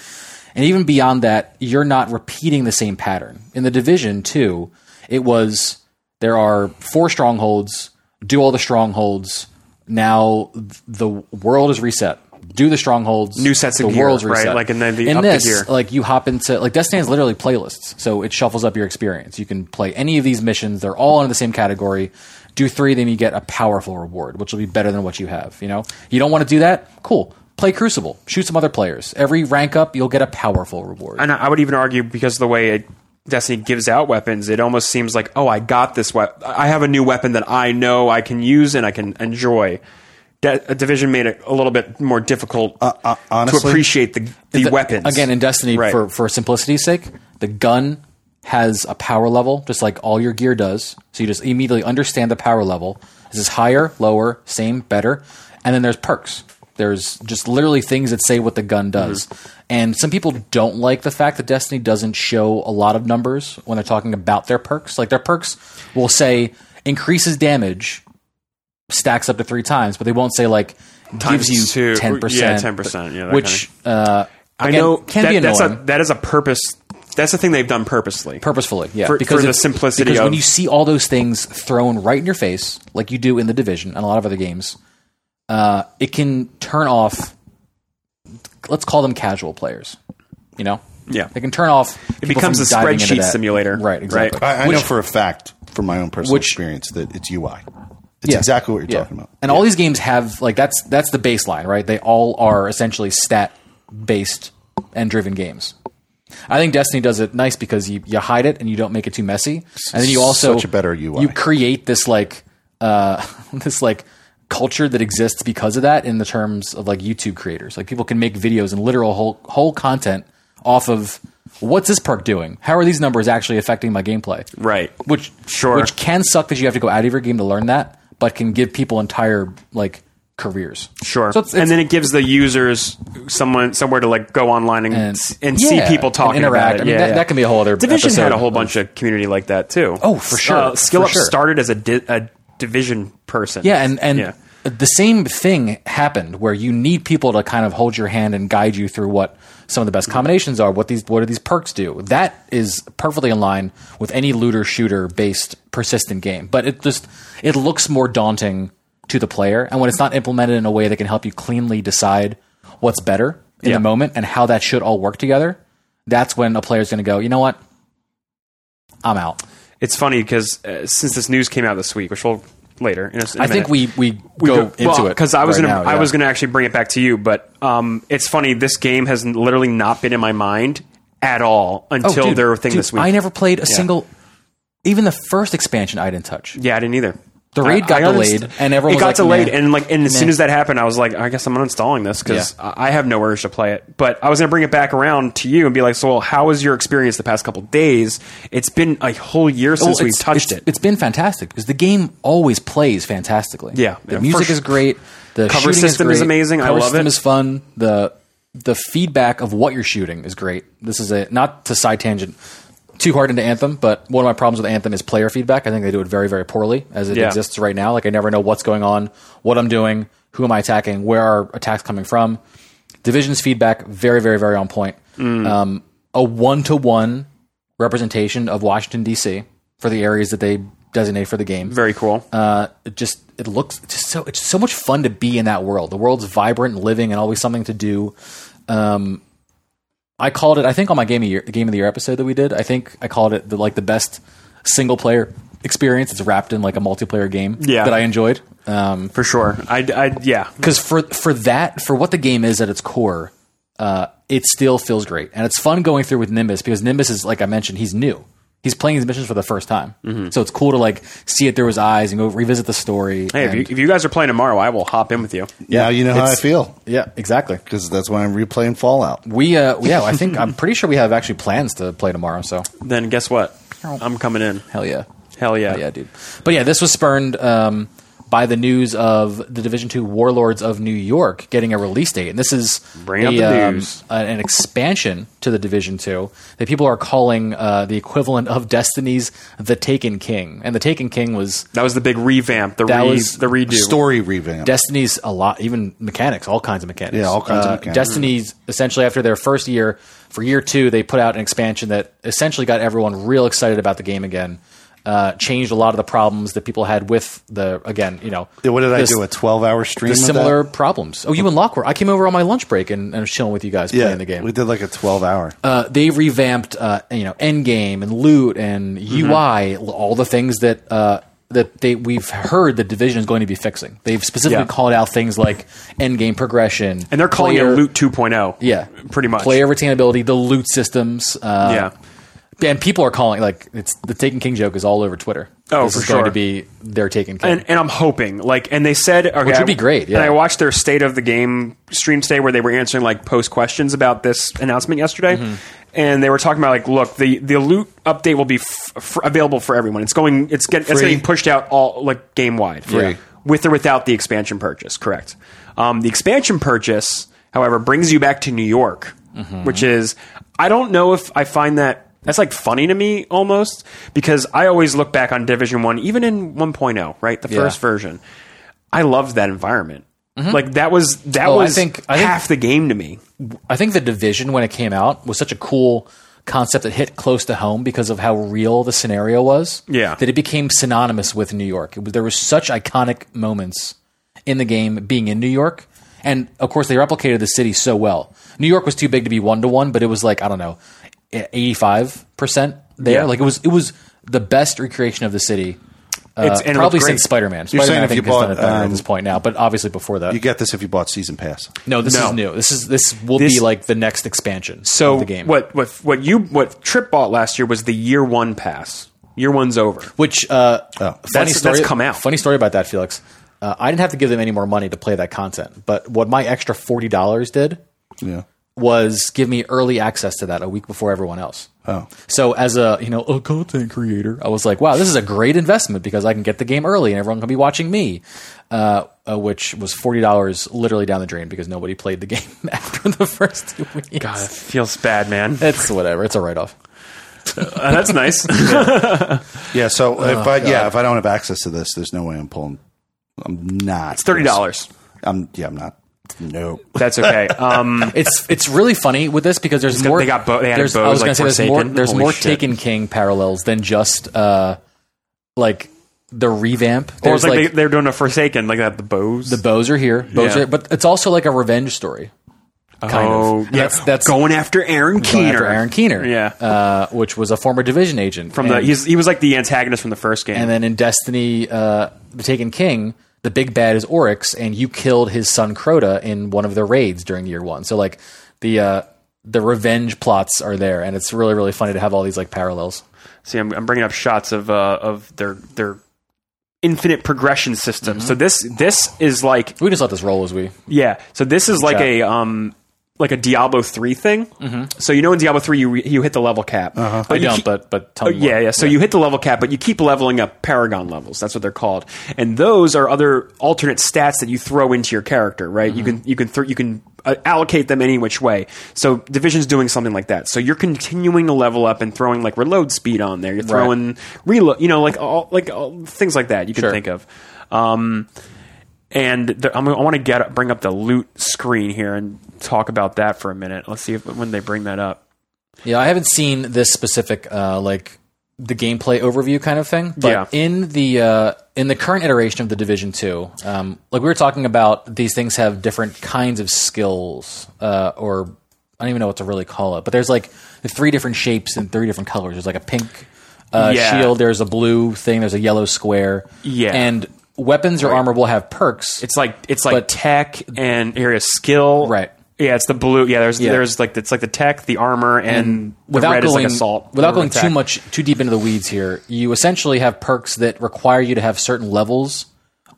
[SPEAKER 3] And even beyond that, you're not repeating the same pattern. In the division too, it was there are four strongholds, do all the strongholds. Now th- the world is reset. Do the strongholds,
[SPEAKER 2] New sets of
[SPEAKER 3] the
[SPEAKER 2] gear,
[SPEAKER 3] world's
[SPEAKER 2] right?
[SPEAKER 3] reset.
[SPEAKER 2] Like, and then the-
[SPEAKER 3] in
[SPEAKER 2] up the
[SPEAKER 3] this,
[SPEAKER 2] gear.
[SPEAKER 3] like you hop into like Destiny is literally playlists, so it shuffles up your experience. You can play any of these missions; they're all under the same category. Do three, then you get a powerful reward, which will be better than what you have. You know, you don't want to do that. Cool, play Crucible, shoot some other players. Every rank up, you'll get a powerful reward.
[SPEAKER 2] and I I would even argue because of the way it, Destiny gives out weapons, it almost seems like, oh, I got this weapon. I have a new weapon that I know I can use and I can enjoy. De- Division made it a little bit more difficult
[SPEAKER 1] uh, honestly-
[SPEAKER 2] to appreciate the, the,
[SPEAKER 3] The-
[SPEAKER 2] weapons
[SPEAKER 3] again in Destiny
[SPEAKER 2] Right.
[SPEAKER 3] for for simplicity's sake. The gun has a power level, just like all your gear does. So you just immediately understand the power level. This is higher, lower, same, better, and then there's perks. There's just literally things that say what the gun does.
[SPEAKER 2] Mm-hmm.
[SPEAKER 3] And some people don't like the fact that Destiny doesn't show a lot of numbers when they're talking about their perks. Like their perks will say increases damage, stacks up to three times, but they won't say like
[SPEAKER 2] Times
[SPEAKER 3] gives
[SPEAKER 2] two-
[SPEAKER 3] you
[SPEAKER 2] yeah,
[SPEAKER 3] ten percent.
[SPEAKER 2] 10%, yeah, that
[SPEAKER 3] which uh,
[SPEAKER 2] I
[SPEAKER 3] again,
[SPEAKER 2] know
[SPEAKER 3] can
[SPEAKER 2] that,
[SPEAKER 3] be
[SPEAKER 2] that's
[SPEAKER 3] annoying
[SPEAKER 2] a, that is a purpose. That's the thing they've done purposely.
[SPEAKER 3] purposefully. Yeah,
[SPEAKER 2] For- for the
[SPEAKER 3] it's-
[SPEAKER 2] simplicity
[SPEAKER 3] Because when
[SPEAKER 2] of-
[SPEAKER 3] you see all those things thrown right in your face, like you do in the division and a lot of other games, uh, it can turn off. Let's call them casual players. You know,
[SPEAKER 2] Yeah.
[SPEAKER 3] they can turn off.
[SPEAKER 2] It becomes a spreadsheet simulator.
[SPEAKER 3] right? Exactly.
[SPEAKER 2] Right.
[SPEAKER 1] I, I know for a fact from my own personal
[SPEAKER 3] which-
[SPEAKER 1] experience that it's UI. It's
[SPEAKER 3] Yeah.
[SPEAKER 1] exactly what you're
[SPEAKER 3] Yeah.
[SPEAKER 1] talking about.
[SPEAKER 3] And all these games have like that's that's the baseline, right? They all are essentially stat based and driven games. I think Destiny does it nice because you, you hide it and you don't make it too messy, and then you also
[SPEAKER 1] Such a better UI.
[SPEAKER 3] You create this like uh, this like culture that exists because of that in the terms of like YouTube creators. Like people can make videos and literal whole whole content off of what's this perk doing? How are these numbers actually affecting my gameplay?
[SPEAKER 2] Right.
[SPEAKER 3] which
[SPEAKER 2] Sure.
[SPEAKER 3] which can suck that you have to go out of your game to learn that, but can give people entire like careers.
[SPEAKER 2] Sure.
[SPEAKER 3] So it's,
[SPEAKER 2] and
[SPEAKER 3] it's-
[SPEAKER 2] then it gives the users someone somewhere to like go online and
[SPEAKER 3] And-
[SPEAKER 2] and, see
[SPEAKER 3] yeah,
[SPEAKER 2] people
[SPEAKER 3] and
[SPEAKER 2] talking about
[SPEAKER 3] interact.
[SPEAKER 2] it.
[SPEAKER 3] I mean,
[SPEAKER 2] yeah,
[SPEAKER 3] that-
[SPEAKER 2] yeah.
[SPEAKER 3] that can be a whole other
[SPEAKER 2] Division
[SPEAKER 3] episode
[SPEAKER 2] had a whole
[SPEAKER 3] of-
[SPEAKER 2] bunch of community like that too.
[SPEAKER 3] Oh, for sure.
[SPEAKER 2] Uh, Skill
[SPEAKER 3] For
[SPEAKER 2] Up
[SPEAKER 3] sure.
[SPEAKER 2] started as a, di- a division person.
[SPEAKER 3] yeah, and and
[SPEAKER 2] yeah.
[SPEAKER 3] the same thing happened where you need people to kind of hold your hand and guide you through what some of the
[SPEAKER 2] Mm-hmm.
[SPEAKER 3] best combinations are. What these what do these perks do? That is perfectly in line with any looter shooter based persistent game, but it just it looks more daunting to the player, and when it's not implemented in a way that can help you cleanly decide what's better in
[SPEAKER 2] Yeah.
[SPEAKER 3] the moment and how that should all work together, that's when a player's going to go, you know what, I'm out.
[SPEAKER 2] it's funny because uh, since this news came out this week, which we'll later. In a, in a
[SPEAKER 3] I think
[SPEAKER 2] minute.
[SPEAKER 3] we we, go into it
[SPEAKER 2] because I was
[SPEAKER 3] right
[SPEAKER 2] gonna
[SPEAKER 3] now,
[SPEAKER 2] I
[SPEAKER 3] yeah.
[SPEAKER 2] was gonna actually bring it back to you, but um, it's funny. This game has n- literally not been in my mind at all
[SPEAKER 3] Oh,
[SPEAKER 2] until
[SPEAKER 3] dude,
[SPEAKER 2] their thing
[SPEAKER 3] dude,
[SPEAKER 2] this week.
[SPEAKER 3] I never played a single, even the first expansion. I didn't touch.
[SPEAKER 2] Yeah, I didn't either.
[SPEAKER 3] The raid
[SPEAKER 2] I-
[SPEAKER 3] got
[SPEAKER 2] I honest-
[SPEAKER 3] delayed, and everyone
[SPEAKER 2] it
[SPEAKER 3] was
[SPEAKER 2] got
[SPEAKER 3] like,
[SPEAKER 2] delayed,
[SPEAKER 3] "Meh,
[SPEAKER 2] and like, and as soon
[SPEAKER 3] meh."
[SPEAKER 2] as that happened, I was like, I guess I'm uninstalling this because
[SPEAKER 3] Yeah.
[SPEAKER 2] I I have no urge to play it. But I was gonna bring it back around to you and be like, so well, how was your experience the past couple days? It's been a whole year since
[SPEAKER 3] Well,
[SPEAKER 2] we
[SPEAKER 3] Oh, it's-
[SPEAKER 2] touched
[SPEAKER 3] it's-
[SPEAKER 2] it.
[SPEAKER 3] It's been fantastic because the game always plays fantastically.
[SPEAKER 2] Yeah,
[SPEAKER 3] the
[SPEAKER 2] yeah,
[SPEAKER 3] music
[SPEAKER 2] for
[SPEAKER 3] is great. The
[SPEAKER 2] Cover
[SPEAKER 3] shooting
[SPEAKER 2] system
[SPEAKER 3] is,
[SPEAKER 2] is
[SPEAKER 3] great.
[SPEAKER 2] amazing, I
[SPEAKER 3] Cover
[SPEAKER 2] love it.
[SPEAKER 3] system is fun. The the feedback of what you're shooting is great. This is a not to side tangent too hard into Anthem, but one of my problems with Anthem is player feedback. I think they do it very very poorly as it
[SPEAKER 2] Yeah.
[SPEAKER 3] exists right now. Like I never know what's going on, what I'm doing, who am I attacking, where are attacks coming from. Division's feedback very very very on point. Um, a one to one representation of Washington D.C. for the areas that they designate for the game.
[SPEAKER 2] Very cool.
[SPEAKER 3] Uh, it just it looks it's just so it's so much fun to be in that world. The world's vibrant, and living, and always something to do. Um, I called it. I think on my game of year, game of the year episode that we did. I think I called it the, like the best single player experience. It's wrapped in like a multiplayer game
[SPEAKER 2] Yeah.
[SPEAKER 3] that I enjoyed. Um,
[SPEAKER 2] for sure. I, I yeah.
[SPEAKER 3] because for for that for what the game is at its core, uh, it still feels great, and it's fun going through with Nimbus because Nimbus is like I mentioned, he's new. He's playing these missions for the first time,
[SPEAKER 2] Mm-hmm.
[SPEAKER 3] so it's cool to like see it through his eyes and go revisit the story.
[SPEAKER 2] Hey, if
[SPEAKER 3] and-
[SPEAKER 2] you, if you guys are playing tomorrow, I will hop in with you.
[SPEAKER 1] Now you know how I
[SPEAKER 3] It's-
[SPEAKER 1] feel
[SPEAKER 3] yeah, exactly.
[SPEAKER 1] because that's why I'm replaying Fallout.
[SPEAKER 3] We uh, yeah, I think I'm pretty sure we have actually plans to play tomorrow. So
[SPEAKER 2] Then guess what?
[SPEAKER 3] Oh.
[SPEAKER 2] I'm coming in.
[SPEAKER 3] hell yeah,
[SPEAKER 2] Hell yeah.
[SPEAKER 3] Hell yeah, dude. But yeah, this was spurned um, by the news of the Division Two Warlords of New York getting a release date, and this is
[SPEAKER 2] Bring up
[SPEAKER 3] a,
[SPEAKER 2] the
[SPEAKER 3] um,
[SPEAKER 2] news.
[SPEAKER 3] a- an expansion to the Division Two that people are calling uh, the equivalent of Destiny's The Taken King, and The Taken King was
[SPEAKER 2] That was the big revamp. The
[SPEAKER 3] That
[SPEAKER 2] re,
[SPEAKER 3] was
[SPEAKER 2] the redo.
[SPEAKER 1] Story revamp.
[SPEAKER 3] Destiny's a lot, even mechanics, all kinds of mechanics. Uh,
[SPEAKER 1] Yeah, all kinds of mechanics.
[SPEAKER 3] Destiny's essentially after their first year, for year two, they put out an expansion that essentially got everyone real excited about the game again. Uh, changed a lot of the problems that people had with the again, you know.
[SPEAKER 1] Yeah, what did
[SPEAKER 3] this-
[SPEAKER 1] I do? A 12 hour stream?
[SPEAKER 3] The
[SPEAKER 1] of that?
[SPEAKER 3] similar problems. Oh, you and Locke were. I came over on my lunch break and, and was chilling with you guys
[SPEAKER 1] Yeah,
[SPEAKER 3] playing the game
[SPEAKER 1] we did like a 12 hour.
[SPEAKER 3] uh, they revamped uh, you know Endgame and loot and
[SPEAKER 2] Mm-hmm.
[SPEAKER 3] UI, l- all the things that uh, that they we've heard the division is going to be fixing. They've specifically
[SPEAKER 2] Yeah.
[SPEAKER 3] called out things like Endgame progression,
[SPEAKER 2] And they're calling
[SPEAKER 3] player-
[SPEAKER 2] it Loot 2.0.
[SPEAKER 3] Yeah,
[SPEAKER 2] Pretty much.
[SPEAKER 3] player retainability, the loot systems. Uh,
[SPEAKER 2] yeah.
[SPEAKER 3] and people are calling like it's the Taken King joke is all over Twitter.
[SPEAKER 2] Oh,
[SPEAKER 3] this
[SPEAKER 2] for
[SPEAKER 3] is going
[SPEAKER 2] sure.
[SPEAKER 3] to be their Taken King.
[SPEAKER 2] and, and I'm hoping like and they said okay,
[SPEAKER 3] Which would be
[SPEAKER 2] I-
[SPEAKER 3] great, yeah.
[SPEAKER 2] And I watched their state of the game stream today where they were answering like post questions about this announcement yesterday,
[SPEAKER 1] Mm-hmm.
[SPEAKER 2] and they were talking about like look the the loot update will be f- f- available for everyone. It's going it's get, it's
[SPEAKER 1] Free.
[SPEAKER 2] getting pushed out all like game wide
[SPEAKER 1] Free.
[SPEAKER 2] with or without the expansion purchase. Correct. Um, the expansion purchase, however, brings you back to New York,
[SPEAKER 1] Mm-hmm.
[SPEAKER 2] which is I don't know if I find that that's like funny to me almost because I always look back on Division One, even in 1.0, right, the first version. I loved that environment. Like that was that
[SPEAKER 3] Oh, Mm-hmm. I
[SPEAKER 2] was
[SPEAKER 3] think- I think-
[SPEAKER 2] half the game to me.
[SPEAKER 3] I think the division when it came out was such a cool concept that hit close to home because of how real the scenario was.
[SPEAKER 2] Yeah.
[SPEAKER 3] that it became synonymous with New York. It was, there was such iconic moments in the game being in New York, And of course, they replicated the city so well. New York was too big to be one to one, but it was like I don't know, eighty five percent there.
[SPEAKER 2] Yeah.
[SPEAKER 3] Like it was it was the best recreation of the city. Uh,
[SPEAKER 2] It's- and it
[SPEAKER 3] probably
[SPEAKER 2] looked great.
[SPEAKER 3] since Spider
[SPEAKER 1] You're
[SPEAKER 3] Man. Spider Man,
[SPEAKER 1] saying
[SPEAKER 3] I
[SPEAKER 1] if
[SPEAKER 3] think,
[SPEAKER 1] you
[SPEAKER 3] has done it
[SPEAKER 1] bought,
[SPEAKER 3] better at
[SPEAKER 1] um,
[SPEAKER 3] this point now, but obviously before that.
[SPEAKER 1] You get this if you bought season pass.
[SPEAKER 3] no, this
[SPEAKER 2] No.
[SPEAKER 3] is new. This is this will
[SPEAKER 2] This-
[SPEAKER 3] be like the next expansion
[SPEAKER 2] So
[SPEAKER 3] of the game.
[SPEAKER 2] what what what you what Trip bought last year was the year one pass. Year one's over.
[SPEAKER 3] Which uh, funny
[SPEAKER 2] That's-
[SPEAKER 3] story
[SPEAKER 2] that's come out.
[SPEAKER 3] Funny story about that, Felix. Uh, I didn't have to give them any more money to play that content, but what my extra forty dollars did
[SPEAKER 1] Yeah.
[SPEAKER 3] was give me early access to that a week before everyone else. Oh, so as a you know a content creator, I was like, wow, this is a great investment because I can get the game early and everyone can be watching me. Uh, uh, which was forty dollars literally down the drain because nobody played the game after the first two weeks.
[SPEAKER 2] God, it feels bad, man.
[SPEAKER 3] It's whatever. It's a write off.
[SPEAKER 2] Uh, that's nice.
[SPEAKER 1] Yeah.
[SPEAKER 2] Oh,
[SPEAKER 1] So if I yeah if I don't have access to this, there's no way I'm pulling. I'm not.
[SPEAKER 2] Thirty dollars.
[SPEAKER 1] I'm yeah. I'm not. No.
[SPEAKER 2] That's okay. Um,
[SPEAKER 3] It's it's really funny with this because there's
[SPEAKER 2] got-
[SPEAKER 3] more.
[SPEAKER 2] they got Bo- they added
[SPEAKER 3] there's, I
[SPEAKER 2] Bose,
[SPEAKER 3] was gonna
[SPEAKER 2] like
[SPEAKER 3] say there's more.
[SPEAKER 2] Forsaken.
[SPEAKER 3] There's
[SPEAKER 2] Holy
[SPEAKER 3] more
[SPEAKER 2] shit.
[SPEAKER 3] Taken King parallels than just uh, like the revamp.
[SPEAKER 2] or it's
[SPEAKER 3] There's
[SPEAKER 2] like,
[SPEAKER 3] like,
[SPEAKER 2] they, they're doing a Forsaken, like that. The bows.
[SPEAKER 3] the bows are here, bows
[SPEAKER 2] Yeah.
[SPEAKER 3] are, but it's also like a revenge story. Kind
[SPEAKER 2] oh,
[SPEAKER 3] of. And
[SPEAKER 2] yeah.
[SPEAKER 3] That's that's
[SPEAKER 2] going after Aaron Keener.
[SPEAKER 3] going after Aaron Keener.
[SPEAKER 2] Yeah.
[SPEAKER 3] Uh, which was a former division agent
[SPEAKER 2] From
[SPEAKER 3] and,
[SPEAKER 2] the E- he's, he was like the antagonist from the first game.
[SPEAKER 3] and then in Destiny, uh, the Taken King, the big bad is Oryx, and you killed his son Crota in one of the raids during year one. So like the uh, the revenge plots are there, and it's really really funny to have all these like parallels.
[SPEAKER 2] See, I'm, I'm bringing up shots of uh, of their their infinite progression system.
[SPEAKER 3] Mm-hmm.
[SPEAKER 2] So this this is like
[SPEAKER 3] We just let this roll as we.
[SPEAKER 2] yeah. So this is like a um like a Diablo three thing. So you know in Diablo three you re- you hit the level cap. Uh-huh.
[SPEAKER 3] Mm-hmm. I don't, but but tell
[SPEAKER 2] Oh,
[SPEAKER 3] me more.
[SPEAKER 2] yeah, yeah. So you hit the level cap, but you keep leveling up Paragon levels. That's what they're called, and those are other alternate stats that you throw into your character. Right? You
[SPEAKER 3] Mm-hmm.
[SPEAKER 2] can you can throw you can uh, allocate them any which way. So Division's doing something like that. So you're continuing to level up and throwing like reload speed on there. You're throwing reload. You know, like all like all, things like that you can
[SPEAKER 3] Sure.
[SPEAKER 2] think of. Um, and the, I'm, I want to get bring up the loot screen here and talk about that for a minute. Let's see if when they bring that up.
[SPEAKER 3] Yeah, I haven't seen this specific uh, like the gameplay overview kind of thing. But
[SPEAKER 2] Yeah.
[SPEAKER 3] in the uh, in the current iteration of the Division Two, um, like we were talking about, these things have different kinds of skills, uh, or I don't even know what to really call it. But there's like the three different shapes and three different colors. There's like a pink uh,
[SPEAKER 2] Yeah.
[SPEAKER 3] shield. There's a blue thing. There's a yellow square.
[SPEAKER 2] Yeah.
[SPEAKER 3] and weapons or armor will have perks.
[SPEAKER 2] It's like it's like
[SPEAKER 3] But-
[SPEAKER 2] tech and area skill.
[SPEAKER 3] Right.
[SPEAKER 2] Yeah, it's the blue. Yeah, there's
[SPEAKER 3] Yeah.
[SPEAKER 2] there's like it's like the tech, the armor, and, the red is like assault.
[SPEAKER 3] Without
[SPEAKER 2] or
[SPEAKER 3] going
[SPEAKER 2] attack.
[SPEAKER 3] too much too deep into the weeds here, you essentially have perks that require you to have certain levels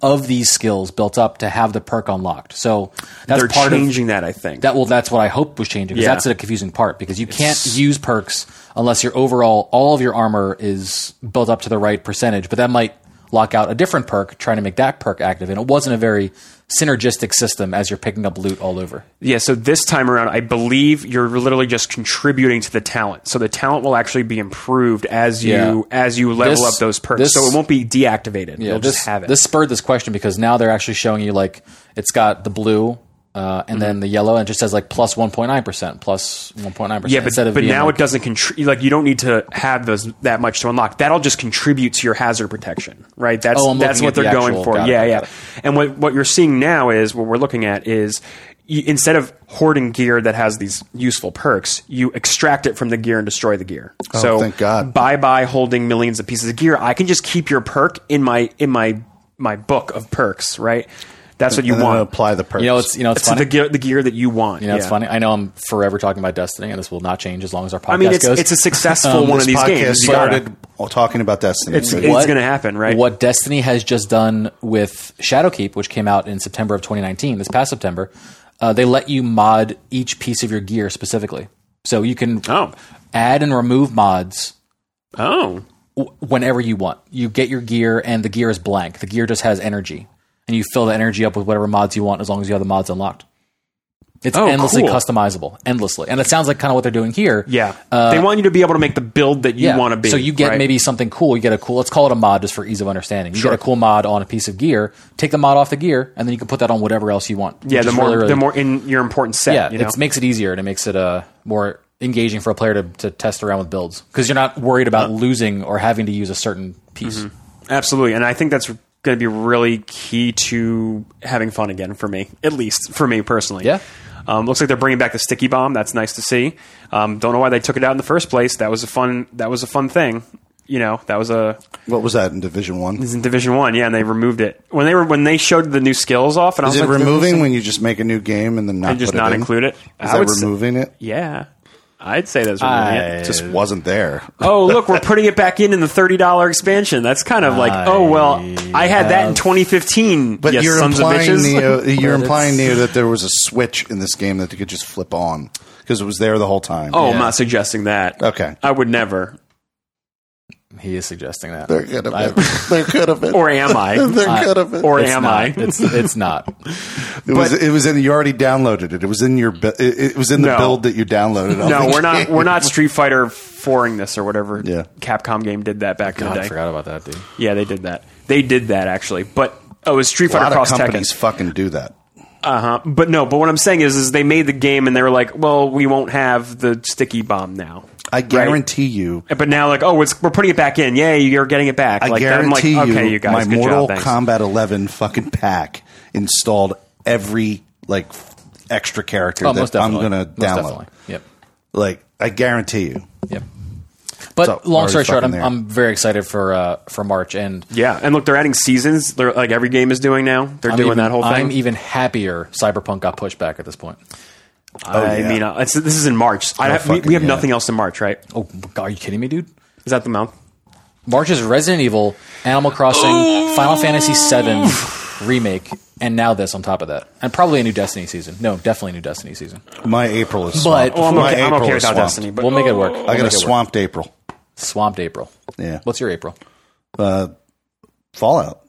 [SPEAKER 3] of these skills built up to have the perk unlocked. So that's
[SPEAKER 2] they're
[SPEAKER 3] part of
[SPEAKER 2] changing that. I think.
[SPEAKER 3] that. Well, that's what I hope was changing. 'cause
[SPEAKER 2] Yeah.
[SPEAKER 3] That's the confusing part because you can't use perks unless your overall all of your armor is built up to the right percentage. But that might lock out a different perk, trying to make that perk active, and it wasn't a very synergistic system as you're picking up loot all over.
[SPEAKER 2] yeah. So this time around, I believe you're literally just contributing to the talent. So the talent will actually be improved as you
[SPEAKER 3] Yeah.
[SPEAKER 2] as you level
[SPEAKER 3] This-
[SPEAKER 2] up those perks.
[SPEAKER 3] this-
[SPEAKER 2] so it won't be deactivated. You'll
[SPEAKER 3] this,
[SPEAKER 2] just have it.
[SPEAKER 3] This spurred this question because now they're actually showing you like it's got the blue uh,
[SPEAKER 2] Mm-hmm.
[SPEAKER 3] and then the yellow, and it just says like plus one point nine percent, plus one point nine percent.
[SPEAKER 2] yeah, but,
[SPEAKER 3] instead of
[SPEAKER 2] but
[SPEAKER 3] being,
[SPEAKER 2] now
[SPEAKER 3] like,
[SPEAKER 2] it doesn't contribute. Like you don't need to have those that much to unlock. That'll just contribute to your hazard protection, right? That's
[SPEAKER 3] Oh, I'm
[SPEAKER 2] that's
[SPEAKER 3] looking
[SPEAKER 2] what
[SPEAKER 3] at the
[SPEAKER 2] they're going
[SPEAKER 3] actual-
[SPEAKER 2] for.
[SPEAKER 3] got it,
[SPEAKER 2] yeah,
[SPEAKER 3] got
[SPEAKER 2] yeah.
[SPEAKER 3] it.
[SPEAKER 2] And what what you're seeing now is what we're looking at is you, instead of hoarding gear that has these useful perks, you extract it from the gear and destroy the gear.
[SPEAKER 3] Oh,
[SPEAKER 2] so
[SPEAKER 1] thank God.
[SPEAKER 2] Bye bye, holding millions of pieces of gear. I can just keep your perk in my in my my book of perks, right? That's what you
[SPEAKER 1] And then
[SPEAKER 2] want.
[SPEAKER 1] apply the perks.
[SPEAKER 3] you know it's you know it's,
[SPEAKER 2] It's
[SPEAKER 3] uh,
[SPEAKER 2] the
[SPEAKER 3] funny.
[SPEAKER 2] gear, the gear that you want.
[SPEAKER 3] you know, it's
[SPEAKER 2] yeah.
[SPEAKER 3] funny. I know I'm forever talking about Destiny, and this will not change as long as our podcast
[SPEAKER 2] I mean, it's,
[SPEAKER 3] goes.
[SPEAKER 2] it's a successful one of
[SPEAKER 1] This
[SPEAKER 2] these
[SPEAKER 1] podcast
[SPEAKER 2] games. You gotta-
[SPEAKER 1] started all talking about Destiny.
[SPEAKER 2] It's-
[SPEAKER 1] So
[SPEAKER 2] it's- gonna happen, right?
[SPEAKER 3] What Destiny has just done with Shadowkeep, which came out in September of 2019, this past September, uh, they let you mod each piece of your gear specifically, so you can
[SPEAKER 2] Oh.
[SPEAKER 3] add and remove mods
[SPEAKER 2] Oh.
[SPEAKER 3] w- whenever you want. You get your gear, and the gear is blank. The gear just has energy, and you fill the energy up with whatever mods you want, as long as you have the mods unlocked. It's
[SPEAKER 2] Oh,
[SPEAKER 3] endlessly
[SPEAKER 2] cool.
[SPEAKER 3] customizable, endlessly, and it sounds like kind of what they're doing here. Uh,
[SPEAKER 2] Yeah. they want you to be able to make the build that Uh, you
[SPEAKER 3] Yeah.
[SPEAKER 2] want to be.
[SPEAKER 3] So you get
[SPEAKER 2] right?
[SPEAKER 3] maybe something cool. You get a cool. Let's call it a mod, just for ease of understanding. You
[SPEAKER 2] Sure.
[SPEAKER 3] get a cool mod on a piece of gear. Take the mod off the gear, and then you can put that on whatever else you want.
[SPEAKER 2] Yeah,
[SPEAKER 3] which
[SPEAKER 2] the
[SPEAKER 3] is
[SPEAKER 2] more
[SPEAKER 3] really, really-
[SPEAKER 2] the more in your important set.
[SPEAKER 3] yeah,
[SPEAKER 2] you know?
[SPEAKER 3] it makes it easier and it makes it uh, more engaging for a player to, to test around with
[SPEAKER 2] Uh. Mm-hmm.
[SPEAKER 3] builds because you're not worried about losing or having to use a certain piece.
[SPEAKER 2] absolutely. And I think that's going to be really key to having fun again for me, at least for me personally.
[SPEAKER 3] Yeah.
[SPEAKER 2] Um, looks like they're bringing back the sticky bomb. That's nice to see. Um, don't know why they took it out in the first place. That was a fun. That was a fun thing. You know, that was a
[SPEAKER 1] What was that in Division One?
[SPEAKER 2] was in Division One. Yeah, and they removed it when they were when they showed the new skills off. And
[SPEAKER 1] Is
[SPEAKER 2] I
[SPEAKER 1] it
[SPEAKER 2] was like,
[SPEAKER 1] removing when you just make a new game and then not
[SPEAKER 2] and just
[SPEAKER 1] put it
[SPEAKER 2] not
[SPEAKER 1] in?
[SPEAKER 2] include it?
[SPEAKER 1] Is
[SPEAKER 2] I
[SPEAKER 1] that
[SPEAKER 2] would say-
[SPEAKER 1] removing it?
[SPEAKER 2] Yeah, I'd say that's removing it.
[SPEAKER 1] It just wasn't there.
[SPEAKER 2] oh look we're putting it back in in the $30 expansion that's kind of like oh well i had that in 2015
[SPEAKER 1] But
[SPEAKER 2] you
[SPEAKER 1] you're
[SPEAKER 2] sons of
[SPEAKER 1] implying,
[SPEAKER 2] bitches
[SPEAKER 1] Neo, you're
[SPEAKER 3] But
[SPEAKER 1] implying Neo
[SPEAKER 3] it's-
[SPEAKER 1] that there was a switch in this game that they could just flip on because it was there the whole time.
[SPEAKER 2] oh i'm
[SPEAKER 3] Yeah.
[SPEAKER 2] not suggesting that
[SPEAKER 1] Okay.
[SPEAKER 2] i would never
[SPEAKER 3] He is suggesting that.
[SPEAKER 1] there could have been. There could have been.
[SPEAKER 2] or am i
[SPEAKER 1] there could have been.
[SPEAKER 2] or
[SPEAKER 3] It's
[SPEAKER 2] am
[SPEAKER 3] not.
[SPEAKER 2] i
[SPEAKER 3] It's it's not.
[SPEAKER 1] it was. It was in. You already downloaded it. It was in your. bu- It, it was in the
[SPEAKER 2] No.
[SPEAKER 1] build that you downloaded. on
[SPEAKER 2] no
[SPEAKER 1] the
[SPEAKER 2] we're not
[SPEAKER 1] game.
[SPEAKER 2] we're not street fighter 4ing this or whatever
[SPEAKER 1] Yeah.
[SPEAKER 2] capcom game did that back in
[SPEAKER 3] God,
[SPEAKER 2] the
[SPEAKER 3] I
[SPEAKER 2] day
[SPEAKER 3] forgot about that, dude.
[SPEAKER 2] yeah they did that they did that actually but oh, it was street
[SPEAKER 1] A lot
[SPEAKER 2] fighter cross
[SPEAKER 1] of
[SPEAKER 2] tekken
[SPEAKER 1] companies fucking do that.
[SPEAKER 2] Uh-huh. But no, but what I'm saying is is they made the game and they were like, "Well, we won't have the sticky bomb now."
[SPEAKER 1] I guarantee you.
[SPEAKER 2] But now like, "Oh, it's, we're putting it back in. Yay, you're getting it back."
[SPEAKER 1] I
[SPEAKER 2] like
[SPEAKER 1] guarantee
[SPEAKER 2] I'm like,
[SPEAKER 1] you.
[SPEAKER 2] "Okay, you guys,
[SPEAKER 1] my
[SPEAKER 2] good
[SPEAKER 1] Mortal
[SPEAKER 2] job, thanks."
[SPEAKER 1] Kombat 11 fucking pack installed every like f- extra character
[SPEAKER 3] Oh, most
[SPEAKER 1] that I'm
[SPEAKER 3] definitely.
[SPEAKER 1] going to
[SPEAKER 3] Most
[SPEAKER 1] download.
[SPEAKER 3] definitely. Yep.
[SPEAKER 1] Like I guarantee you.
[SPEAKER 3] Yep. But
[SPEAKER 1] So,
[SPEAKER 3] long
[SPEAKER 1] already
[SPEAKER 3] story short,
[SPEAKER 1] fucking
[SPEAKER 3] I'm,
[SPEAKER 1] there.
[SPEAKER 3] I'm very excited for uh, for March, and
[SPEAKER 2] yeah, and look, they're adding seasons. They're, like every game is doing now. They're
[SPEAKER 3] I'm
[SPEAKER 2] doing
[SPEAKER 3] even-
[SPEAKER 2] that whole thing.
[SPEAKER 3] I'm
[SPEAKER 1] e-
[SPEAKER 3] even happier. Cyberpunk got pushed back at this point.
[SPEAKER 2] I
[SPEAKER 1] oh, yeah.
[SPEAKER 2] mean, uh, it's, this is in March. I have, we,
[SPEAKER 1] fucking
[SPEAKER 2] we have
[SPEAKER 1] yeah.
[SPEAKER 2] nothing else in March, right?
[SPEAKER 3] Oh, God, are you kidding me, dude?
[SPEAKER 2] Is that the month?
[SPEAKER 3] March is Resident Evil, Animal Crossing, Final Fantasy VII remake, and now this on top of that, and probably a new Destiny season. No, definitely a new Destiny season.
[SPEAKER 1] My April is
[SPEAKER 3] But-
[SPEAKER 1] swamped.
[SPEAKER 3] Well,
[SPEAKER 2] Oh, I'm
[SPEAKER 1] My
[SPEAKER 2] okay, I'm
[SPEAKER 1] April
[SPEAKER 2] okay
[SPEAKER 1] is
[SPEAKER 2] without
[SPEAKER 1] swamped.
[SPEAKER 2] Destiny, but
[SPEAKER 3] We'll make it work. We'll
[SPEAKER 1] I got
[SPEAKER 3] make
[SPEAKER 1] a
[SPEAKER 3] it work.
[SPEAKER 1] swamped April.
[SPEAKER 3] Swamped April.
[SPEAKER 1] Yeah. Uh,
[SPEAKER 3] What's your April?
[SPEAKER 1] Fallout.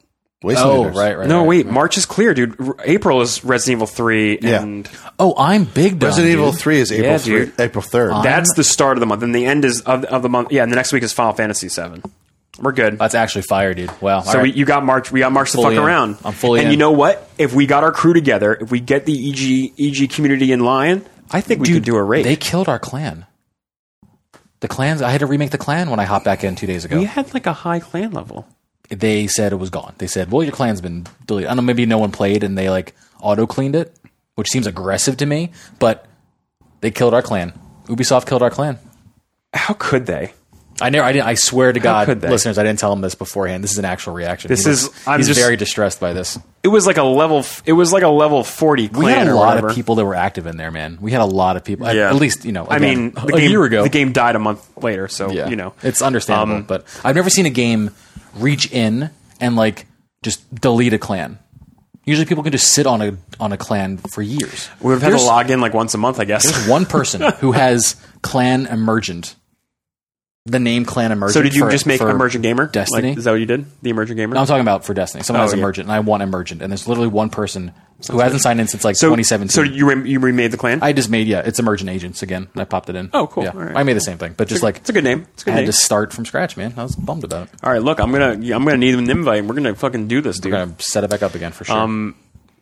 [SPEAKER 1] Waste
[SPEAKER 3] Oh,
[SPEAKER 1] Invaders.
[SPEAKER 3] right, right.
[SPEAKER 2] no,
[SPEAKER 3] right.
[SPEAKER 2] wait. March is clear, dude. R- April is Resident Evil 3
[SPEAKER 1] Yeah.
[SPEAKER 2] and
[SPEAKER 3] Oh, I'm big. Dumb,
[SPEAKER 1] Resident Evil
[SPEAKER 3] dude.
[SPEAKER 1] Three is April
[SPEAKER 2] Yeah,
[SPEAKER 1] three,
[SPEAKER 2] dude.
[SPEAKER 1] April third.
[SPEAKER 2] That's the start of the month, and the end is of, of the month. Yeah, and the next week is Final Fantasy VII. We're good.
[SPEAKER 3] That's actually fire, dude. Wow.
[SPEAKER 2] so we, you got March. We got March the fuck
[SPEAKER 3] Fully in.
[SPEAKER 2] around.
[SPEAKER 3] I'm fully
[SPEAKER 2] And
[SPEAKER 3] in.
[SPEAKER 2] you know what? If we got our crew together, if we get the E EG EG community in line, I think we could do a raid.
[SPEAKER 3] They killed our clan. The clans. I had to remake the clan when I hopped back in two days ago.
[SPEAKER 2] we had like a high clan level.
[SPEAKER 3] They said it was gone. They said, "Well, your clan's been deleted." I don't know. Maybe no one played, and they like auto cleaned it, which seems aggressive to me. But they killed our clan. Ubisoft killed our clan.
[SPEAKER 2] How could they?
[SPEAKER 3] I never. I didn't. I swear to
[SPEAKER 2] could
[SPEAKER 3] God,
[SPEAKER 2] they?
[SPEAKER 3] listeners, I didn't tell him this beforehand. This is an actual reaction.
[SPEAKER 2] This
[SPEAKER 3] He
[SPEAKER 2] is-
[SPEAKER 3] looks-
[SPEAKER 2] I'm
[SPEAKER 3] he's
[SPEAKER 2] just-
[SPEAKER 3] very distressed by this.
[SPEAKER 2] It was like a level. f- It was like a level forty clan.
[SPEAKER 3] We had a
[SPEAKER 2] or
[SPEAKER 3] lot
[SPEAKER 2] whatever.
[SPEAKER 3] of people that were active in there, man. We had a lot of people. At- At, least, you know,
[SPEAKER 2] I
[SPEAKER 3] again,
[SPEAKER 2] mean, the
[SPEAKER 3] a
[SPEAKER 2] game,
[SPEAKER 3] year ago,
[SPEAKER 2] the game died a month later. So
[SPEAKER 3] Yeah.
[SPEAKER 2] you know,
[SPEAKER 3] it's understandable.
[SPEAKER 2] Um,
[SPEAKER 3] but I've never seen a game reach in and like just delete a clan. Usually, people can just sit on a on a clan for years.
[SPEAKER 2] we've had to
[SPEAKER 3] There's-
[SPEAKER 2] log in like once a month, I guess.
[SPEAKER 3] There's one person who has clan emergent. The name clan emergent.
[SPEAKER 2] So did you
[SPEAKER 3] for-
[SPEAKER 2] just make
[SPEAKER 3] for
[SPEAKER 2] emergent gamer? Like,
[SPEAKER 3] Destiny?
[SPEAKER 2] is that what you did? The emergent gamer.
[SPEAKER 3] No, I'm talking about for Destiny. Someone
[SPEAKER 2] Oh,
[SPEAKER 3] has
[SPEAKER 2] yeah.
[SPEAKER 3] Emergent, and I want Emergent, and there's literally one person who hasn't signed in since like
[SPEAKER 2] so,
[SPEAKER 3] 2017.
[SPEAKER 2] So you re- you remade the clan.
[SPEAKER 3] I just made yeah, it's Emergent Agents again. and I popped it in.
[SPEAKER 2] Oh, cool.
[SPEAKER 3] Yeah,
[SPEAKER 2] All right.
[SPEAKER 3] I made the same thing, but just like
[SPEAKER 2] it's a good name. It's a good
[SPEAKER 3] I had
[SPEAKER 2] name.
[SPEAKER 3] to start from scratch, man. I was bummed about it.
[SPEAKER 2] All right, look, I'm gonna I'm gonna need an invite. and We're gonna fucking do this, dude.
[SPEAKER 3] I'm gonna set it back up again for sure.
[SPEAKER 2] Um,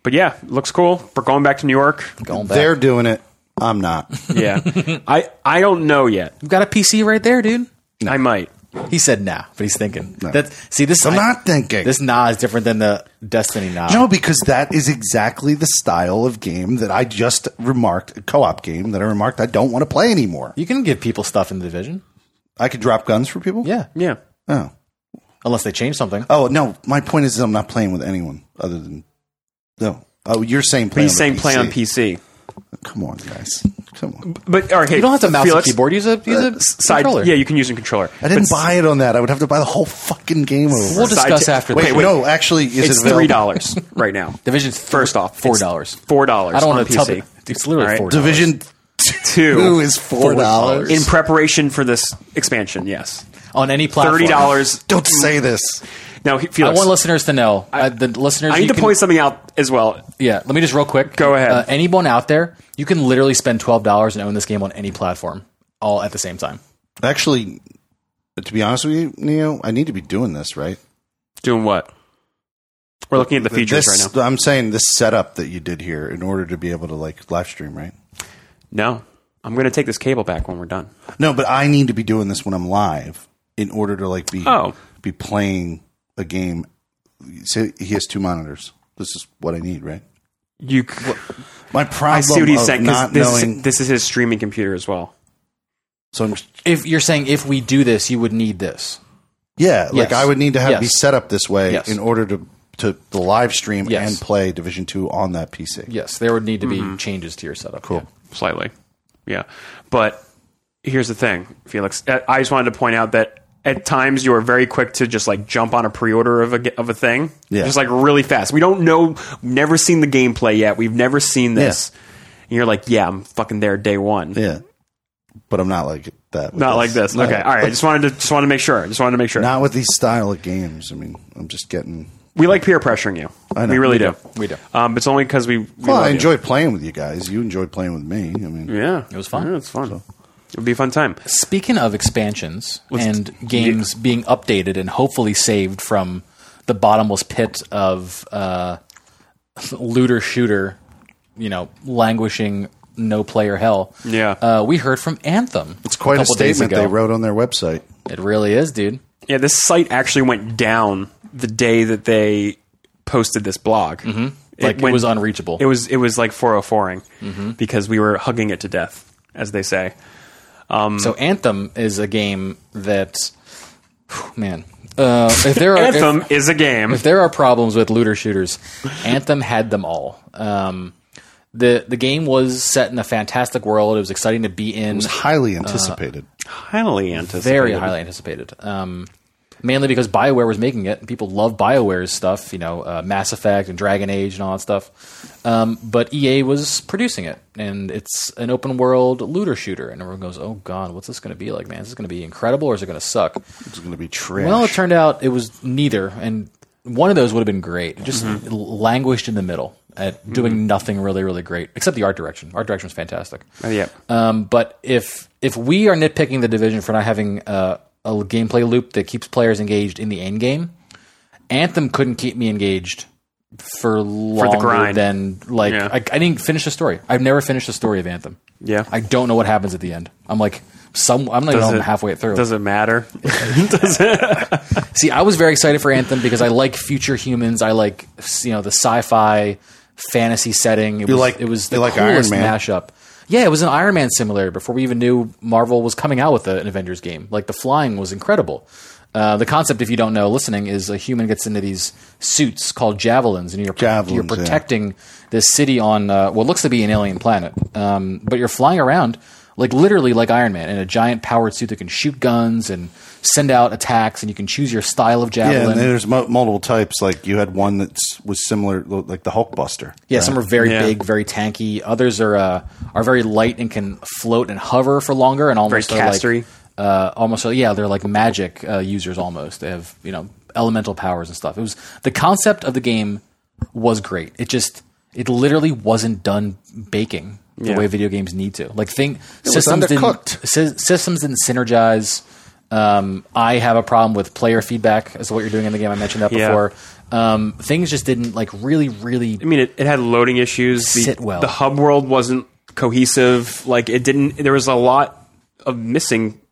[SPEAKER 2] But yeah, looks cool. We're going back to New York.
[SPEAKER 3] Going back.
[SPEAKER 1] They're doing it. I'm not.
[SPEAKER 2] Yeah, I I don't know yet.
[SPEAKER 3] You've got a PC right there, dude.
[SPEAKER 2] I might.
[SPEAKER 3] He said nah, but he's thinking. That see this.
[SPEAKER 1] I'm
[SPEAKER 3] I-
[SPEAKER 1] not thinking.
[SPEAKER 3] This nah is different than the Destiny nah.
[SPEAKER 1] No, because that is exactly the style of game that I just remarked, a co-op game that I remarked I don't want to play anymore.
[SPEAKER 3] You can give people stuff in the division.
[SPEAKER 1] I could drop guns for people?
[SPEAKER 3] Yeah,
[SPEAKER 2] Yeah.
[SPEAKER 1] Oh.
[SPEAKER 3] unless they change something.
[SPEAKER 1] Oh, no, my point is I'm not playing with anyone other than No. Oh, you're saying play
[SPEAKER 2] He's
[SPEAKER 1] on
[SPEAKER 2] saying
[SPEAKER 1] the PC.
[SPEAKER 2] play on PC.
[SPEAKER 1] Come on, guys. Come on.
[SPEAKER 2] But all right, hey,
[SPEAKER 3] You don't have to mouse
[SPEAKER 2] Felix, Uh,
[SPEAKER 3] and keyboard. Use a use a
[SPEAKER 2] Side,
[SPEAKER 3] controller.
[SPEAKER 2] yeah, you can use a controller.
[SPEAKER 1] I didn't buy it on that. I would have to buy the whole fucking game over.
[SPEAKER 3] we'll discuss
[SPEAKER 2] Side-
[SPEAKER 3] after.
[SPEAKER 1] wait,
[SPEAKER 3] this.
[SPEAKER 2] wait.
[SPEAKER 1] no, actually, is
[SPEAKER 2] It's
[SPEAKER 1] it available?
[SPEAKER 2] three dollars right now.
[SPEAKER 3] Division's
[SPEAKER 2] First off,
[SPEAKER 3] four
[SPEAKER 2] it's
[SPEAKER 3] dollars.
[SPEAKER 2] Four dollars.
[SPEAKER 3] I don't
[SPEAKER 2] on
[SPEAKER 3] want to tell
[SPEAKER 2] PC.
[SPEAKER 3] the- It's literally
[SPEAKER 2] All right.
[SPEAKER 3] four dollars.
[SPEAKER 1] Division
[SPEAKER 2] Two
[SPEAKER 1] two is four dollars.
[SPEAKER 2] in preparation for this expansion. Yes,
[SPEAKER 3] on any platform.
[SPEAKER 2] thirty dollars.
[SPEAKER 1] Don't
[SPEAKER 2] Mm.
[SPEAKER 1] say this.
[SPEAKER 2] Now, he-
[SPEAKER 3] I
[SPEAKER 2] Felix,
[SPEAKER 3] want listeners to know. uh, the listeners,
[SPEAKER 2] I need
[SPEAKER 3] you
[SPEAKER 2] to
[SPEAKER 3] can-
[SPEAKER 2] point something out as well.
[SPEAKER 3] Yeah, let me just real quick.
[SPEAKER 2] Go ahead.
[SPEAKER 3] Uh, anyone out there, you can literally spend twelve dollars and own this game on any platform, all at the same time.
[SPEAKER 1] Actually, to be honest with you, Neo, I need to be doing this, right?
[SPEAKER 2] Doing what? We're looking at the features
[SPEAKER 1] this,
[SPEAKER 2] right now.
[SPEAKER 1] I'm saying this setup that you did here in order to be able to like live stream, right?
[SPEAKER 2] No, I'm going to take this cable back when we're done.
[SPEAKER 1] No, but I need to be doing this when I'm live in order to like be
[SPEAKER 2] Oh.
[SPEAKER 1] be playing a game so he has two monitors. This is what I need, right?
[SPEAKER 2] You,
[SPEAKER 1] My problem
[SPEAKER 2] I see what he's
[SPEAKER 1] of
[SPEAKER 2] saying because
[SPEAKER 1] not
[SPEAKER 2] this,
[SPEAKER 1] knowing.
[SPEAKER 2] is- this is his streaming computer as well.
[SPEAKER 1] so I'm,
[SPEAKER 3] If you're saying if we do this, you would need this.
[SPEAKER 1] yeah, like I
[SPEAKER 3] Yes.
[SPEAKER 1] would need to have
[SPEAKER 3] Yes.
[SPEAKER 1] be set up this way
[SPEAKER 3] Yes.
[SPEAKER 1] in order to to the live stream
[SPEAKER 3] Yes.
[SPEAKER 1] and play Division Two on that PC.
[SPEAKER 3] Yes, there would need to be
[SPEAKER 1] Mm-hmm.
[SPEAKER 3] changes to your setup. Cool.
[SPEAKER 2] slightly. Yeah. But here's the thing, Felix. I I just wanted to point out that at times you are very quick to just like jump on a pre-order of a ge- of a thing,
[SPEAKER 1] Yeah.
[SPEAKER 2] just like really fast. We don't know, we've never seen the gameplay yet. We've never seen this. And you're like, yeah, I'm fucking there day one.
[SPEAKER 1] Yeah, but I'm not like that. with
[SPEAKER 2] Not like this.
[SPEAKER 1] No.
[SPEAKER 2] Okay, all right. I just wanted to just wanted to make sure. I just wanted to make sure.
[SPEAKER 1] Not with these style of games. I mean, I'm just getting.
[SPEAKER 2] we like peer pressuring you.
[SPEAKER 1] I know.
[SPEAKER 2] We really
[SPEAKER 1] We
[SPEAKER 2] do.
[SPEAKER 3] We do.
[SPEAKER 2] Um, it's only because we, we
[SPEAKER 1] Well,
[SPEAKER 2] love
[SPEAKER 1] I
[SPEAKER 2] you.
[SPEAKER 1] enjoy playing with you guys. You enjoy playing with me. I mean,
[SPEAKER 2] Yeah,
[SPEAKER 3] It was fun.
[SPEAKER 2] Yeah, it's fun. It would be a fun time.
[SPEAKER 3] Speaking of expansions and games being updated and hopefully saved from the bottomless pit of uh, looter shooter, you know, languishing no player hell.
[SPEAKER 2] Yeah.
[SPEAKER 3] uh, we heard from Anthem.
[SPEAKER 1] it's quite a,
[SPEAKER 3] couple days
[SPEAKER 1] statement
[SPEAKER 3] ago.
[SPEAKER 1] they wrote on their website.
[SPEAKER 3] It really is, dude.
[SPEAKER 2] Yeah, this site actually went down the day that they posted this blog. Mm-hmm.
[SPEAKER 3] Like it, was Mm-hmm. unreachable.
[SPEAKER 2] It was it was like 404ing because we were hugging it to death, as they say.
[SPEAKER 3] so Anthem is a game that, whew, man, uh, if there are if-
[SPEAKER 2] Anthem is a game.
[SPEAKER 3] if there are problems with looter shooters, Anthem had them all. Um, the the game was set in a fantastic world. It was exciting to be in, Uh,
[SPEAKER 1] Highly anticipated.
[SPEAKER 2] highly anticipated.
[SPEAKER 3] very highly anticipated. Um, mainly because Bioware was making it. People love Bioware's stuff, you know, uh, Mass Effect and Dragon Age and all that stuff. Um, but EA was producing it, and it's an open world looter shooter. And everyone goes, "Oh God, what's this going to be like, man? Is this going to be incredible, or is it going to suck?"
[SPEAKER 1] it's going to be trash.
[SPEAKER 3] Well, it turned out it was neither, and one of those would have been great. It just
[SPEAKER 2] Mm-hmm.
[SPEAKER 3] l- languished in the middle at doing nothing really, really great, except the art direction. Art direction was fantastic.
[SPEAKER 2] Uh, yeah.
[SPEAKER 3] Um, but if if we are nitpicking the division for not having uh, a l- gameplay loop that keeps players engaged in the end game, Anthem couldn't keep me engaged for longer
[SPEAKER 2] grind.
[SPEAKER 3] than like
[SPEAKER 2] Yeah.
[SPEAKER 3] I, I didn't finish the story. I've never finished the story of Anthem.
[SPEAKER 2] Yeah.
[SPEAKER 3] I don't know what happens at the end. I'm like some. I'm not
[SPEAKER 2] Does
[SPEAKER 3] even
[SPEAKER 2] it-
[SPEAKER 3] halfway through.
[SPEAKER 2] Does it matter?
[SPEAKER 3] See, I was very excited for Anthem because I like future humans. I like you know the sci-fi fantasy setting. It was,
[SPEAKER 1] like-
[SPEAKER 3] it was the
[SPEAKER 1] you like Iron
[SPEAKER 3] coolest
[SPEAKER 1] Man.
[SPEAKER 3] mashup. Yeah, it was an Iron Man simulator before we even knew Marvel was coming out with a- an Avengers game. Like the flying was incredible. Uh, the concept, if you don't know, listening is a human gets into these suits called javelins, and you're you're
[SPEAKER 1] Javelins, yeah.
[SPEAKER 3] protecting this city on uh, what looks to be an alien planet. Um, but you're flying around like literally like Iron Man in a giant powered suit that can shoot guns and send out attacks, and you can choose your style of
[SPEAKER 1] yeah,
[SPEAKER 3] javelin.
[SPEAKER 1] and there's mu- multiple types. Like you had one that was similar, like the Hulkbuster.
[SPEAKER 3] Yeah, some are very
[SPEAKER 2] Yeah.
[SPEAKER 3] big, very tanky. Others are uh, are very light and can float and hover for longer and almost are
[SPEAKER 2] castery.
[SPEAKER 3] like uh, almost yeah, they're like magic uh, users almost. They have you know elemental powers and stuff. It was the concept of the game was great. It just it literally wasn't done baking the
[SPEAKER 2] Yeah.
[SPEAKER 3] way video games need to. Like think systems
[SPEAKER 1] undercooked.
[SPEAKER 3] didn't sy- systems didn't synergize. Um, I have a problem with player feedback as to what you're doing in the game. I mentioned that
[SPEAKER 2] Yeah.
[SPEAKER 3] before. Um, things just didn't like really, really
[SPEAKER 2] I mean, it, it had loading issues. The,
[SPEAKER 3] Sit well.
[SPEAKER 2] The hub world wasn't cohesive. Like it didn't. There was a lot of missing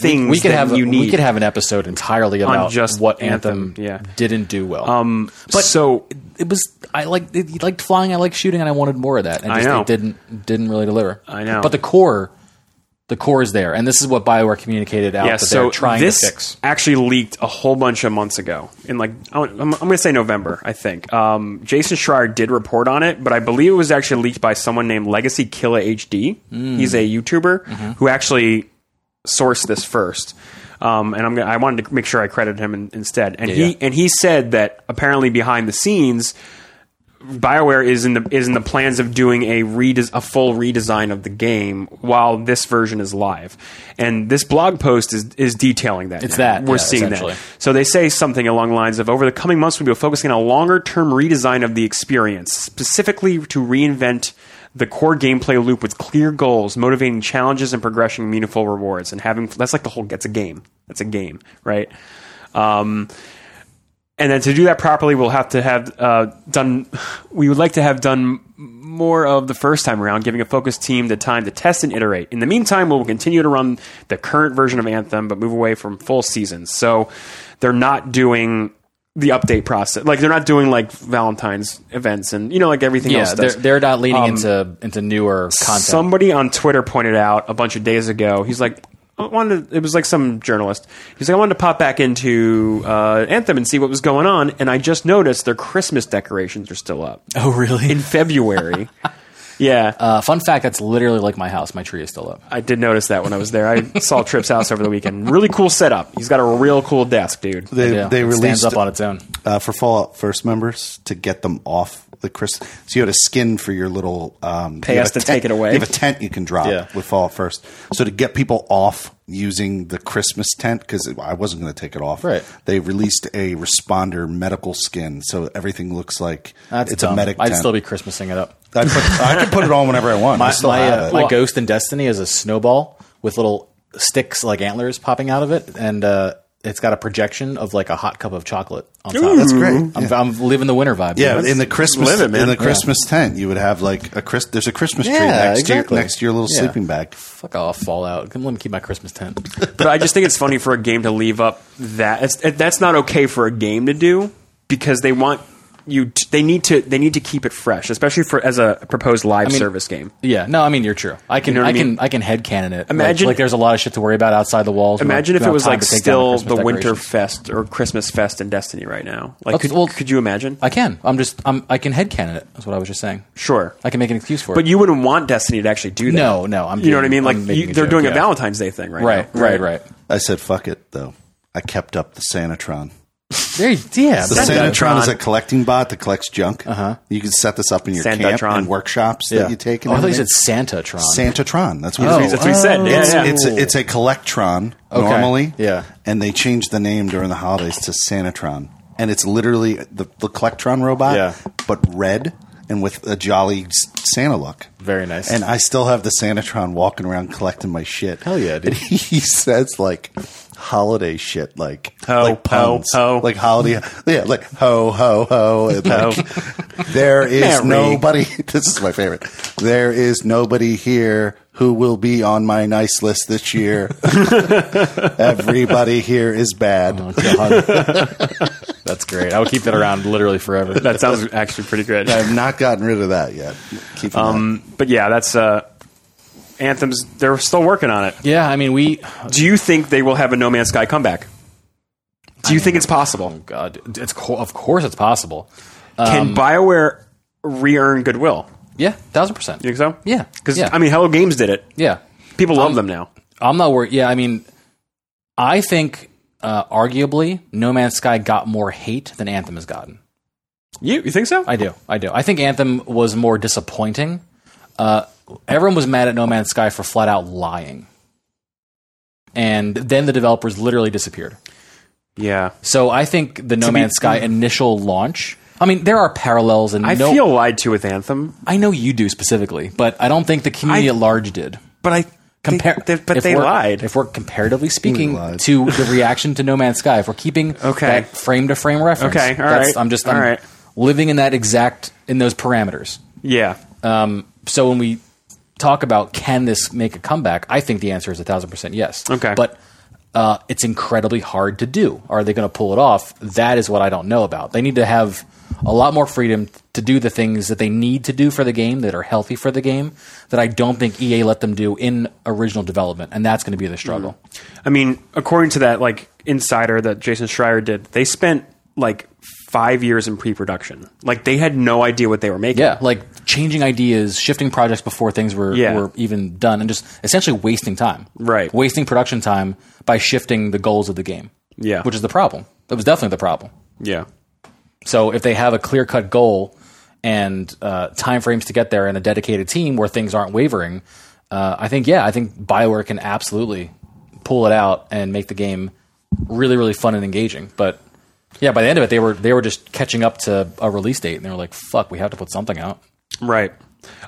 [SPEAKER 2] things.
[SPEAKER 3] we could
[SPEAKER 2] that
[SPEAKER 3] have
[SPEAKER 2] you need.
[SPEAKER 3] we could have an episode entirely about
[SPEAKER 2] just
[SPEAKER 3] just what
[SPEAKER 2] Anthem,
[SPEAKER 3] Anthem,
[SPEAKER 2] yeah.
[SPEAKER 3] didn't do well.
[SPEAKER 2] Um, but so
[SPEAKER 3] it was I like it, liked flying, I liked shooting, and I wanted more of that. And
[SPEAKER 2] I
[SPEAKER 3] just,
[SPEAKER 2] know.
[SPEAKER 3] it didn't didn't really deliver.
[SPEAKER 2] I know.
[SPEAKER 3] but the core, the core is there, and this is what Bioware communicated out
[SPEAKER 2] yeah,
[SPEAKER 3] that
[SPEAKER 2] so
[SPEAKER 3] they're trying
[SPEAKER 2] this
[SPEAKER 3] to fix.
[SPEAKER 2] actually leaked a whole bunch of months ago. In like, I want- I'm, I'm going to say November, I think. Um, Jason Schreier did report on it, but I believe it was actually leaked by someone named Legacy Killa HD.
[SPEAKER 3] Hmm.
[SPEAKER 2] He's a YouTuber
[SPEAKER 3] Mm-hmm.
[SPEAKER 2] who actually sourced this first. Um, and I'm gonna, I wanted to make sure I credited him in, instead. And he
[SPEAKER 3] yeah.
[SPEAKER 2] and he said that apparently behind the scenes, BioWare is in the is in the plans of doing a redes- a full redesign of the game while this version is live, and this blog post is is detailing that.
[SPEAKER 3] It's
[SPEAKER 2] now.
[SPEAKER 3] that,
[SPEAKER 2] we're
[SPEAKER 3] yeah,
[SPEAKER 2] seeing
[SPEAKER 3] essentially.
[SPEAKER 2] that. So they say something along the lines of over the coming months we'll be focusing on a longer term redesign of the experience, specifically to reinvent the core gameplay loop with clear goals, motivating challenges, and progressing meaningful rewards, and having that's like the whole. That's a game. That's a game, right? Um, and then to do that properly, we'll have to have uh, done. We would like to have done more of the first time around, giving a focused team the time to test and iterate. In the meantime, we'll continue to run the current version of Anthem, but move away from full seasons. So they're not doing the update process. Like they're not doing like Valentine's events and you know like everything
[SPEAKER 3] Yeah,
[SPEAKER 2] else
[SPEAKER 3] they're,
[SPEAKER 2] does. Um,
[SPEAKER 3] they're not leaning into into newer content.
[SPEAKER 2] Somebody on Twitter pointed out a bunch of days ago. He's like, I wanted. It was like some journalist. He's like, I wanted to pop back into uh, Anthem and see what was going on, and I just noticed their Christmas decorations are still up
[SPEAKER 3] oh, really?
[SPEAKER 2] in February. yeah,
[SPEAKER 3] Uh, fun fact: That's literally like my house. My tree is still up.
[SPEAKER 2] I did notice that when I was there. I saw Tripp's house over the weekend. Really cool setup. He's got a real cool desk, dude.
[SPEAKER 1] They,
[SPEAKER 3] Yeah,
[SPEAKER 1] they
[SPEAKER 3] it
[SPEAKER 1] released
[SPEAKER 3] stands up on its own.
[SPEAKER 1] uh, for Fallout First members to get them off the Chris. So you had a skin for your little um,
[SPEAKER 2] Pay
[SPEAKER 1] you
[SPEAKER 2] us
[SPEAKER 1] have a
[SPEAKER 2] to
[SPEAKER 1] tent-
[SPEAKER 2] take it away.
[SPEAKER 1] You have a tent you can drop
[SPEAKER 3] Yeah.
[SPEAKER 1] with Fallout First. So to get people off using the Christmas tent because I wasn't going to take it off.
[SPEAKER 3] Right.
[SPEAKER 1] They released a responder medical skin, so everything looks like
[SPEAKER 3] That's
[SPEAKER 1] it's
[SPEAKER 3] dumb.
[SPEAKER 1] a medic.
[SPEAKER 3] um, I'd
[SPEAKER 1] tent.
[SPEAKER 3] still be Christmasing it up.
[SPEAKER 1] I, put, I could put it on whenever I want. I
[SPEAKER 3] My,
[SPEAKER 1] still
[SPEAKER 3] my,
[SPEAKER 1] have
[SPEAKER 3] uh,
[SPEAKER 1] it.
[SPEAKER 3] my ghost in Destiny is a snowball with little sticks like antlers popping out of it, and uh, it's got a projection of like a hot cup of chocolate on top.
[SPEAKER 1] That's great.
[SPEAKER 3] I'm, I'm living the winter vibe.
[SPEAKER 1] Yeah,
[SPEAKER 3] dude.
[SPEAKER 1] in the Christmas
[SPEAKER 2] live it, man.
[SPEAKER 1] in the Christmas tent, you would have like a Chris. There's a Christmas tree
[SPEAKER 3] Yeah,
[SPEAKER 1] next to
[SPEAKER 3] exactly.
[SPEAKER 1] your, next to your little
[SPEAKER 3] Yeah.
[SPEAKER 1] sleeping bag.
[SPEAKER 3] fuck off, Fallout. Come let me keep my Christmas tent.
[SPEAKER 2] but I just think it's funny for a game to leave up that. It's, it- that's not okay for a game to do because they want you. T- they need to. They need to keep it fresh, especially for as a proposed live
[SPEAKER 3] mean,
[SPEAKER 2] service game.
[SPEAKER 3] Yeah, no, I mean you're true. I can,
[SPEAKER 2] know what
[SPEAKER 3] I,
[SPEAKER 2] I mean?
[SPEAKER 3] can, I can headcanon it. Like-
[SPEAKER 2] Imagine-
[SPEAKER 3] like, there's a lot of shit to worry about outside the walls. We don't-
[SPEAKER 2] Imagine
[SPEAKER 3] we
[SPEAKER 2] if
[SPEAKER 3] don't
[SPEAKER 2] it was
[SPEAKER 3] have time
[SPEAKER 2] like
[SPEAKER 3] to take down
[SPEAKER 2] still
[SPEAKER 3] Christmas
[SPEAKER 2] the winter
[SPEAKER 3] decorations.
[SPEAKER 2] fest or Christmas fest in Destiny right now. Like,
[SPEAKER 3] Let's-
[SPEAKER 2] could,
[SPEAKER 3] well-
[SPEAKER 2] could you imagine?
[SPEAKER 3] I can. I'm just. I'm, I can headcanon it. That's what I was just saying.
[SPEAKER 2] Sure.
[SPEAKER 3] I can make an excuse for it.
[SPEAKER 2] But you wouldn't want Destiny to actually do that.
[SPEAKER 3] No, no, I'm
[SPEAKER 2] you know what I mean.
[SPEAKER 3] being-
[SPEAKER 2] Like
[SPEAKER 3] I'm making
[SPEAKER 2] you,
[SPEAKER 3] a
[SPEAKER 2] they're
[SPEAKER 3] joke,
[SPEAKER 2] doing a
[SPEAKER 3] yeah.
[SPEAKER 2] Valentine's Day thing right.
[SPEAKER 3] right,
[SPEAKER 2] now.
[SPEAKER 3] right, right.
[SPEAKER 1] I said, "Fuck it," though. I kept up the Sanitron.
[SPEAKER 3] There, you- yeah.
[SPEAKER 1] The
[SPEAKER 3] that's-
[SPEAKER 1] Sanitron
[SPEAKER 2] Sandatron.
[SPEAKER 1] is a collecting bot that collects junk. Uh-huh. You can set this up in your camp
[SPEAKER 2] Sandatron.
[SPEAKER 1] and workshops
[SPEAKER 3] yeah.
[SPEAKER 1] that you take.
[SPEAKER 3] Oh,
[SPEAKER 1] And
[SPEAKER 3] I thought you
[SPEAKER 1] everything.
[SPEAKER 3] said Santatron.
[SPEAKER 1] Santatron. That's what
[SPEAKER 3] Oh,
[SPEAKER 1] it is.
[SPEAKER 2] That's what he said. Yeah,
[SPEAKER 1] It's,
[SPEAKER 2] yeah.
[SPEAKER 1] it's, a, it's a collectron normally.
[SPEAKER 3] Yeah.
[SPEAKER 1] And they changed the name during the holidays to Sanitron. And it's literally the, the collectron robot,
[SPEAKER 3] Yeah.
[SPEAKER 1] but red and with a jolly s- Santa look.
[SPEAKER 3] Very nice.
[SPEAKER 1] And I still have the Sanitron walking around collecting my shit.
[SPEAKER 3] Hell yeah, dude.
[SPEAKER 1] And he says like holiday shit, like
[SPEAKER 2] Ho,
[SPEAKER 1] like
[SPEAKER 2] ho,
[SPEAKER 1] puns,
[SPEAKER 2] ho.
[SPEAKER 1] like holiday, yeah, like ho ho ho. And like, there is
[SPEAKER 2] Merry.
[SPEAKER 1] nobody. This is my favorite. There is nobody here who will be on my nice list this year. Everybody here is bad.
[SPEAKER 3] Oh, God. That's great. I would keep that around literally forever.
[SPEAKER 2] That sounds actually pretty good.
[SPEAKER 1] I've not gotten rid of that yet. Keep um,
[SPEAKER 2] But yeah, that's uh, Anthem's. They're still working on it.
[SPEAKER 3] Yeah, I mean, we. oh,
[SPEAKER 2] Do you think they will have a No Man's Sky comeback? Do you think it's possible?
[SPEAKER 3] God, it's co- of course it's possible. um,
[SPEAKER 2] Can BioWare re-earn goodwill?
[SPEAKER 3] Yeah, thousand percent.
[SPEAKER 2] You think so?
[SPEAKER 3] Yeah,
[SPEAKER 2] Because
[SPEAKER 3] yeah. Um,
[SPEAKER 2] I mean, Hello Games did it.
[SPEAKER 3] yeah,
[SPEAKER 2] People love them now.
[SPEAKER 3] I'm not worried. Yeah, I mean, I think uh, arguably No Man's Sky got more hate than Anthem has gotten.
[SPEAKER 2] You you think so?
[SPEAKER 3] I do. I do. I think Anthem was more disappointing. Uh, everyone was mad at No Man's Sky for flat out lying. And then the developers literally disappeared.
[SPEAKER 2] yeah.
[SPEAKER 3] So I think the No Man's Sky initial launch. I mean, there are parallels, and
[SPEAKER 2] I
[SPEAKER 3] no,
[SPEAKER 2] feel lied to with Anthem,
[SPEAKER 3] I know you do specifically, but I don't think the community
[SPEAKER 2] I-
[SPEAKER 3] at large did.
[SPEAKER 2] but I
[SPEAKER 3] Compare,
[SPEAKER 2] they, they- but
[SPEAKER 3] if
[SPEAKER 2] they
[SPEAKER 3] we're-
[SPEAKER 2] lied.
[SPEAKER 3] If we're comparatively speaking
[SPEAKER 1] lied.
[SPEAKER 3] to the reaction to No Man's Sky, if we're keeping
[SPEAKER 2] Okay.
[SPEAKER 3] that frame to frame reference,
[SPEAKER 2] Okay, all
[SPEAKER 3] that's-
[SPEAKER 2] right,
[SPEAKER 3] I'm just
[SPEAKER 2] all
[SPEAKER 3] I'm
[SPEAKER 2] right.
[SPEAKER 3] living in that exact in those parameters.
[SPEAKER 2] yeah.
[SPEAKER 3] Um, so when we talk about can this make a comeback, I think the answer is a thousand percent yes.
[SPEAKER 2] Okay.
[SPEAKER 3] but uh, it's incredibly hard to do. Are they going to pull it off? That is what I don't know about. They need to have a lot more freedom to do the things that they need to do for the game that are healthy for the game that I don't think EA let them do in original development, and that's going to be the struggle.
[SPEAKER 2] I mean, according to that like insider that Jason Schreier did, they spent like five years in pre-production. Like they had no idea what they were making.
[SPEAKER 3] Yeah, like changing ideas, shifting projects before things were
[SPEAKER 2] Yeah.
[SPEAKER 3] were even done, and just essentially wasting time.
[SPEAKER 2] Right.
[SPEAKER 3] wasting production time by shifting the goals of the game.
[SPEAKER 2] Yeah.
[SPEAKER 3] which is the problem. That was definitely the problem.
[SPEAKER 2] yeah.
[SPEAKER 3] So if they have a clear cut goal and uh, time frames to get there and a dedicated team where things aren't wavering, uh, I think yeah, I think Bioware can absolutely pull it out and make the game really really fun and engaging. But yeah, by the end of it, they were they were just catching up to a release date, and they were like, "Fuck, we have to put something out."
[SPEAKER 2] Right.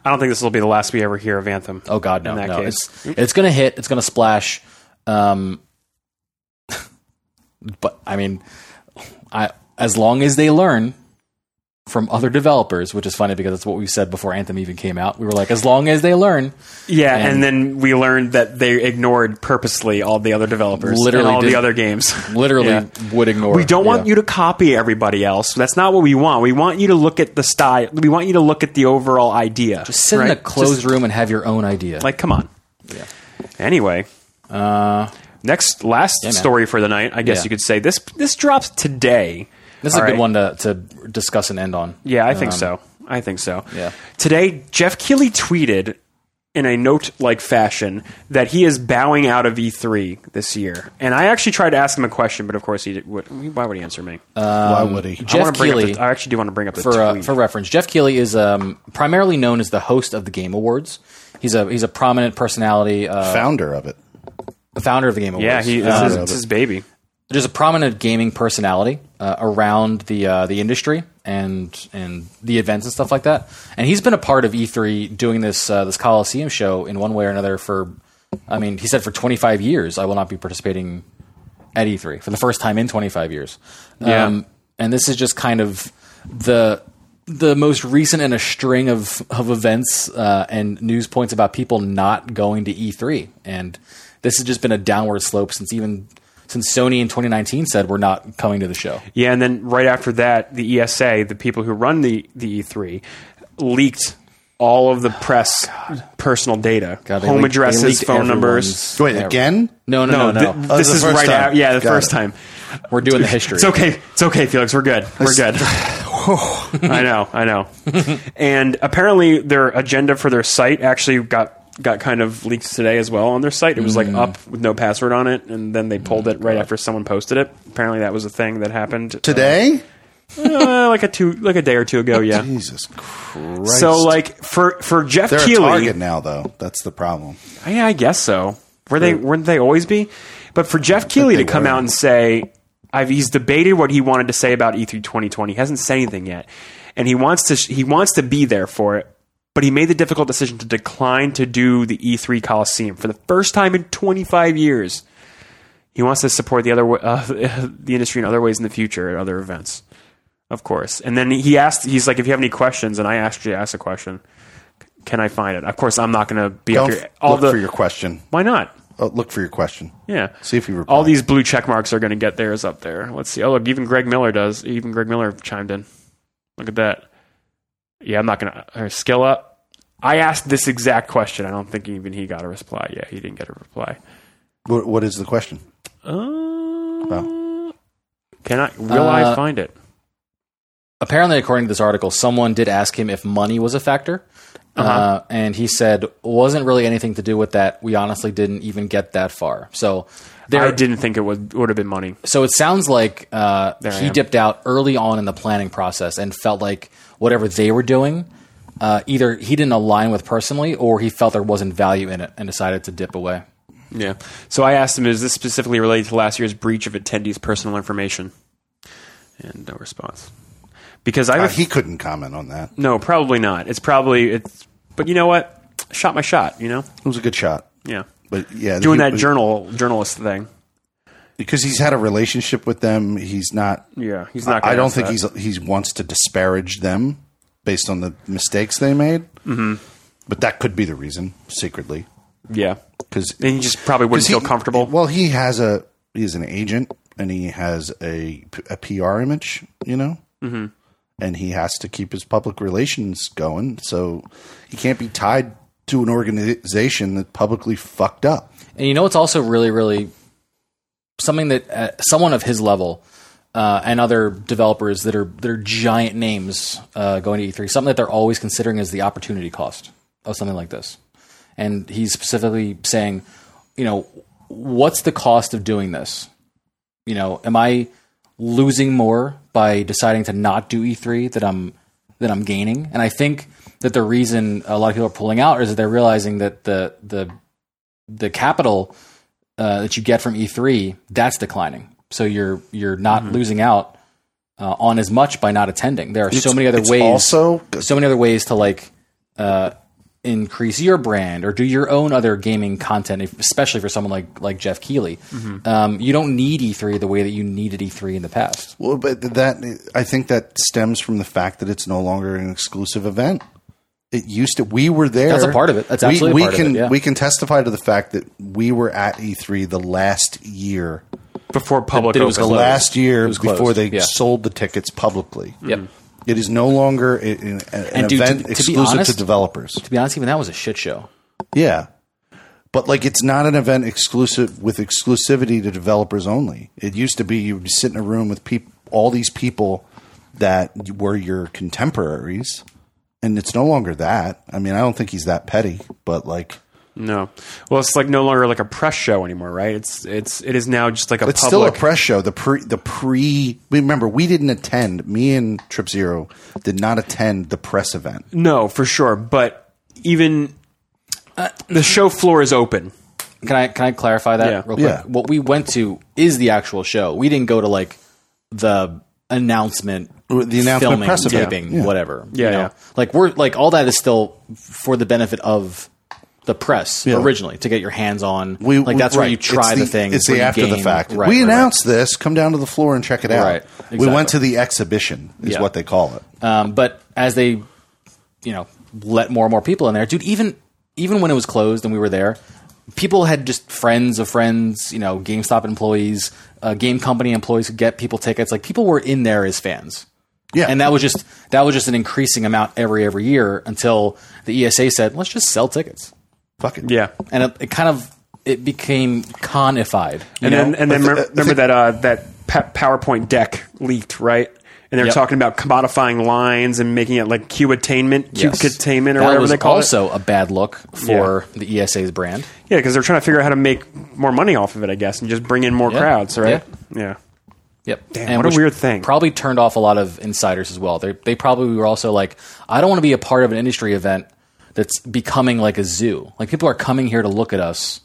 [SPEAKER 2] I don't think this will be the last we ever hear of Anthem.
[SPEAKER 3] Oh God, no,
[SPEAKER 2] In that
[SPEAKER 3] no.
[SPEAKER 2] case.
[SPEAKER 3] It's it's gonna hit. It's gonna splash. Um, but I mean, I as long as they learn from other developers, which is funny because that's what we said before Anthem even came out. We were like, as long as they learn,
[SPEAKER 2] Yeah, and,
[SPEAKER 3] And-
[SPEAKER 2] then we learned that they ignored purposely all the other developers,
[SPEAKER 3] Literally
[SPEAKER 2] and all the
[SPEAKER 3] didn't-
[SPEAKER 2] other games.
[SPEAKER 3] literally
[SPEAKER 2] Yeah.
[SPEAKER 3] would ignore.
[SPEAKER 2] We don't want
[SPEAKER 3] yeah.
[SPEAKER 2] you to copy everybody else. That's not what we want. We want you to look at the style. We want you to look at the overall idea. Just
[SPEAKER 3] sit in a closed room and have your own idea.
[SPEAKER 2] Like, come on. Anyway,
[SPEAKER 3] uh,
[SPEAKER 2] next last
[SPEAKER 3] man.
[SPEAKER 2] story for the night. I guess
[SPEAKER 3] Yeah.
[SPEAKER 2] you could say this. This drops today.
[SPEAKER 3] this is
[SPEAKER 2] All
[SPEAKER 3] a
[SPEAKER 2] right.
[SPEAKER 3] good one to, to discuss and end on.
[SPEAKER 2] Yeah, I think so. I think so.
[SPEAKER 3] Um, yeah.
[SPEAKER 2] Today, Jeff Keighley tweeted in a note-like fashion that he is bowing out of E3 this year. And I actually tried to ask him a question, but of course he did. What, why would he answer me?
[SPEAKER 1] Why would he?
[SPEAKER 2] I, wanna
[SPEAKER 3] Jeff
[SPEAKER 2] bring up
[SPEAKER 3] Keighley
[SPEAKER 2] the- I actually do want to bring up the
[SPEAKER 3] for uh,
[SPEAKER 2] tweet.
[SPEAKER 3] for reference, Jeff Keighley is um, primarily known as the host of the Game Awards. He's a he's a prominent personality, uh,
[SPEAKER 1] Founder of it.
[SPEAKER 3] founder of the Game Awards.
[SPEAKER 2] yeah, he,
[SPEAKER 3] Uh,
[SPEAKER 2] it's, his,
[SPEAKER 1] Um,
[SPEAKER 2] it's his baby.
[SPEAKER 3] there's a prominent gaming personality uh, around the uh, the industry and and the events and stuff like that. And he's been a part of E3 doing this uh, this Coliseum show in one way or another for, I mean, he said for 25 years I will not be participating at E3 for the first time in 25 years. Um,
[SPEAKER 2] Yeah.
[SPEAKER 3] and this is just kind of the the most recent in a string of of events uh, and news points about people not going to E3, and this has just been a downward slope since even since Sony in 2019 said we're not coming to the show.
[SPEAKER 2] Yeah, and then right after that, the ESA, the people who run the, the E3, leaked all of the press personal data,
[SPEAKER 3] God, they
[SPEAKER 2] home
[SPEAKER 3] leaked- they
[SPEAKER 2] addresses,
[SPEAKER 3] leaked
[SPEAKER 2] phone numbers.
[SPEAKER 3] everyone's-
[SPEAKER 1] Wait,
[SPEAKER 3] Yeah.
[SPEAKER 1] again?
[SPEAKER 3] No, no, no, no.
[SPEAKER 2] th-
[SPEAKER 1] Oh,
[SPEAKER 2] this
[SPEAKER 1] the
[SPEAKER 2] is
[SPEAKER 1] first
[SPEAKER 2] right
[SPEAKER 1] time.
[SPEAKER 2] out. Yeah, the
[SPEAKER 1] Got
[SPEAKER 2] first
[SPEAKER 1] it.
[SPEAKER 2] time.
[SPEAKER 3] we're doing the history.
[SPEAKER 2] It's okay. It's okay, Felix. We're good. We're good. I know. I know. and apparently, their agenda for their site actually got got kind of leaked today as well on their site. It was
[SPEAKER 1] Hmm.
[SPEAKER 2] like up with no password on it, and then they
[SPEAKER 1] Oh
[SPEAKER 2] pulled it right after someone posted it. Apparently, that was a thing that happened
[SPEAKER 1] Today?
[SPEAKER 2] uh, like a two like a day or two ago. Yeah.
[SPEAKER 1] Jesus Oh, Christ.
[SPEAKER 2] So like for for Jeff
[SPEAKER 1] They're a
[SPEAKER 2] Keeley,
[SPEAKER 1] target now, though. That's the problem.
[SPEAKER 2] yeah, I guess so. Were they? Weren't they always be? But for Jeff Keeley
[SPEAKER 1] they
[SPEAKER 2] to come
[SPEAKER 1] were.
[SPEAKER 2] out and say, I've, he's debated what he wanted to say about E E3 2020. He hasn't said anything yet, and he wants to. He wants to be there for it. But he made the difficult decision to decline to do the E3 Coliseum for the first time in 25 years. He wants to support the other wa- uh, the industry in other ways in the future at other events, of course. And then he asked, he's like, if you have any questions, and I actually asked a question. Can I find it? Of course, I'm not going to be up
[SPEAKER 1] Don't
[SPEAKER 2] here. All
[SPEAKER 1] look
[SPEAKER 2] the
[SPEAKER 1] for your question.
[SPEAKER 2] why not?
[SPEAKER 1] Oh, look for your question.
[SPEAKER 2] Yeah.
[SPEAKER 1] See if you reply.
[SPEAKER 2] All these blue check marks are going to get theirs up there. Let's see. Oh, look, even Greg Miller does. Even Greg Miller chimed in. Look at that. Yeah, I'm not going to skill up. I asked this exact question. I don't think even he got a reply. Yeah, he didn't get a reply.
[SPEAKER 1] What, what is the question?
[SPEAKER 2] Uh, Can I? Will I
[SPEAKER 3] Uh,
[SPEAKER 2] find it?
[SPEAKER 3] Apparently, according to this article, someone did ask him if money was a factor. Uh, and he said, wasn't really anything to do with that. We honestly didn't even get that far. So there,
[SPEAKER 2] I didn't think it would would have been money.
[SPEAKER 3] So it sounds like uh,
[SPEAKER 2] I
[SPEAKER 3] he
[SPEAKER 2] am.
[SPEAKER 3] dipped out early on in the planning process and felt like whatever they were doing, uh, either he didn't align with personally or he felt there wasn't value in it and decided to dip away.
[SPEAKER 2] Yeah. So I asked him, is this specifically related to last year's breach of attendees' personal information? And no response. Because I have
[SPEAKER 1] Uh,
[SPEAKER 2] a
[SPEAKER 1] he couldn't comment on that. It
[SPEAKER 2] No, probably not. It's probably it's. But you know what? Shot my shot. You know.
[SPEAKER 1] was a good shot.
[SPEAKER 2] Yeah.
[SPEAKER 1] But yeah,
[SPEAKER 2] Doing
[SPEAKER 1] he-
[SPEAKER 2] that journal journalist thing.
[SPEAKER 1] because he's had a relationship with them. He's not.
[SPEAKER 2] Yeah, he's not. Gonna
[SPEAKER 1] I don't
[SPEAKER 2] ask
[SPEAKER 1] think
[SPEAKER 2] that.
[SPEAKER 1] he's he wants to disparage them based on the mistakes they made. Mm-hmm. But that could be the reason secretly
[SPEAKER 2] Yeah.
[SPEAKER 1] because
[SPEAKER 2] And he just probably wouldn't feel comfortable.
[SPEAKER 1] Well, he has a he is an agent and he has a a PR image, you know, mm-hmm. and he has to keep his public relations going. So he can't be tied to an organization that publicly fucked up.
[SPEAKER 3] And you know, it's also really, really something that uh, someone of his level uh, and other developers that are that are giant names uh, going to E3, something that they're always considering is the opportunity cost of something like this. And he's specifically saying, you know, what's the cost of doing this? You know, am I losing more by deciding to not do E3 that I'm that I'm gaining? And I think that the reason a lot of people are pulling out is that they're realizing that the the the capital uh, that you get from E3 that's declining. So you're you're not losing out uh, on as much by not attending. There are so many other
[SPEAKER 1] It's
[SPEAKER 3] ways,
[SPEAKER 1] also
[SPEAKER 3] so many other ways to like uh, increase your brand or do your own other gaming content, if, especially for someone like like Jeff Keeley. Um, you don't need E3 the way that you needed E3 in the past.
[SPEAKER 1] Well, but that I think that stems from the fact that it's no longer an exclusive event. It used to. We were there.
[SPEAKER 3] That's a part of it. That's
[SPEAKER 1] We-
[SPEAKER 3] absolutely a
[SPEAKER 1] we
[SPEAKER 3] part of
[SPEAKER 1] can
[SPEAKER 3] it, yeah.
[SPEAKER 1] we can testify to the fact that we were at E3 the last year,
[SPEAKER 2] before public
[SPEAKER 3] That it was
[SPEAKER 1] the
[SPEAKER 2] opens.
[SPEAKER 3] closed.
[SPEAKER 1] last year
[SPEAKER 3] was closed,
[SPEAKER 1] before they
[SPEAKER 3] yeah.
[SPEAKER 1] sold the tickets publicly.
[SPEAKER 3] Yep.
[SPEAKER 1] It is no longer a- an, an
[SPEAKER 3] And dude, to-
[SPEAKER 1] event
[SPEAKER 3] to be
[SPEAKER 1] exclusive
[SPEAKER 3] honest-
[SPEAKER 1] to developers.
[SPEAKER 3] To be honest, even that was a shit show.
[SPEAKER 1] Yeah. But like it's not an event exclusive with exclusivity to developers only. It used to be you would sit in a room with peop- all these people that were your contemporaries and it's no longer that. I mean, I don't think he's that petty, but like
[SPEAKER 2] No, well, it's like no longer like a press show anymore, right? It's it's it is now just like a
[SPEAKER 1] it's still a
[SPEAKER 2] public.
[SPEAKER 1] press show. The pre the pre remember we didn't attend. Me and Trip Zero did not attend the press event.
[SPEAKER 2] no, for sure, but even uh, the show floor is open.
[SPEAKER 3] Can I can I clarify that
[SPEAKER 2] Yeah.
[SPEAKER 3] real quick?
[SPEAKER 1] Yeah.
[SPEAKER 3] What we went to is the actual show. We didn't go to like the announcement,
[SPEAKER 1] The announcement
[SPEAKER 3] filming,
[SPEAKER 1] press event.
[SPEAKER 3] taping,
[SPEAKER 1] Yeah.
[SPEAKER 3] whatever.
[SPEAKER 2] Yeah, yeah.
[SPEAKER 3] Like we're like all that is still for the benefit of the press
[SPEAKER 1] Yeah.
[SPEAKER 3] originally to get your hands on.
[SPEAKER 1] We,
[SPEAKER 3] like
[SPEAKER 1] we-
[SPEAKER 3] that's where
[SPEAKER 1] right.
[SPEAKER 3] you try
[SPEAKER 1] It's
[SPEAKER 3] the, thing.
[SPEAKER 1] It's
[SPEAKER 3] where
[SPEAKER 1] the
[SPEAKER 3] you
[SPEAKER 1] after the
[SPEAKER 3] gain-
[SPEAKER 1] fact.
[SPEAKER 3] Right,
[SPEAKER 1] we
[SPEAKER 3] right, right.
[SPEAKER 1] announced this. Come down to the floor and check it out.
[SPEAKER 3] Right.
[SPEAKER 1] We went
[SPEAKER 3] Exactly.
[SPEAKER 1] to the exhibition, is
[SPEAKER 3] Yeah.
[SPEAKER 1] what they call it.
[SPEAKER 3] Um, but as they, you know, let more and more people in there, dude. Even even when it was closed and we were there, people had just friends of friends, you know, GameStop employees, uh, game company employees could get people tickets. Like people were in there as fans.
[SPEAKER 1] Yeah.
[SPEAKER 3] And that was just that was just an increasing amount every every year until the ESA said, let's just sell tickets,
[SPEAKER 1] Fuck it.
[SPEAKER 2] Yeah,
[SPEAKER 3] and it, it kind of it became conified. you
[SPEAKER 2] and
[SPEAKER 3] know?
[SPEAKER 2] then and then
[SPEAKER 1] But the-
[SPEAKER 2] remember,
[SPEAKER 1] the
[SPEAKER 2] remember
[SPEAKER 1] thing-
[SPEAKER 2] that uh, that pa- PowerPoint deck leaked, right? And they're
[SPEAKER 3] Yep.
[SPEAKER 2] talking about commodifying lines and making it like cube attainment, cube
[SPEAKER 3] Yes.
[SPEAKER 2] attainment, or
[SPEAKER 3] that
[SPEAKER 2] whatever
[SPEAKER 3] was
[SPEAKER 2] they call it.
[SPEAKER 3] also a bad look for the ESA's brand.
[SPEAKER 2] Yeah, because they're trying to figure out how to make more money off of it, I guess, and just bring in more
[SPEAKER 3] Yeah.
[SPEAKER 2] crowds, right? Yeah.
[SPEAKER 3] Yep. Damn,
[SPEAKER 2] what a weird thing.
[SPEAKER 3] Probably turned off a lot of insiders as well. They they probably were also like, I don't want to be a part of an industry event that's becoming like a zoo. Like people are coming here to look at us.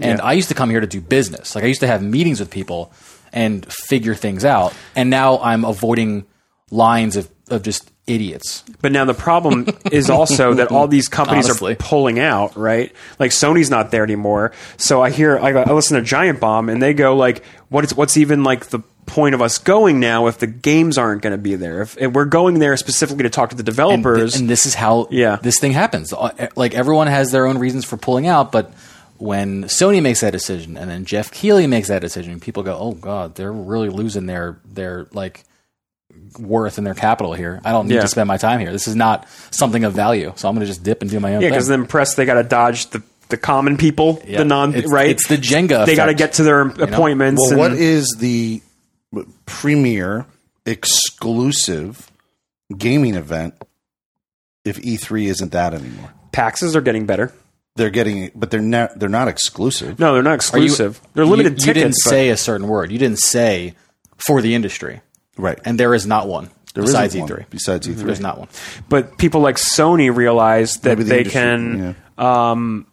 [SPEAKER 3] And
[SPEAKER 2] Yeah.
[SPEAKER 3] I used to come here to do business. Like I used to have meetings with people and figure things out. And now I'm avoiding lines of, of just idiots.
[SPEAKER 2] But now the problem is also that all these companies
[SPEAKER 3] Honestly.
[SPEAKER 2] are pulling out, right? Like Sony's not there anymore. So I hear I, I listen to Giant Bomb, and they go like, "What is what's even like the point of us going now if the games aren't going to be there? If, if we're going there specifically to talk to the
[SPEAKER 3] And, thi-
[SPEAKER 2] developers,
[SPEAKER 3] and this is how
[SPEAKER 2] Yeah.
[SPEAKER 3] this thing happens. Uh, Like everyone has their own reasons for pulling out, but when Sony makes that decision and then Jeff Keighley makes that decision, people go, "Oh God, they're really losing their their like worth and their capital here. I don't need
[SPEAKER 2] Yeah.
[SPEAKER 3] to spend my time here. This is not something of value, so I'm going to just dip and do my own
[SPEAKER 2] yeah,
[SPEAKER 3] thing."
[SPEAKER 2] because then press they got to dodge the the common people,
[SPEAKER 3] Yeah.
[SPEAKER 2] the non
[SPEAKER 3] It's-
[SPEAKER 2] right.
[SPEAKER 3] it's the Jenga
[SPEAKER 2] They got to
[SPEAKER 3] effect,
[SPEAKER 2] get to their appointments.
[SPEAKER 1] Well,
[SPEAKER 2] and-
[SPEAKER 1] what is the premier exclusive gaming event if E3 isn't that anymore?
[SPEAKER 2] taxes are getting better.
[SPEAKER 1] They're getting, but they're not. They're not exclusive.
[SPEAKER 2] No, they're not
[SPEAKER 3] Are you-
[SPEAKER 2] exclusive. they're
[SPEAKER 3] you-
[SPEAKER 2] limited
[SPEAKER 3] you,
[SPEAKER 2] tickets.
[SPEAKER 3] didn't
[SPEAKER 2] but-
[SPEAKER 3] say a certain word. You didn't say for the industry,
[SPEAKER 1] Right.
[SPEAKER 3] and there is not one
[SPEAKER 1] There isn't
[SPEAKER 3] besides E
[SPEAKER 1] one
[SPEAKER 3] E3.
[SPEAKER 1] Besides
[SPEAKER 2] E
[SPEAKER 1] E3,
[SPEAKER 3] There's not one.
[SPEAKER 2] but people like Sony realize that
[SPEAKER 1] Maybe the
[SPEAKER 2] they
[SPEAKER 1] industry,
[SPEAKER 2] can um,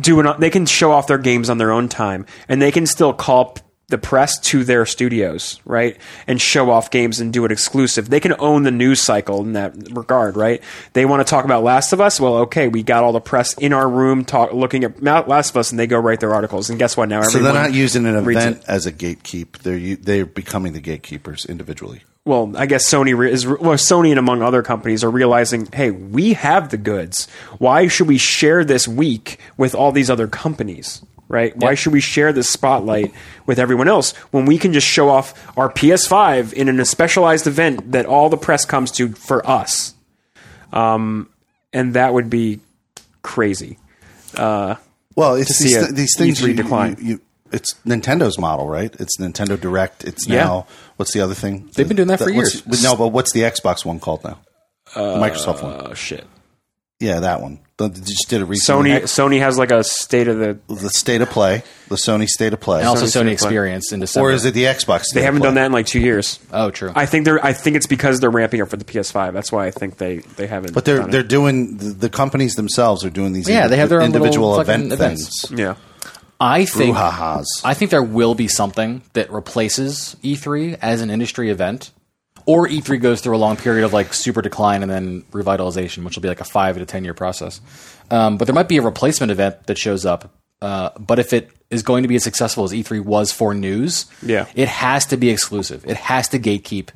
[SPEAKER 2] do an, they can show off their games on their own time, and they can still call p- the press to their studios, right, and show off games and do it exclusive. They can own the news cycle in that regard, right? They want to talk about Last of Us. Well, okay, we got all the press in our room talk, looking at Ma- Last of Us, and they go write their articles. And guess what? Now
[SPEAKER 1] So
[SPEAKER 2] everyone
[SPEAKER 1] they're not using an
[SPEAKER 2] reads
[SPEAKER 1] event
[SPEAKER 2] it.
[SPEAKER 1] as a gatekeep. They're u- they're becoming the gatekeepers individually.
[SPEAKER 2] well, I guess Sony re- is re- well, Sony and among other companies are realizing, hey, we have the goods. Why should we share this week with all these other companies? Right? Why should we share this spotlight with everyone else when we can just show off our PS5 in an- a specialized event that all the press comes to for us? Um, and that would be crazy.
[SPEAKER 1] Well, it's
[SPEAKER 2] see
[SPEAKER 1] these,
[SPEAKER 2] a
[SPEAKER 1] th- these
[SPEAKER 3] E
[SPEAKER 1] things
[SPEAKER 2] E3
[SPEAKER 1] you-
[SPEAKER 2] decline.
[SPEAKER 1] you- you- it's Nintendo's model, right? It's Nintendo Direct. It's
[SPEAKER 2] Yeah.
[SPEAKER 1] now what's the other thing?
[SPEAKER 3] They've been doing that for
[SPEAKER 1] what's-
[SPEAKER 3] years. Uh,
[SPEAKER 1] No, but what's the Xbox one called now? The Microsoft one.
[SPEAKER 2] Oh shit!
[SPEAKER 1] Yeah, that one. The- They just did a recent
[SPEAKER 2] Sony Sony has like a state of the.
[SPEAKER 1] the State of Play, the Sony State of Play,
[SPEAKER 3] And also
[SPEAKER 2] Sony's gonna
[SPEAKER 3] Sony
[SPEAKER 2] play.
[SPEAKER 3] Experience in December.
[SPEAKER 1] or is it the Xbox?
[SPEAKER 2] They haven't done that in like two years.
[SPEAKER 3] Oh, true.
[SPEAKER 2] I think they're. I think it's because they're ramping up for the PS5. That's why I think they they haven't.
[SPEAKER 1] But they're
[SPEAKER 2] done
[SPEAKER 1] they're doing the, the companies themselves are doing these.
[SPEAKER 3] Yeah, they have their own little
[SPEAKER 1] individual
[SPEAKER 3] fucking
[SPEAKER 1] event things.
[SPEAKER 3] events.
[SPEAKER 2] it. yeah.
[SPEAKER 3] I think
[SPEAKER 1] Brouhahas.
[SPEAKER 3] E I think there will be something that replaces E3 as an industry event, or E3 goes through a long period of like super decline and then revitalization, which will be like a five to ten year process. Um, but there might be a replacement event that shows up. Uh, but if it is going to be as successful as E3 was for news,
[SPEAKER 2] Yeah.
[SPEAKER 3] it has to be exclusive. It has to gatekeep.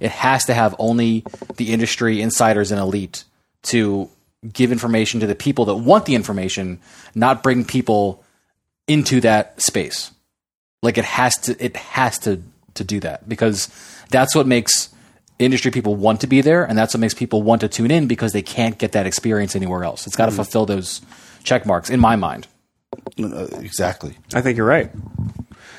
[SPEAKER 3] It has to have only the industry insiders and elite to give information to the people that want the information, not bring people into that space. Like it has to it has to to do that because that's what makes industry people want to be there and that's what makes people want to tune in because they can't get that experience anywhere else. It's got to
[SPEAKER 1] Mm-hmm.
[SPEAKER 3] fulfill those check marks in my mind.
[SPEAKER 1] Uh, exactly.
[SPEAKER 2] I think you're right.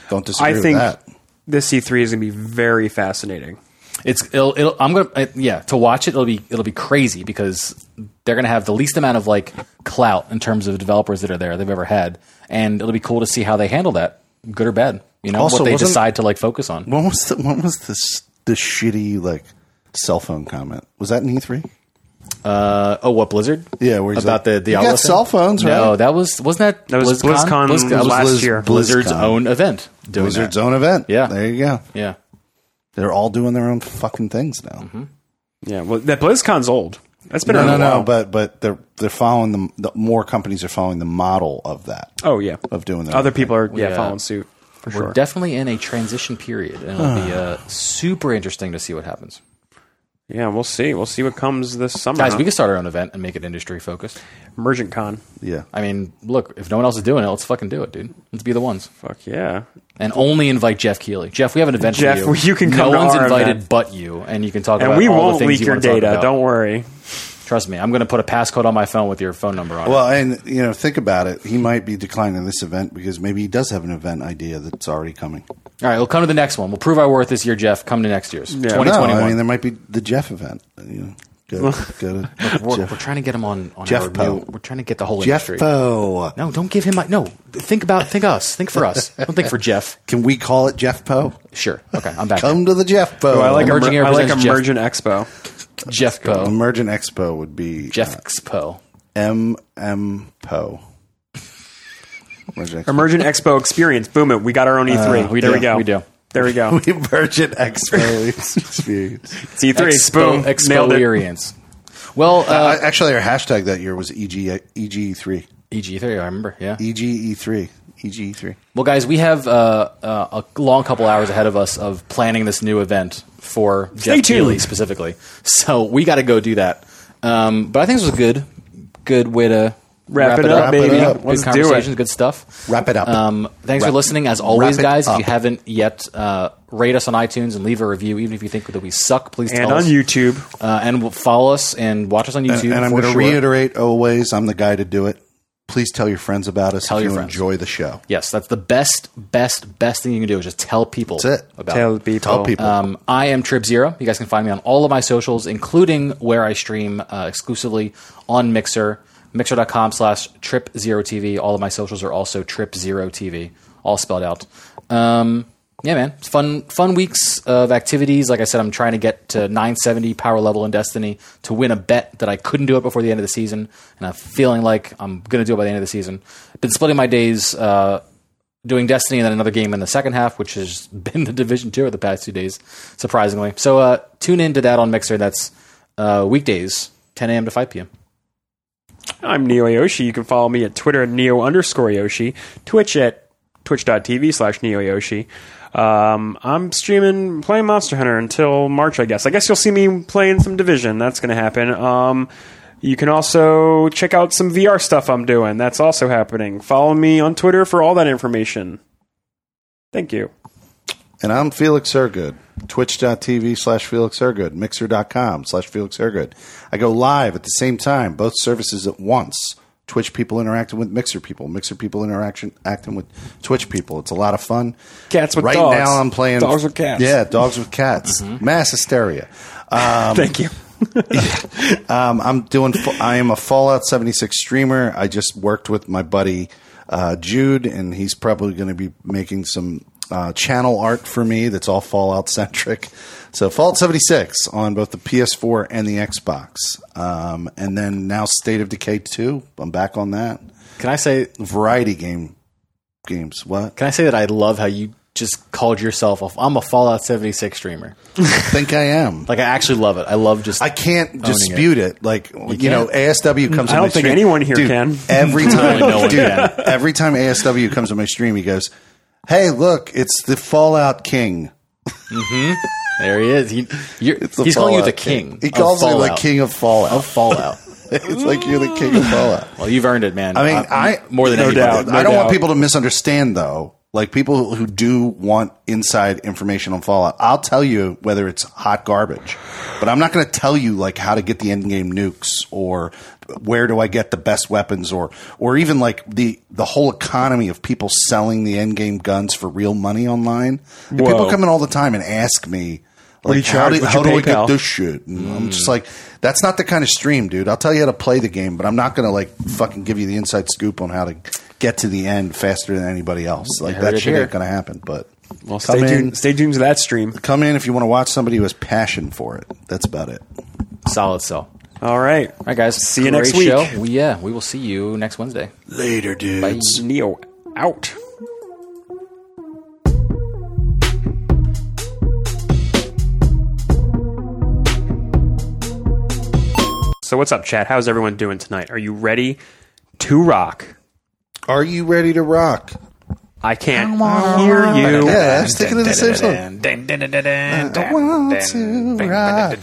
[SPEAKER 1] Don't disagree
[SPEAKER 2] I
[SPEAKER 1] with
[SPEAKER 2] think
[SPEAKER 1] that.
[SPEAKER 2] this E3 is going to be very fascinating.
[SPEAKER 3] It's it'll, it'll I'm going to yeah, to watch it it'll be it'll be crazy because they're going to have the least amount of like clout in terms of developers that are there they've ever had and it'll be cool to see how they handle that, good or bad. You know,
[SPEAKER 1] Also,
[SPEAKER 3] what they
[SPEAKER 1] wasn't-
[SPEAKER 3] decide to like focus on.
[SPEAKER 1] When was the, when was this the shitty like cell phone comment? Was that in E three?
[SPEAKER 3] Uh, oh, what Blizzard?
[SPEAKER 1] Yeah, where he's
[SPEAKER 3] about the
[SPEAKER 1] like,
[SPEAKER 3] the
[SPEAKER 1] "You got
[SPEAKER 3] Owlison?
[SPEAKER 1] cell phones,
[SPEAKER 3] No,
[SPEAKER 1] right?"
[SPEAKER 3] that was wasn't that
[SPEAKER 2] That was BlizzCon,
[SPEAKER 3] BlizzCon
[SPEAKER 2] last
[SPEAKER 1] Blizz-
[SPEAKER 2] year.
[SPEAKER 1] Blizz-
[SPEAKER 3] Blizzard's
[SPEAKER 1] BlizzCon.
[SPEAKER 3] own event. Doing
[SPEAKER 1] Blizzard's
[SPEAKER 3] that.
[SPEAKER 1] own event.
[SPEAKER 3] Yeah.
[SPEAKER 1] there you go.
[SPEAKER 3] Yeah,
[SPEAKER 1] They're all doing their own fucking things now.
[SPEAKER 2] Yeah, well, that BlizzCon's old. That's been
[SPEAKER 1] No,
[SPEAKER 2] around
[SPEAKER 1] no,
[SPEAKER 2] a while.
[SPEAKER 1] no. But but they're they're following the, the more companies are following the model of that
[SPEAKER 2] oh yeah,
[SPEAKER 1] of doing their
[SPEAKER 2] other
[SPEAKER 1] own
[SPEAKER 2] people are yeah,
[SPEAKER 3] Yeah.
[SPEAKER 2] following suit for
[SPEAKER 3] we're
[SPEAKER 2] sure.
[SPEAKER 3] definitely in a transition period, and it'll be uh, super interesting to see what happens.
[SPEAKER 2] yeah, we'll see. We'll see what comes this summer.
[SPEAKER 3] Guys,
[SPEAKER 2] huh?
[SPEAKER 3] we can start our own event and make it industry focused.
[SPEAKER 2] Emergent Con.
[SPEAKER 1] thing. Yeah,
[SPEAKER 3] I mean, look, if no one else is doing it, let's fucking do it, dude. Let's be the ones,
[SPEAKER 2] Fuck yeah.
[SPEAKER 3] and only invite Jeff Keeley. Jeff, we have an event.
[SPEAKER 2] Jeff,
[SPEAKER 3] for you.
[SPEAKER 2] you can come
[SPEAKER 3] No
[SPEAKER 2] to
[SPEAKER 3] one's
[SPEAKER 2] our
[SPEAKER 3] invited
[SPEAKER 2] event.
[SPEAKER 3] but you, and you can talk
[SPEAKER 2] And
[SPEAKER 3] about
[SPEAKER 2] we
[SPEAKER 3] all the
[SPEAKER 2] won't
[SPEAKER 3] things
[SPEAKER 2] leak
[SPEAKER 3] you
[SPEAKER 2] your
[SPEAKER 3] wanna talk
[SPEAKER 2] data.
[SPEAKER 3] about.
[SPEAKER 2] Don't worry.
[SPEAKER 3] trust me. I'm going to put a passcode on my phone with your phone number on. it.
[SPEAKER 1] Well, and you know, think about it. He might be declining this event because maybe he does have an event idea that's already coming.
[SPEAKER 3] All right, we'll come to the next one. We'll prove our worth this year, Jeff. Come to next year's.
[SPEAKER 2] Yeah.
[SPEAKER 1] No,
[SPEAKER 3] 2021.
[SPEAKER 1] I mean there might be the Jeff event. You know, go, go to
[SPEAKER 3] we're,
[SPEAKER 1] Jeff.
[SPEAKER 3] we're trying to get him on, on
[SPEAKER 1] Jeff
[SPEAKER 3] our
[SPEAKER 1] Poe.
[SPEAKER 3] new- We're trying to get the whole
[SPEAKER 1] Jeff
[SPEAKER 3] industry.
[SPEAKER 1] Poe.
[SPEAKER 3] No, don't give him my. No, think about think us. Think for us. Don't think for Jeff.
[SPEAKER 1] Can we call it Jeff Poe?
[SPEAKER 3] Sure. Okay, I'm back.
[SPEAKER 1] Come to the Jeff Poe.
[SPEAKER 2] Oh, I like
[SPEAKER 3] Emerging
[SPEAKER 2] emer-
[SPEAKER 3] Air
[SPEAKER 2] I like
[SPEAKER 3] presents Jeff-
[SPEAKER 2] Emergent Expo.
[SPEAKER 3] Jeff Poe.
[SPEAKER 1] Emergent Expo would be
[SPEAKER 3] Jeff Poe.
[SPEAKER 1] M M Poe. Emergent Expo.
[SPEAKER 2] Emergent Expo Experience. Boom it. We got our own E3.
[SPEAKER 3] Uh, we
[SPEAKER 2] there
[SPEAKER 3] do.
[SPEAKER 2] we go.
[SPEAKER 3] We do.
[SPEAKER 2] There we go.
[SPEAKER 1] Emergent Expo experience.
[SPEAKER 2] It's E3.
[SPEAKER 3] Expo.
[SPEAKER 2] Boom. Nailed it.
[SPEAKER 3] Experience. Well,
[SPEAKER 1] I-
[SPEAKER 3] uh,
[SPEAKER 1] actually, our hashtag that year was E EG EG3
[SPEAKER 3] EG3. I remember. Yeah.
[SPEAKER 1] E EGE3 EGE3.
[SPEAKER 3] Well, guys, we have uh, uh, a long couple hours ahead of us of planning this new event for Jeff
[SPEAKER 2] tuned.
[SPEAKER 3] Keighley specifically. So we got to go do that. Um, but I think this was a good, good way to
[SPEAKER 2] Wrap it up,
[SPEAKER 1] baby.
[SPEAKER 3] you know,
[SPEAKER 1] Let's
[SPEAKER 3] Good
[SPEAKER 2] do it.
[SPEAKER 3] conversations, good stuff.
[SPEAKER 1] Wrap it up.
[SPEAKER 3] Um, thanks
[SPEAKER 1] Wrap-
[SPEAKER 3] for listening. As always,
[SPEAKER 1] wrap it
[SPEAKER 3] guys, if you
[SPEAKER 1] up.
[SPEAKER 3] haven't yet, uh, rate us on iTunes and leave a review, even if you think that we suck. Please
[SPEAKER 2] And
[SPEAKER 3] tell
[SPEAKER 2] on
[SPEAKER 3] us.
[SPEAKER 2] YouTube.
[SPEAKER 3] uh, and we'll follow us and watch us on YouTube.
[SPEAKER 1] And, and I'm
[SPEAKER 3] for
[SPEAKER 1] going to
[SPEAKER 3] sure.
[SPEAKER 1] reiterate always, I'm the guy to do it. Please tell your friends about us
[SPEAKER 3] Tell
[SPEAKER 1] if
[SPEAKER 3] your
[SPEAKER 1] you
[SPEAKER 3] friends.
[SPEAKER 1] enjoy the show.
[SPEAKER 3] Yes, that's the best, best, best thing you can do is just tell people
[SPEAKER 1] That's it.
[SPEAKER 3] about
[SPEAKER 2] Tell people.
[SPEAKER 1] Tell people.
[SPEAKER 3] Um, I am Trib Zero. You guys can find me on all of my socials, including where I stream uh, exclusively on Mixer, mixer.com slash Trip Zero TV. All of my socials are also Trip Zero TV, all spelled out. Um, yeah, man, it's fun, fun weeks of activities. Like I said, I'm trying to get to 970 power level in Destiny to win a bet that I couldn't do it before the end of the season, and I'm feeling like I'm gonna do it by the end of the season. Been splitting my days. Uh, doing Destiny and then another game in the second half, which has been the Division Two of the past two days, surprisingly. So uh, tune in to that on Mixer. That's uh, weekdays, 10 a.m. to 5 p.m.
[SPEAKER 2] I'm Neo Yoshi. You can follow me at Twitter at Neo underscore Yoshi, Twitch at twitch.tv slash Neo Yoshi. Um, I'm streaming playing Monster Hunter until March, I guess. I guess you'll see me playing some Division. That's going to happen. Um, you can also check out some VR stuff I'm doing. That's also happening. Follow me on Twitter for all that information. Thank you.
[SPEAKER 1] and I'm Felix Ergood. Twitch.tv slash Felix Ergood. Mixer.com slash Felix Ergood. I go live at the same time, both services at once. Twitch people interacting with Mixer people. Mixer people interaction acting with Twitch people. It's a lot of fun.
[SPEAKER 2] Cats with
[SPEAKER 1] right
[SPEAKER 2] dogs.
[SPEAKER 1] now, I'm playing
[SPEAKER 2] Dogs with cats. Mm-hmm.
[SPEAKER 1] Yeah, dogs with cats. Mass hysteria.
[SPEAKER 2] Thank you.
[SPEAKER 1] Um, I'm doing. I am a Fallout 76 streamer. I just worked with my buddy uh, Jude, and he's probably going to be making some uh, channel art for me that's all Fallout centric. So Fallout 76 on both the PS4 and the Xbox, um, and then now State of Decay 2. I'm back on that
[SPEAKER 3] Can I say?
[SPEAKER 1] variety game games. What?
[SPEAKER 3] Can I say that I love how you just called yourself off. I'm a Fallout 76 streamer.
[SPEAKER 1] think I am.
[SPEAKER 3] Like I actually love it. I love just
[SPEAKER 1] I can't dispute it. Like you, know, ASW comes. in
[SPEAKER 2] I don't
[SPEAKER 1] my
[SPEAKER 2] think
[SPEAKER 1] stream-
[SPEAKER 2] anyone here
[SPEAKER 1] Dude,
[SPEAKER 2] can.
[SPEAKER 1] Every time,
[SPEAKER 3] no one
[SPEAKER 1] dude,
[SPEAKER 3] can.
[SPEAKER 1] every time ASW comes on my stream, he goes, "Hey, look, it's the Fallout King."
[SPEAKER 3] there he is. He, you're,
[SPEAKER 1] The
[SPEAKER 3] he's calling you the
[SPEAKER 1] Fallout
[SPEAKER 3] king.
[SPEAKER 1] He
[SPEAKER 3] of
[SPEAKER 1] calls me the
[SPEAKER 3] Fallout.
[SPEAKER 1] king of Fallout.
[SPEAKER 3] of Fallout.
[SPEAKER 1] it's like you're the king of Fallout.
[SPEAKER 3] well, you've earned it, man.
[SPEAKER 1] I mean,
[SPEAKER 3] Uh,
[SPEAKER 1] I
[SPEAKER 3] more than
[SPEAKER 1] no
[SPEAKER 3] anybody.
[SPEAKER 1] doubt.
[SPEAKER 2] no
[SPEAKER 1] I don't want
[SPEAKER 2] doubt.
[SPEAKER 1] people to misunderstand though. Like people who do want inside information on Fallout, I'll tell you whether it's hot garbage, but I'm not going to tell you like how to get the end game nukes or where do I get the best weapons or or even like the the whole economy of people selling the end game guns for real money online. Like, people
[SPEAKER 2] Whoa.
[SPEAKER 1] come in all the time and ask me. Like,
[SPEAKER 2] do you
[SPEAKER 1] how,
[SPEAKER 2] charge?
[SPEAKER 1] do,
[SPEAKER 2] What's
[SPEAKER 1] how
[SPEAKER 2] your
[SPEAKER 1] do I get
[SPEAKER 2] PayPal?
[SPEAKER 1] this shit? And I'm
[SPEAKER 2] Hmm.
[SPEAKER 1] just like, that's not the kind of stream, dude. I'll tell you how to play the game, but I'm not going to like fucking give you the inside scoop on how to get to the end faster than anybody else. Like
[SPEAKER 3] heard
[SPEAKER 1] that
[SPEAKER 3] it
[SPEAKER 1] shit
[SPEAKER 3] here.
[SPEAKER 1] ain't going to happen. But
[SPEAKER 2] Well,
[SPEAKER 1] come
[SPEAKER 2] stay
[SPEAKER 1] in,
[SPEAKER 2] tuned. Stay tuned to that stream.
[SPEAKER 1] come in if you want to watch somebody who has passion for it. That's about it.
[SPEAKER 3] solid sell.
[SPEAKER 2] All right,
[SPEAKER 3] All right, guys.
[SPEAKER 2] See you
[SPEAKER 3] Great
[SPEAKER 2] next week.
[SPEAKER 3] Show. We, yeah, we will see you next Wednesday.
[SPEAKER 1] Later, dudes.
[SPEAKER 2] Neo out. So what's up, chat? How's everyone doing tonight? Are you ready to rock?
[SPEAKER 1] Are you ready to rock?
[SPEAKER 2] I can't hear you.
[SPEAKER 1] Yeah, I was thinking of the same song.
[SPEAKER 4] I
[SPEAKER 1] want to rock.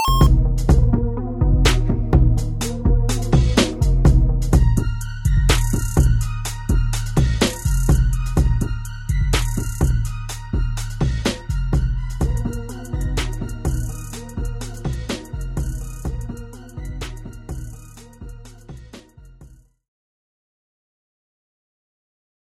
[SPEAKER 4] rock.